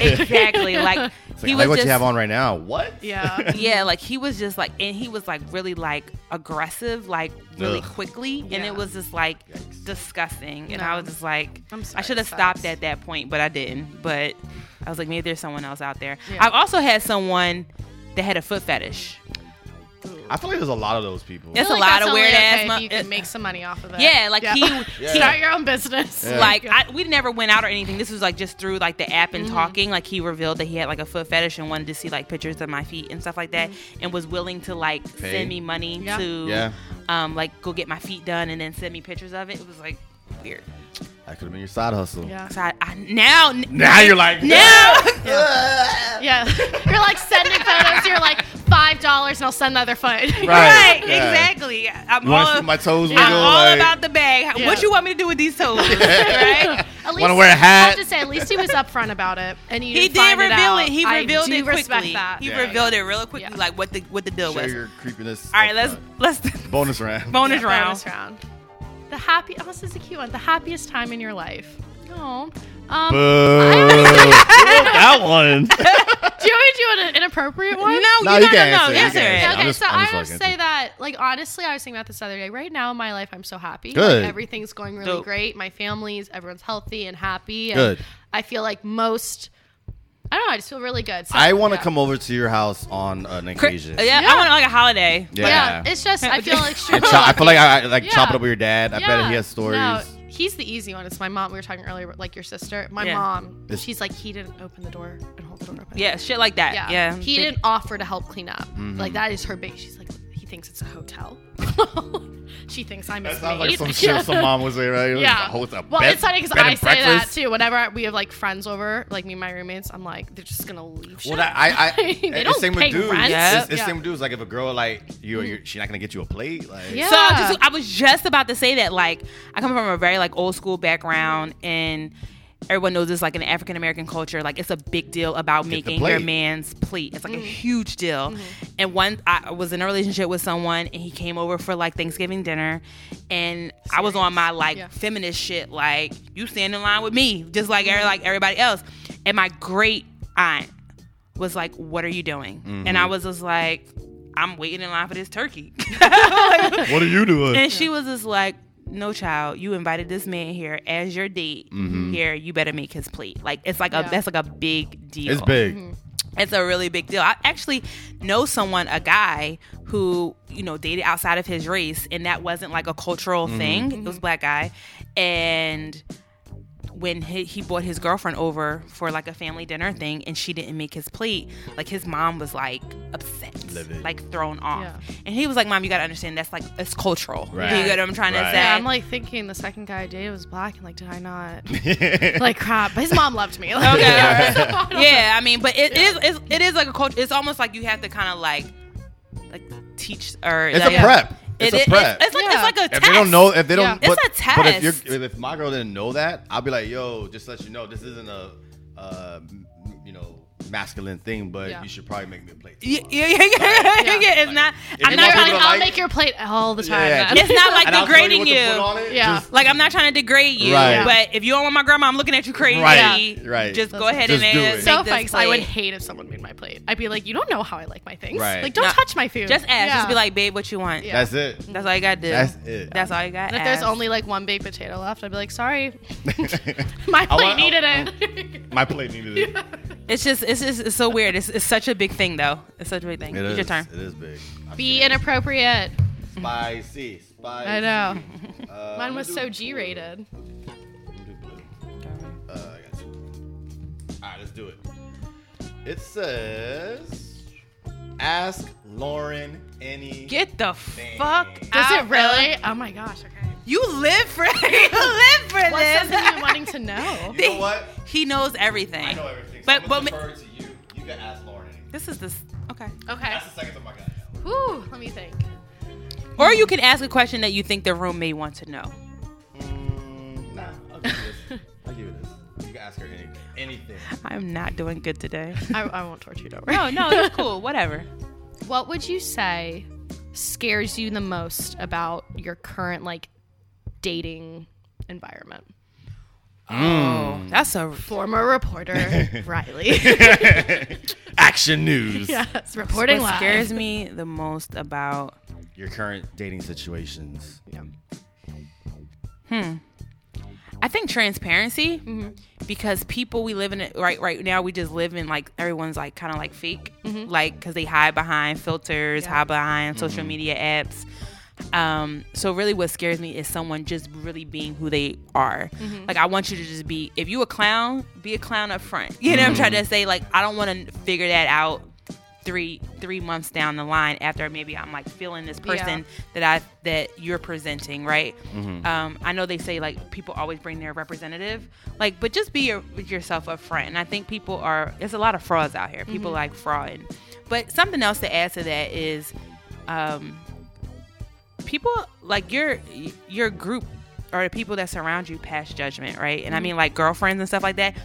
Speaker 1: exactly. Like
Speaker 5: It's like,
Speaker 1: he
Speaker 5: I
Speaker 1: was
Speaker 5: like what
Speaker 1: just
Speaker 5: you have on right now. What?
Speaker 6: yeah.
Speaker 1: yeah, like he was just like and he was like really like aggressive, like really
Speaker 5: Ugh.
Speaker 1: quickly, and
Speaker 6: Yeah.
Speaker 1: it was just like
Speaker 5: Yikes.
Speaker 1: disgusting. And
Speaker 6: No.
Speaker 1: I was just like,
Speaker 6: I'm
Speaker 1: I
Speaker 6: sorry,
Speaker 1: should have
Speaker 6: it
Speaker 1: stopped
Speaker 6: sucks.
Speaker 1: at that point, but I didn't. But I was like, maybe there's someone else out there.
Speaker 6: Yeah.
Speaker 1: I've also had someone that had a foot fetish.
Speaker 5: I feel like there's a lot of those people.
Speaker 1: Yes.
Speaker 6: I feel
Speaker 1: a lot
Speaker 6: that's
Speaker 1: of
Speaker 6: only
Speaker 1: weird ass
Speaker 6: if
Speaker 1: mo-
Speaker 6: you can make some money off of it.
Speaker 1: Yeah, like he, he
Speaker 6: start your own business.
Speaker 5: Yeah.
Speaker 1: like I, we never went out or anything. This was like just through like the app and
Speaker 6: Mm-hmm.
Speaker 1: talking. Like he revealed that he had like a foot fetish and wanted to see like pictures of my feet and stuff like that, and was willing to like
Speaker 5: Pay.
Speaker 1: send me money
Speaker 6: Mm-hmm. Yeah.
Speaker 1: to
Speaker 5: Yeah.
Speaker 1: um like go get my feet done and then send me pictures of it. It was like weird.
Speaker 5: That could have been your side hustle.
Speaker 6: yeah.
Speaker 1: So I, I now
Speaker 5: Now you're like
Speaker 1: now
Speaker 6: Yeah. You're like sending photos. You're like five dollars, and I'll send the other foot.
Speaker 1: right,
Speaker 5: Yeah.
Speaker 1: exactly. I'm
Speaker 5: You want to
Speaker 1: all,
Speaker 5: see my toes wiggle?
Speaker 1: I'm all
Speaker 5: like,
Speaker 1: about the bag.
Speaker 6: Yeah.
Speaker 1: What you want me to do with these toes? right?
Speaker 6: At least,
Speaker 5: Wanna wear a
Speaker 6: I
Speaker 5: hat?
Speaker 6: have to say, at least he was upfront about it, and you
Speaker 1: He
Speaker 6: didn't
Speaker 1: did
Speaker 6: find
Speaker 1: reveal
Speaker 6: it, out.
Speaker 1: it. He revealed
Speaker 6: I do
Speaker 1: it quickly.
Speaker 6: Respect that.
Speaker 1: He
Speaker 5: Yeah.
Speaker 1: revealed it real quickly,
Speaker 6: Yeah.
Speaker 1: like what the what the deal
Speaker 5: Share
Speaker 1: was.
Speaker 5: your creepiness.
Speaker 1: All right,
Speaker 5: up
Speaker 1: let's
Speaker 5: front.
Speaker 1: let's
Speaker 5: bonus round.
Speaker 1: bonus
Speaker 6: Yeah,
Speaker 1: round.
Speaker 6: bonus round. The happy. Oh, this is a cute one. The happiest time in your life. Oh. Um,
Speaker 5: Boo.
Speaker 6: do
Speaker 5: that one.
Speaker 6: you want to do an inappropriate one?
Speaker 5: No, you can answer it. You can answer it.
Speaker 6: Okay,
Speaker 5: I'm just-
Speaker 6: so
Speaker 5: I'm
Speaker 6: I
Speaker 5: just
Speaker 6: will
Speaker 5: fucking-
Speaker 6: say that, like, honestly, I was thinking about this the other day. Right now in my life, I'm so happy.
Speaker 5: Good.
Speaker 6: Like, everything's going really
Speaker 1: Dope.
Speaker 6: great. My family's, everyone's healthy and happy. And
Speaker 5: Good.
Speaker 6: I feel like most, I don't know, I just feel really good. So,
Speaker 5: I want to
Speaker 6: yeah.
Speaker 5: come over to your house on an occasion.
Speaker 1: Yeah, I want like a holiday.
Speaker 5: Yeah.
Speaker 6: Yeah. it's just, I feel extremely.
Speaker 5: And chop- I feel like I, I like
Speaker 6: Yeah.
Speaker 5: chop it up with your dad. I bet
Speaker 6: Yeah.
Speaker 5: he has stories.
Speaker 6: No, he's the easy one. It's my mom. We were talking earlier, about, like your sister. My
Speaker 1: Yeah.
Speaker 6: mom,
Speaker 5: It's-
Speaker 6: she's like, he didn't open the door and hold the door open.
Speaker 1: Yeah, shit like that.
Speaker 6: Yeah.
Speaker 1: Yeah.
Speaker 6: He didn't offer to help clean up.
Speaker 5: Mm-hmm.
Speaker 6: Like that is her base. She's like, he thinks it's a hotel. she thinks I'm
Speaker 5: That
Speaker 6: his
Speaker 5: sounds like
Speaker 6: maid.
Speaker 5: some shit
Speaker 6: Yeah.
Speaker 5: some mom was saying, right? It was
Speaker 6: Yeah.
Speaker 5: a whole- a
Speaker 6: well,
Speaker 5: bed-
Speaker 6: it's funny because
Speaker 5: bed
Speaker 6: I
Speaker 5: and
Speaker 6: say that
Speaker 5: breakfast.
Speaker 6: too. Whenever I, we have like friends over, like me and my roommates, I'm like, they're just gonna leave. Shit.
Speaker 5: Well, that, I, I
Speaker 6: They
Speaker 5: it's
Speaker 6: don't
Speaker 5: same
Speaker 6: pay
Speaker 5: with dudes.
Speaker 6: rent.
Speaker 5: It's, it's
Speaker 6: Yeah.
Speaker 5: same with dudes. Like if a girl like you, you she not gonna get you a plate. Like
Speaker 6: Yeah.
Speaker 1: So I, just, I was just about to say that. Like, I come from a very like old school background, and everyone knows this. Like in African American culture, like it's a big deal about
Speaker 5: Get the
Speaker 1: making your
Speaker 5: plate.
Speaker 1: man's plate. It's like a huge deal. And one, I was in a relationship with someone, and he came over for like Thanksgiving dinner, and I was on my like
Speaker 6: Yeah.
Speaker 1: feminist shit. Like, you stand in line with me, just like every, like everybody else. And my great aunt was like, "What are you doing?" And I
Speaker 5: Mm-hmm.
Speaker 1: was just like. I'm waiting in line for this turkey.
Speaker 5: What are you doing?
Speaker 1: And she was just like, "No, child, you invited this man here as your date. Here, you better make his plate. Like it's like a
Speaker 6: Yeah.
Speaker 1: that's like a big deal.
Speaker 5: It's big.
Speaker 6: Mm-hmm.
Speaker 1: It's a really big deal. I actually know someone, a guy who you know dated outside of his race, and that wasn't like a cultural
Speaker 5: Mm-hmm.
Speaker 1: thing. It
Speaker 6: Mm-hmm.
Speaker 1: was a black guy, and when he, he brought his girlfriend over for like a family dinner thing and she didn't make his plate like his mom was like upset
Speaker 5: Livid.
Speaker 1: like thrown off
Speaker 6: Yeah.
Speaker 1: and he was like mom you gotta understand that's like it's cultural
Speaker 5: Right.
Speaker 1: you get what i'm trying
Speaker 5: Right.
Speaker 1: to say
Speaker 6: yeah, I'm like thinking the second guy I dated was black, and like, did I not? like, crap. But his mom loved me. Like,
Speaker 1: Okay.
Speaker 6: so I don't
Speaker 1: yeah i mean but it is it's, it is like a culture it's almost like you have to kind of like like teach or
Speaker 5: It's
Speaker 1: like,
Speaker 5: a prep. It's
Speaker 1: It-
Speaker 5: a
Speaker 1: it-
Speaker 5: prep.
Speaker 1: it's, it's like
Speaker 6: Yeah.
Speaker 1: it's like a
Speaker 5: if
Speaker 1: test.
Speaker 5: they don't know, if they
Speaker 6: Yeah.
Speaker 5: don't,
Speaker 6: It's
Speaker 5: but,
Speaker 1: a test.
Speaker 5: But if, you're, if my girl didn't know that, I'll be like, yo, just let you know, this isn't a, uh, m- you know, masculine thing, but
Speaker 6: Yeah.
Speaker 5: you should probably make me a plate.
Speaker 1: yeah, yeah, yeah, yeah,
Speaker 6: Yeah.
Speaker 1: yeah, it's not
Speaker 5: If
Speaker 1: i'm
Speaker 5: you
Speaker 6: They're
Speaker 1: not trying
Speaker 5: want
Speaker 6: like,
Speaker 5: people
Speaker 1: to
Speaker 5: to
Speaker 6: I'll
Speaker 5: like-
Speaker 6: make your plate all the time.
Speaker 5: Yeah.
Speaker 6: man."
Speaker 1: it's not like
Speaker 5: And I'll tell
Speaker 1: degrading
Speaker 5: what to
Speaker 1: you.
Speaker 5: put on it,
Speaker 6: Yeah.
Speaker 5: just-
Speaker 1: Like I'm not trying to degrade you,
Speaker 5: Right.
Speaker 1: but if you don't want my grandma, I'm looking at you crazy.
Speaker 5: Right, right.
Speaker 1: Just go ahead
Speaker 5: Just
Speaker 1: and
Speaker 5: do
Speaker 1: make
Speaker 5: it.
Speaker 6: so
Speaker 1: this
Speaker 6: thanks. I would
Speaker 1: plate.
Speaker 6: hate if someone made my plate. I'd be like, you don't know how I like my things.
Speaker 5: Right.
Speaker 6: Like, don't
Speaker 1: No.
Speaker 6: touch my food.
Speaker 1: Just ask.
Speaker 6: Yeah.
Speaker 1: Just be like, babe, what you want?
Speaker 6: Yeah.
Speaker 5: that's it.
Speaker 1: That's all you gotta do.
Speaker 5: That's it.
Speaker 1: That's all you got.
Speaker 6: And if there's only like one baked potato left, I'd be like, sorry,
Speaker 5: I
Speaker 6: my plate
Speaker 5: want-
Speaker 6: needed it.
Speaker 5: My plate needed it.
Speaker 1: it's just it's just it's so weird. It's, it's such a big thing though. It's such a big thing.
Speaker 5: It
Speaker 1: it's
Speaker 5: is.
Speaker 1: your turn.
Speaker 5: It is big. I'm
Speaker 6: be
Speaker 5: scared.
Speaker 6: inappropriate.
Speaker 5: spicy, spicy.
Speaker 6: I know.
Speaker 5: Uh, I'm
Speaker 6: Mine
Speaker 5: gonna
Speaker 6: was
Speaker 5: do
Speaker 6: so
Speaker 5: blue.
Speaker 6: G rated.
Speaker 5: I'm gonna do blue. Uh, I got you. All right, let's do it. It says, ask Lauren any.
Speaker 1: Get the fuck
Speaker 6: Does
Speaker 1: out.
Speaker 6: it really? Oh my gosh. Okay.
Speaker 1: You live for you live for
Speaker 6: What's
Speaker 1: this.
Speaker 6: something you're wanting to know?
Speaker 5: you know what?
Speaker 1: He knows everything.
Speaker 5: I know everything. So
Speaker 1: But-
Speaker 5: I'm
Speaker 1: but
Speaker 5: gonna defer to you. You can ask Lauren anything.
Speaker 1: This is this. Okay.
Speaker 6: Okay.
Speaker 5: the second time I got it.
Speaker 6: Whew, let me think.
Speaker 1: Or you can ask a question that you think the room may want to know.
Speaker 5: Mm, nah, I'll give you this. I'll give you this. You can ask her any, anything.
Speaker 1: I'm not doing good today.
Speaker 6: I, I won't torture you. Don't worry.
Speaker 1: Oh, No, no, it's cool. Whatever.
Speaker 6: What would you say scares you the most about your current like dating environment?
Speaker 1: Oh, that's a.
Speaker 6: Former reporter Riley.
Speaker 5: Action news.
Speaker 6: yes,
Speaker 1: What
Speaker 6: reporting live.
Speaker 1: scares me the most about
Speaker 5: Your current dating situations.
Speaker 1: I think transparency because people we live in it right right now we just live in like everyone's like kind of like fake like because they hide behind filters hide behind social media apps um so really what scares me is someone just really being who they are like i want you to just be if you a clown be a clown up front you know what i'm trying to say like i don't want to figure that out three three months down the line after maybe i'm like feeling this person that i that you're presenting right um, i know they say like people always bring their representative like but just be your, yourself up front and i think people are there's a lot of frauds out here people like fraud but something else to add to that is um, people like your your group or the people that surround you pass judgment, right? And I mean like girlfriends and stuff like that.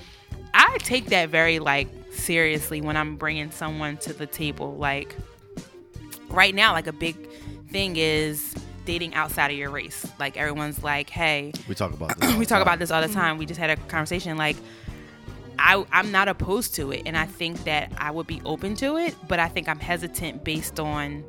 Speaker 1: I take that very like seriously when I'm bringing someone to the table. Like right now, like a big thing is dating outside of your race. Like everyone's like, "Hey,
Speaker 5: We talk about this. all
Speaker 1: we
Speaker 5: the
Speaker 1: talk
Speaker 5: time.
Speaker 1: about this all the time. We just had a conversation like I, I'm not opposed to it, and I think that I would be open to it, but I think I'm hesitant based on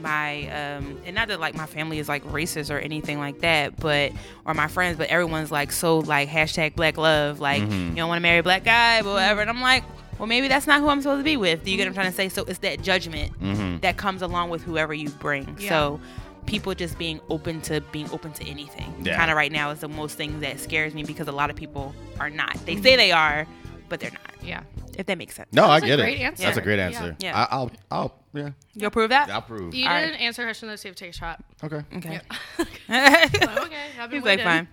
Speaker 1: my um, and not that like my family is like racist or anything like that, but or my friends, but everyone's like so like hashtag Black Love, like you don't want to marry a black guy, but whatever, and I'm like. Well, maybe that's not who I'm supposed to be with. Do you get what I'm trying to say? So it's that judgment that comes along with whoever you bring. So people just being open to being open to anything.
Speaker 5: Yeah.
Speaker 1: Kind of right now is the most thing that scares me because a lot of people are not. They say they are, but they're not.
Speaker 6: Yeah.
Speaker 1: If that makes sense.
Speaker 5: No, I
Speaker 6: That was a
Speaker 5: get
Speaker 6: great
Speaker 5: it.
Speaker 6: answer.
Speaker 5: That's a great
Speaker 6: Yeah.
Speaker 5: answer.
Speaker 1: Yeah.
Speaker 5: I, I'll, I'll, yeah,
Speaker 1: You approve that?
Speaker 5: I'll prove.
Speaker 6: You
Speaker 1: All right.
Speaker 6: didn't answer her question though, so you have to take a shot.
Speaker 5: Okay.
Speaker 1: Okay.
Speaker 6: Okay, I've been
Speaker 1: He's like,
Speaker 6: waiting.
Speaker 1: fine.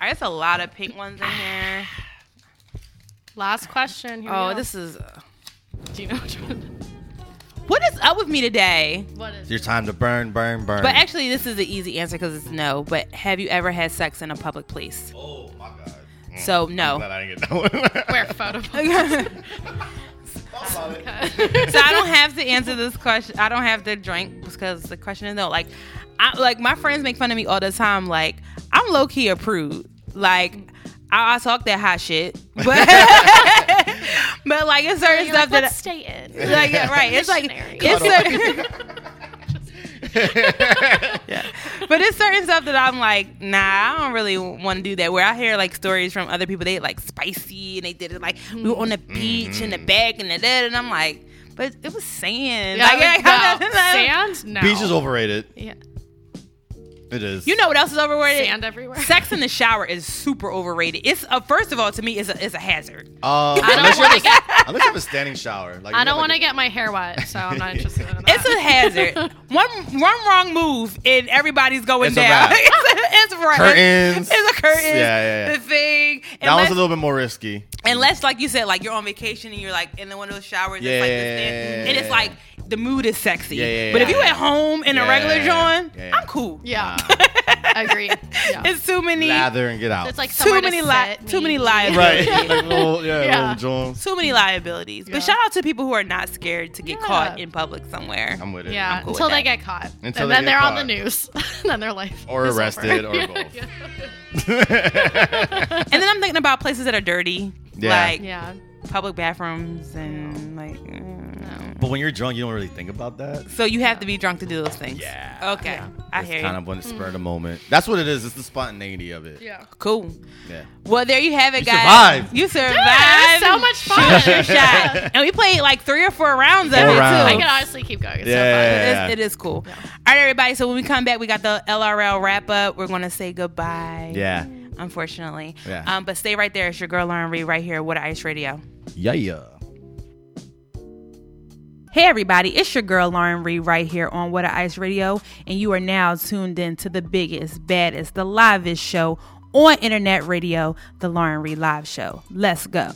Speaker 1: I guess a lot of pink ones in here.
Speaker 6: Last question. Here we
Speaker 1: Oh,
Speaker 6: go.
Speaker 1: this is. Uh,
Speaker 6: Do you know which one?
Speaker 1: what is up with me today?
Speaker 6: what is?
Speaker 5: It's your time to burn, burn, burn.
Speaker 1: But actually, this is an easy answer because it's no. But have you ever had sex in a public place?
Speaker 5: oh my god.
Speaker 1: So no.
Speaker 5: I'm glad I didn't get that one.
Speaker 6: Where photo?
Speaker 1: so I don't have to answer this question. I don't have to drink because the question is no. Like, I like my friends make fun of me all the time. Like, I'm low key a prude. Like, I, I talk that hot shit, but but like it's certain
Speaker 6: You're
Speaker 1: stuff
Speaker 6: like,
Speaker 1: that.
Speaker 6: let's stay in.
Speaker 1: like yeah, right it's like
Speaker 6: Missionary.
Speaker 1: it's a, but it's certain stuff that i'm like nah i don't really want to do that where i hear like stories from other people they like spicy and they did it like we were on
Speaker 6: Mm-hmm.
Speaker 1: the beach in the back and the dead and i'm like but it was sand
Speaker 6: Yeah,
Speaker 1: like,
Speaker 6: like,
Speaker 1: I-
Speaker 6: no.
Speaker 1: I-
Speaker 6: Sand? No.
Speaker 5: Beach is overrated.
Speaker 6: Yeah.
Speaker 5: It is.
Speaker 1: you know what else is overrated
Speaker 6: Sand everywhere.
Speaker 1: sex in the shower is super overrated it's a first of all to me is a, it's a hazard
Speaker 5: Uh,
Speaker 6: I don't
Speaker 5: unless, you
Speaker 6: want
Speaker 5: have
Speaker 6: to get.
Speaker 5: a, unless you have a standing shower. Like,
Speaker 6: I
Speaker 5: you
Speaker 6: don't
Speaker 5: have,
Speaker 6: want to
Speaker 5: like,
Speaker 6: get my hair wet, so I'm not interested in that.
Speaker 1: It's a hazard. one one wrong move and everybody's going
Speaker 5: It's a
Speaker 1: down.
Speaker 5: wrap.
Speaker 1: it's, a wrap.
Speaker 5: Curtains.
Speaker 1: It's a curtain.
Speaker 5: Yeah, yeah, yeah.
Speaker 1: The thing.
Speaker 5: That
Speaker 1: unless,
Speaker 5: was a little bit more risky.
Speaker 1: unless, like you said, like you're on vacation and you're like in the one of those showers. Yeah, like this thing, and it's
Speaker 5: Yeah.
Speaker 1: like the mood is sexy.
Speaker 5: Yeah, yeah,
Speaker 1: but if
Speaker 5: yeah.
Speaker 1: you at home in a
Speaker 5: Yeah,
Speaker 1: regular
Speaker 5: yeah,
Speaker 1: joint,
Speaker 5: yeah.
Speaker 1: I'm cool.
Speaker 6: yeah.
Speaker 5: Nah.
Speaker 6: Agree. Yeah.
Speaker 1: It's too many.
Speaker 5: Lather and get out.
Speaker 6: It's like
Speaker 1: too
Speaker 6: somewhere to
Speaker 1: many li-
Speaker 6: sit,
Speaker 1: too many
Speaker 6: maybe.
Speaker 1: liabilities.
Speaker 5: right. like little, yeah,
Speaker 6: Yeah.
Speaker 5: little Jones.
Speaker 1: Too many liabilities.
Speaker 6: Yeah.
Speaker 1: But shout out to people who are not scared to get
Speaker 6: Yeah.
Speaker 1: caught in public somewhere.
Speaker 5: I'm with it.
Speaker 6: Yeah,
Speaker 1: cool with
Speaker 6: until they
Speaker 1: that.
Speaker 6: get caught,
Speaker 5: Until
Speaker 6: and
Speaker 5: they get
Speaker 6: then they're
Speaker 5: caught.
Speaker 6: on the news. then their life
Speaker 5: Or
Speaker 6: is over.
Speaker 5: arrested, or
Speaker 6: Yeah,
Speaker 5: both.
Speaker 6: yeah.
Speaker 1: and then I'm thinking about places that are dirty.
Speaker 5: Yeah.
Speaker 1: Like
Speaker 6: yeah.
Speaker 1: public bathrooms and like. mm.
Speaker 5: But when you're drunk, you don't really think about that.
Speaker 1: So you have to be drunk to do those things.
Speaker 5: Yeah.
Speaker 1: Okay.
Speaker 6: Yeah. Mm.
Speaker 1: I
Speaker 5: it's
Speaker 1: hear
Speaker 5: kind
Speaker 1: you.
Speaker 5: of on the spur of the moment. That's what it is. It's the spontaneity of it.
Speaker 6: Yeah.
Speaker 1: cool.
Speaker 5: Yeah.
Speaker 1: Well, there you have it,
Speaker 5: You
Speaker 1: guys.
Speaker 5: survived.
Speaker 1: You survived.
Speaker 6: Yeah, it was so much fun.
Speaker 1: Shoot your shot. And we played like three or four rounds of
Speaker 5: Four
Speaker 1: it
Speaker 5: rounds.
Speaker 6: I
Speaker 1: too.
Speaker 6: can honestly keep going. It's
Speaker 5: Um, Yeah.
Speaker 6: so
Speaker 1: It is, it is cool. All right, everybody. So when we come back, we got the LRL wrap up. We're gonna say goodbye.
Speaker 5: Yeah.
Speaker 1: Unfortunately.
Speaker 5: Yeah.
Speaker 1: Um, but stay right there. It's your girl Lauren Reed right here. What Ice Radio.
Speaker 5: Yeah. yeah.
Speaker 1: Hey everybody, it's your girl Lauren Reed right here on What a Ice Radio, and you are now tuned in to the biggest, baddest, the livest show on internet radio, the Lauren Reed Live Show. Let's go.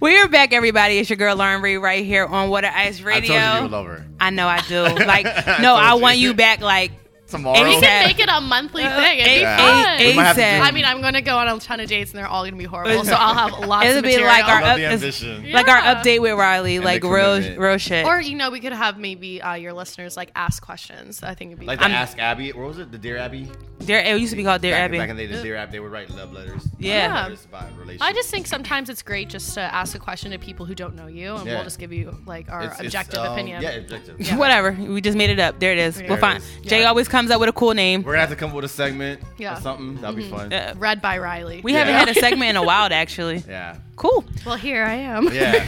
Speaker 1: We are back, everybody. It's your girl Lauren Ree right here on Water Ice
Speaker 5: I
Speaker 1: Radio.
Speaker 5: told you you would love her.
Speaker 1: I know I do. Like,
Speaker 5: I
Speaker 1: no,
Speaker 5: told
Speaker 1: I
Speaker 5: you.
Speaker 1: want you back. Like,
Speaker 5: Tomorrow.
Speaker 1: And
Speaker 6: We
Speaker 1: you
Speaker 5: It's
Speaker 1: said-
Speaker 6: can make it a monthly
Speaker 1: Uh,
Speaker 6: thing. It'd be
Speaker 5: Yeah.
Speaker 6: fun.
Speaker 5: We might have to do-
Speaker 6: I mean, I'm going to go on a ton of dates and they're all going to be horrible. So I'll have lots
Speaker 1: It'll
Speaker 6: of
Speaker 1: be
Speaker 6: material.
Speaker 1: like our
Speaker 5: about the
Speaker 1: up-
Speaker 5: ambition.
Speaker 6: Yeah.
Speaker 1: like our update with Riley, like
Speaker 5: the
Speaker 1: real,
Speaker 5: commitment.
Speaker 1: real shit.
Speaker 6: Or you know, we could have maybe uh, your listeners like ask questions. I think it'd be
Speaker 5: Like the
Speaker 6: fun.
Speaker 5: Ask Abby. What was it? The Dear Abby?
Speaker 1: Dear, it used to be called Dear
Speaker 5: back,
Speaker 1: Abby.
Speaker 5: Back in the day, the Dear Abby, they would write love letters.
Speaker 1: Yeah.
Speaker 5: Love letters about relationships.
Speaker 6: I just think sometimes it's great just to ask a question to people who don't know you, and
Speaker 5: Yeah.
Speaker 6: we'll just give you like our
Speaker 5: It's- it's,
Speaker 6: objective
Speaker 5: um,
Speaker 6: opinion.
Speaker 5: Yeah, objective.
Speaker 1: Whatever. We just made it up. There it is.
Speaker 6: There
Speaker 1: We'll
Speaker 5: it
Speaker 1: find.
Speaker 5: is.
Speaker 1: Jay
Speaker 6: Yeah.
Speaker 1: always comes up with a cool name.
Speaker 5: We're gonna have to come up with a segment
Speaker 6: Yeah. Mm-hmm.
Speaker 5: or something. That'll be fun.
Speaker 1: Uh,
Speaker 6: Read by Riley.
Speaker 1: we
Speaker 5: Yeah.
Speaker 1: haven't had a segment in a while, actually.
Speaker 5: Yeah.
Speaker 1: Cool.
Speaker 6: well, here I am.
Speaker 5: Yeah.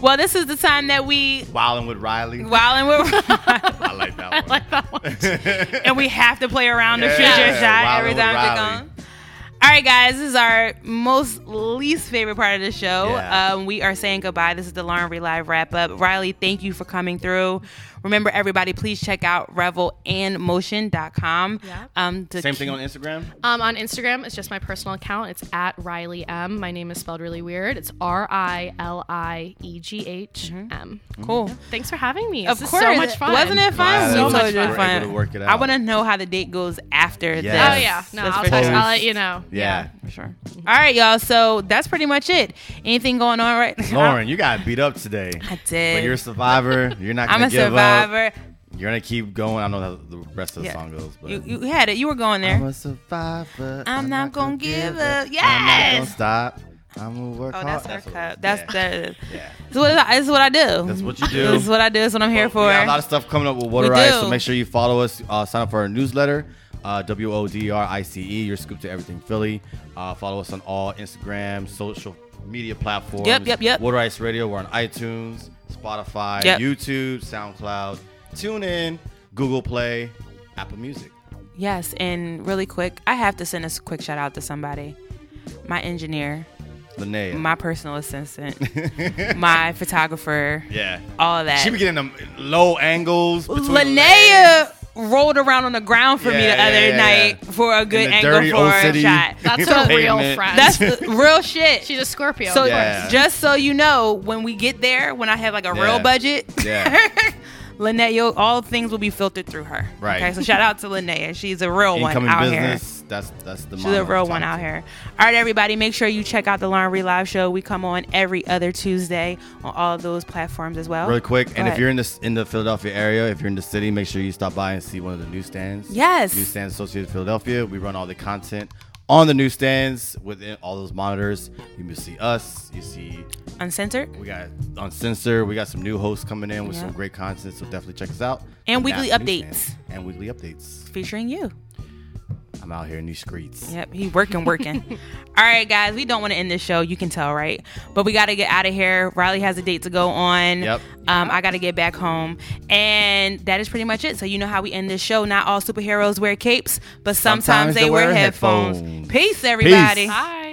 Speaker 1: Well, this is the time that we
Speaker 5: Wilding with Riley.
Speaker 1: while and we're
Speaker 5: I like that one.
Speaker 6: like that one.
Speaker 1: and we have to play around the
Speaker 5: Yeah.
Speaker 1: future shot
Speaker 5: Wildin'
Speaker 1: every
Speaker 5: with
Speaker 1: time we
Speaker 5: Riley.
Speaker 1: on. All right, guys, this is our most least favorite part of the show.
Speaker 5: Yeah.
Speaker 1: Um, we are saying goodbye. This is the Lauren Ree Live wrap up. Riley, thank you for coming through. Remember, everybody, please check out Revel and Motion.com.
Speaker 6: Yeah.
Speaker 1: Um, to
Speaker 5: Same thing on Instagram.
Speaker 6: Um, on Instagram, it's just my personal account. It's at Riley M. My name is spelled really weird. It's R I L I E G H M.
Speaker 1: Cool.
Speaker 6: Thanks for having me.
Speaker 1: Of
Speaker 6: this
Speaker 1: course.
Speaker 6: Is so much fun.
Speaker 1: Wasn't it fun? we
Speaker 5: Glad that
Speaker 1: told
Speaker 5: we
Speaker 1: you it was
Speaker 5: were
Speaker 1: fun.
Speaker 5: able to work it
Speaker 1: I
Speaker 5: out.
Speaker 1: want to know how the date goes after
Speaker 5: Yes.
Speaker 1: this.
Speaker 6: Oh yeah. No,
Speaker 1: That's
Speaker 6: I'll,
Speaker 1: for
Speaker 6: touch,
Speaker 1: sure.
Speaker 6: I'll let you know.
Speaker 5: Yeah.
Speaker 1: For sure. All right, y'all. So that's pretty much it. Anything going on right now?
Speaker 5: Lauren, you got beat up today.
Speaker 1: I did.
Speaker 5: But you're a survivor. You're not
Speaker 1: I'm
Speaker 5: gonna
Speaker 1: a
Speaker 5: give up.
Speaker 1: survivor.
Speaker 5: You're gonna keep going. I don't know how the rest of the
Speaker 1: Yeah.
Speaker 5: song goes, but
Speaker 1: You, you had it. You were going
Speaker 5: I'm
Speaker 1: there.
Speaker 5: a survivor.
Speaker 1: I'm not gonna give up.
Speaker 5: I'm not
Speaker 1: Yes!
Speaker 5: gonna stop. I'm gonna work
Speaker 1: Oh,
Speaker 5: hard.
Speaker 1: that's our
Speaker 5: what it
Speaker 1: cup.
Speaker 5: is.
Speaker 1: That's
Speaker 5: yeah.
Speaker 1: that is.
Speaker 5: Yeah.
Speaker 1: So what is I, this is what I do.
Speaker 5: That's what you do.
Speaker 1: This is what I do. That's what I'm here
Speaker 5: Well, We got a lot
Speaker 1: for.
Speaker 5: of stuff coming up with Water
Speaker 1: We
Speaker 5: Ice,
Speaker 1: do.
Speaker 5: so make sure you follow us. Uh, sign up for our newsletter, uh, W O D R I C E, your scoop to everything Philly. Uh, follow us on all Instagram, social media platforms.
Speaker 1: Yep, yep, yep.
Speaker 5: Water Ice Radio. We're on iTunes, Spotify,
Speaker 1: Yep.
Speaker 5: YouTube, SoundCloud, TuneIn, Google Play, Apple Music.
Speaker 1: Yes, and really quick, I have to send a quick shout out to somebody. My engineer,
Speaker 5: Linnea.
Speaker 1: my personal assistant, my photographer,
Speaker 5: yeah.
Speaker 1: all that.
Speaker 5: She be getting them low angles. between the legs.
Speaker 1: Linnea rolled around on the ground for me
Speaker 5: Yeah,
Speaker 1: the other
Speaker 5: yeah, yeah,
Speaker 1: night
Speaker 5: yeah.
Speaker 1: for a good
Speaker 5: in the
Speaker 1: angle
Speaker 5: dirty
Speaker 1: for
Speaker 5: old
Speaker 1: a
Speaker 5: city.
Speaker 1: shot.
Speaker 6: That's her real
Speaker 5: Pavement.
Speaker 6: friend.
Speaker 1: That's the real shit.
Speaker 6: She's a Scorpio.
Speaker 1: So
Speaker 6: of
Speaker 5: Yeah.
Speaker 6: course.
Speaker 1: just so you know, when we get there, when I have like a real
Speaker 5: Yeah.
Speaker 1: budget,
Speaker 5: Yeah.
Speaker 1: Linnea, yo, all things will be filtered through her.
Speaker 5: Right.
Speaker 1: Okay, so shout out to Linnea. She's a real
Speaker 5: Incoming
Speaker 1: one out here.
Speaker 5: business. That's that's the.
Speaker 1: She's
Speaker 5: model
Speaker 1: a
Speaker 5: I'm
Speaker 1: real
Speaker 5: talking
Speaker 1: one out
Speaker 5: to.
Speaker 1: here. All right, everybody, make sure you check out the Lauren Ree Live Show. We come on every other Tuesday on all of those platforms as well.
Speaker 5: Really quick,
Speaker 1: Go
Speaker 5: and
Speaker 1: ahead.
Speaker 5: if you're in this in the Philadelphia area, if you're in the city, make sure you stop by and see one of the newsstands.
Speaker 1: Yes.
Speaker 5: newsstands associated with Philadelphia. We run all the content on the newsstands within all those monitors. You can see us. You see,
Speaker 1: uncensored
Speaker 5: we got uncensored. We got some new hosts coming in with
Speaker 1: Yeah.
Speaker 5: some great content. So definitely check us out.
Speaker 1: And weekly
Speaker 5: That's
Speaker 1: updates.
Speaker 5: Newsstands. And weekly updates.
Speaker 1: featuring you.
Speaker 5: I'm out here in these streets.
Speaker 1: Yep, he working, working. All right, guys, we don't want to end this show. You can tell, right? But we got to get out of here. Riley has a date to go on.
Speaker 5: Yep.
Speaker 1: Um, I got to get back home, and that is pretty much it. So you know how we end this show. Not all superheroes wear capes, but sometimes, they, wear, headphones. Peace, everybody.
Speaker 5: Peace.
Speaker 6: Bye.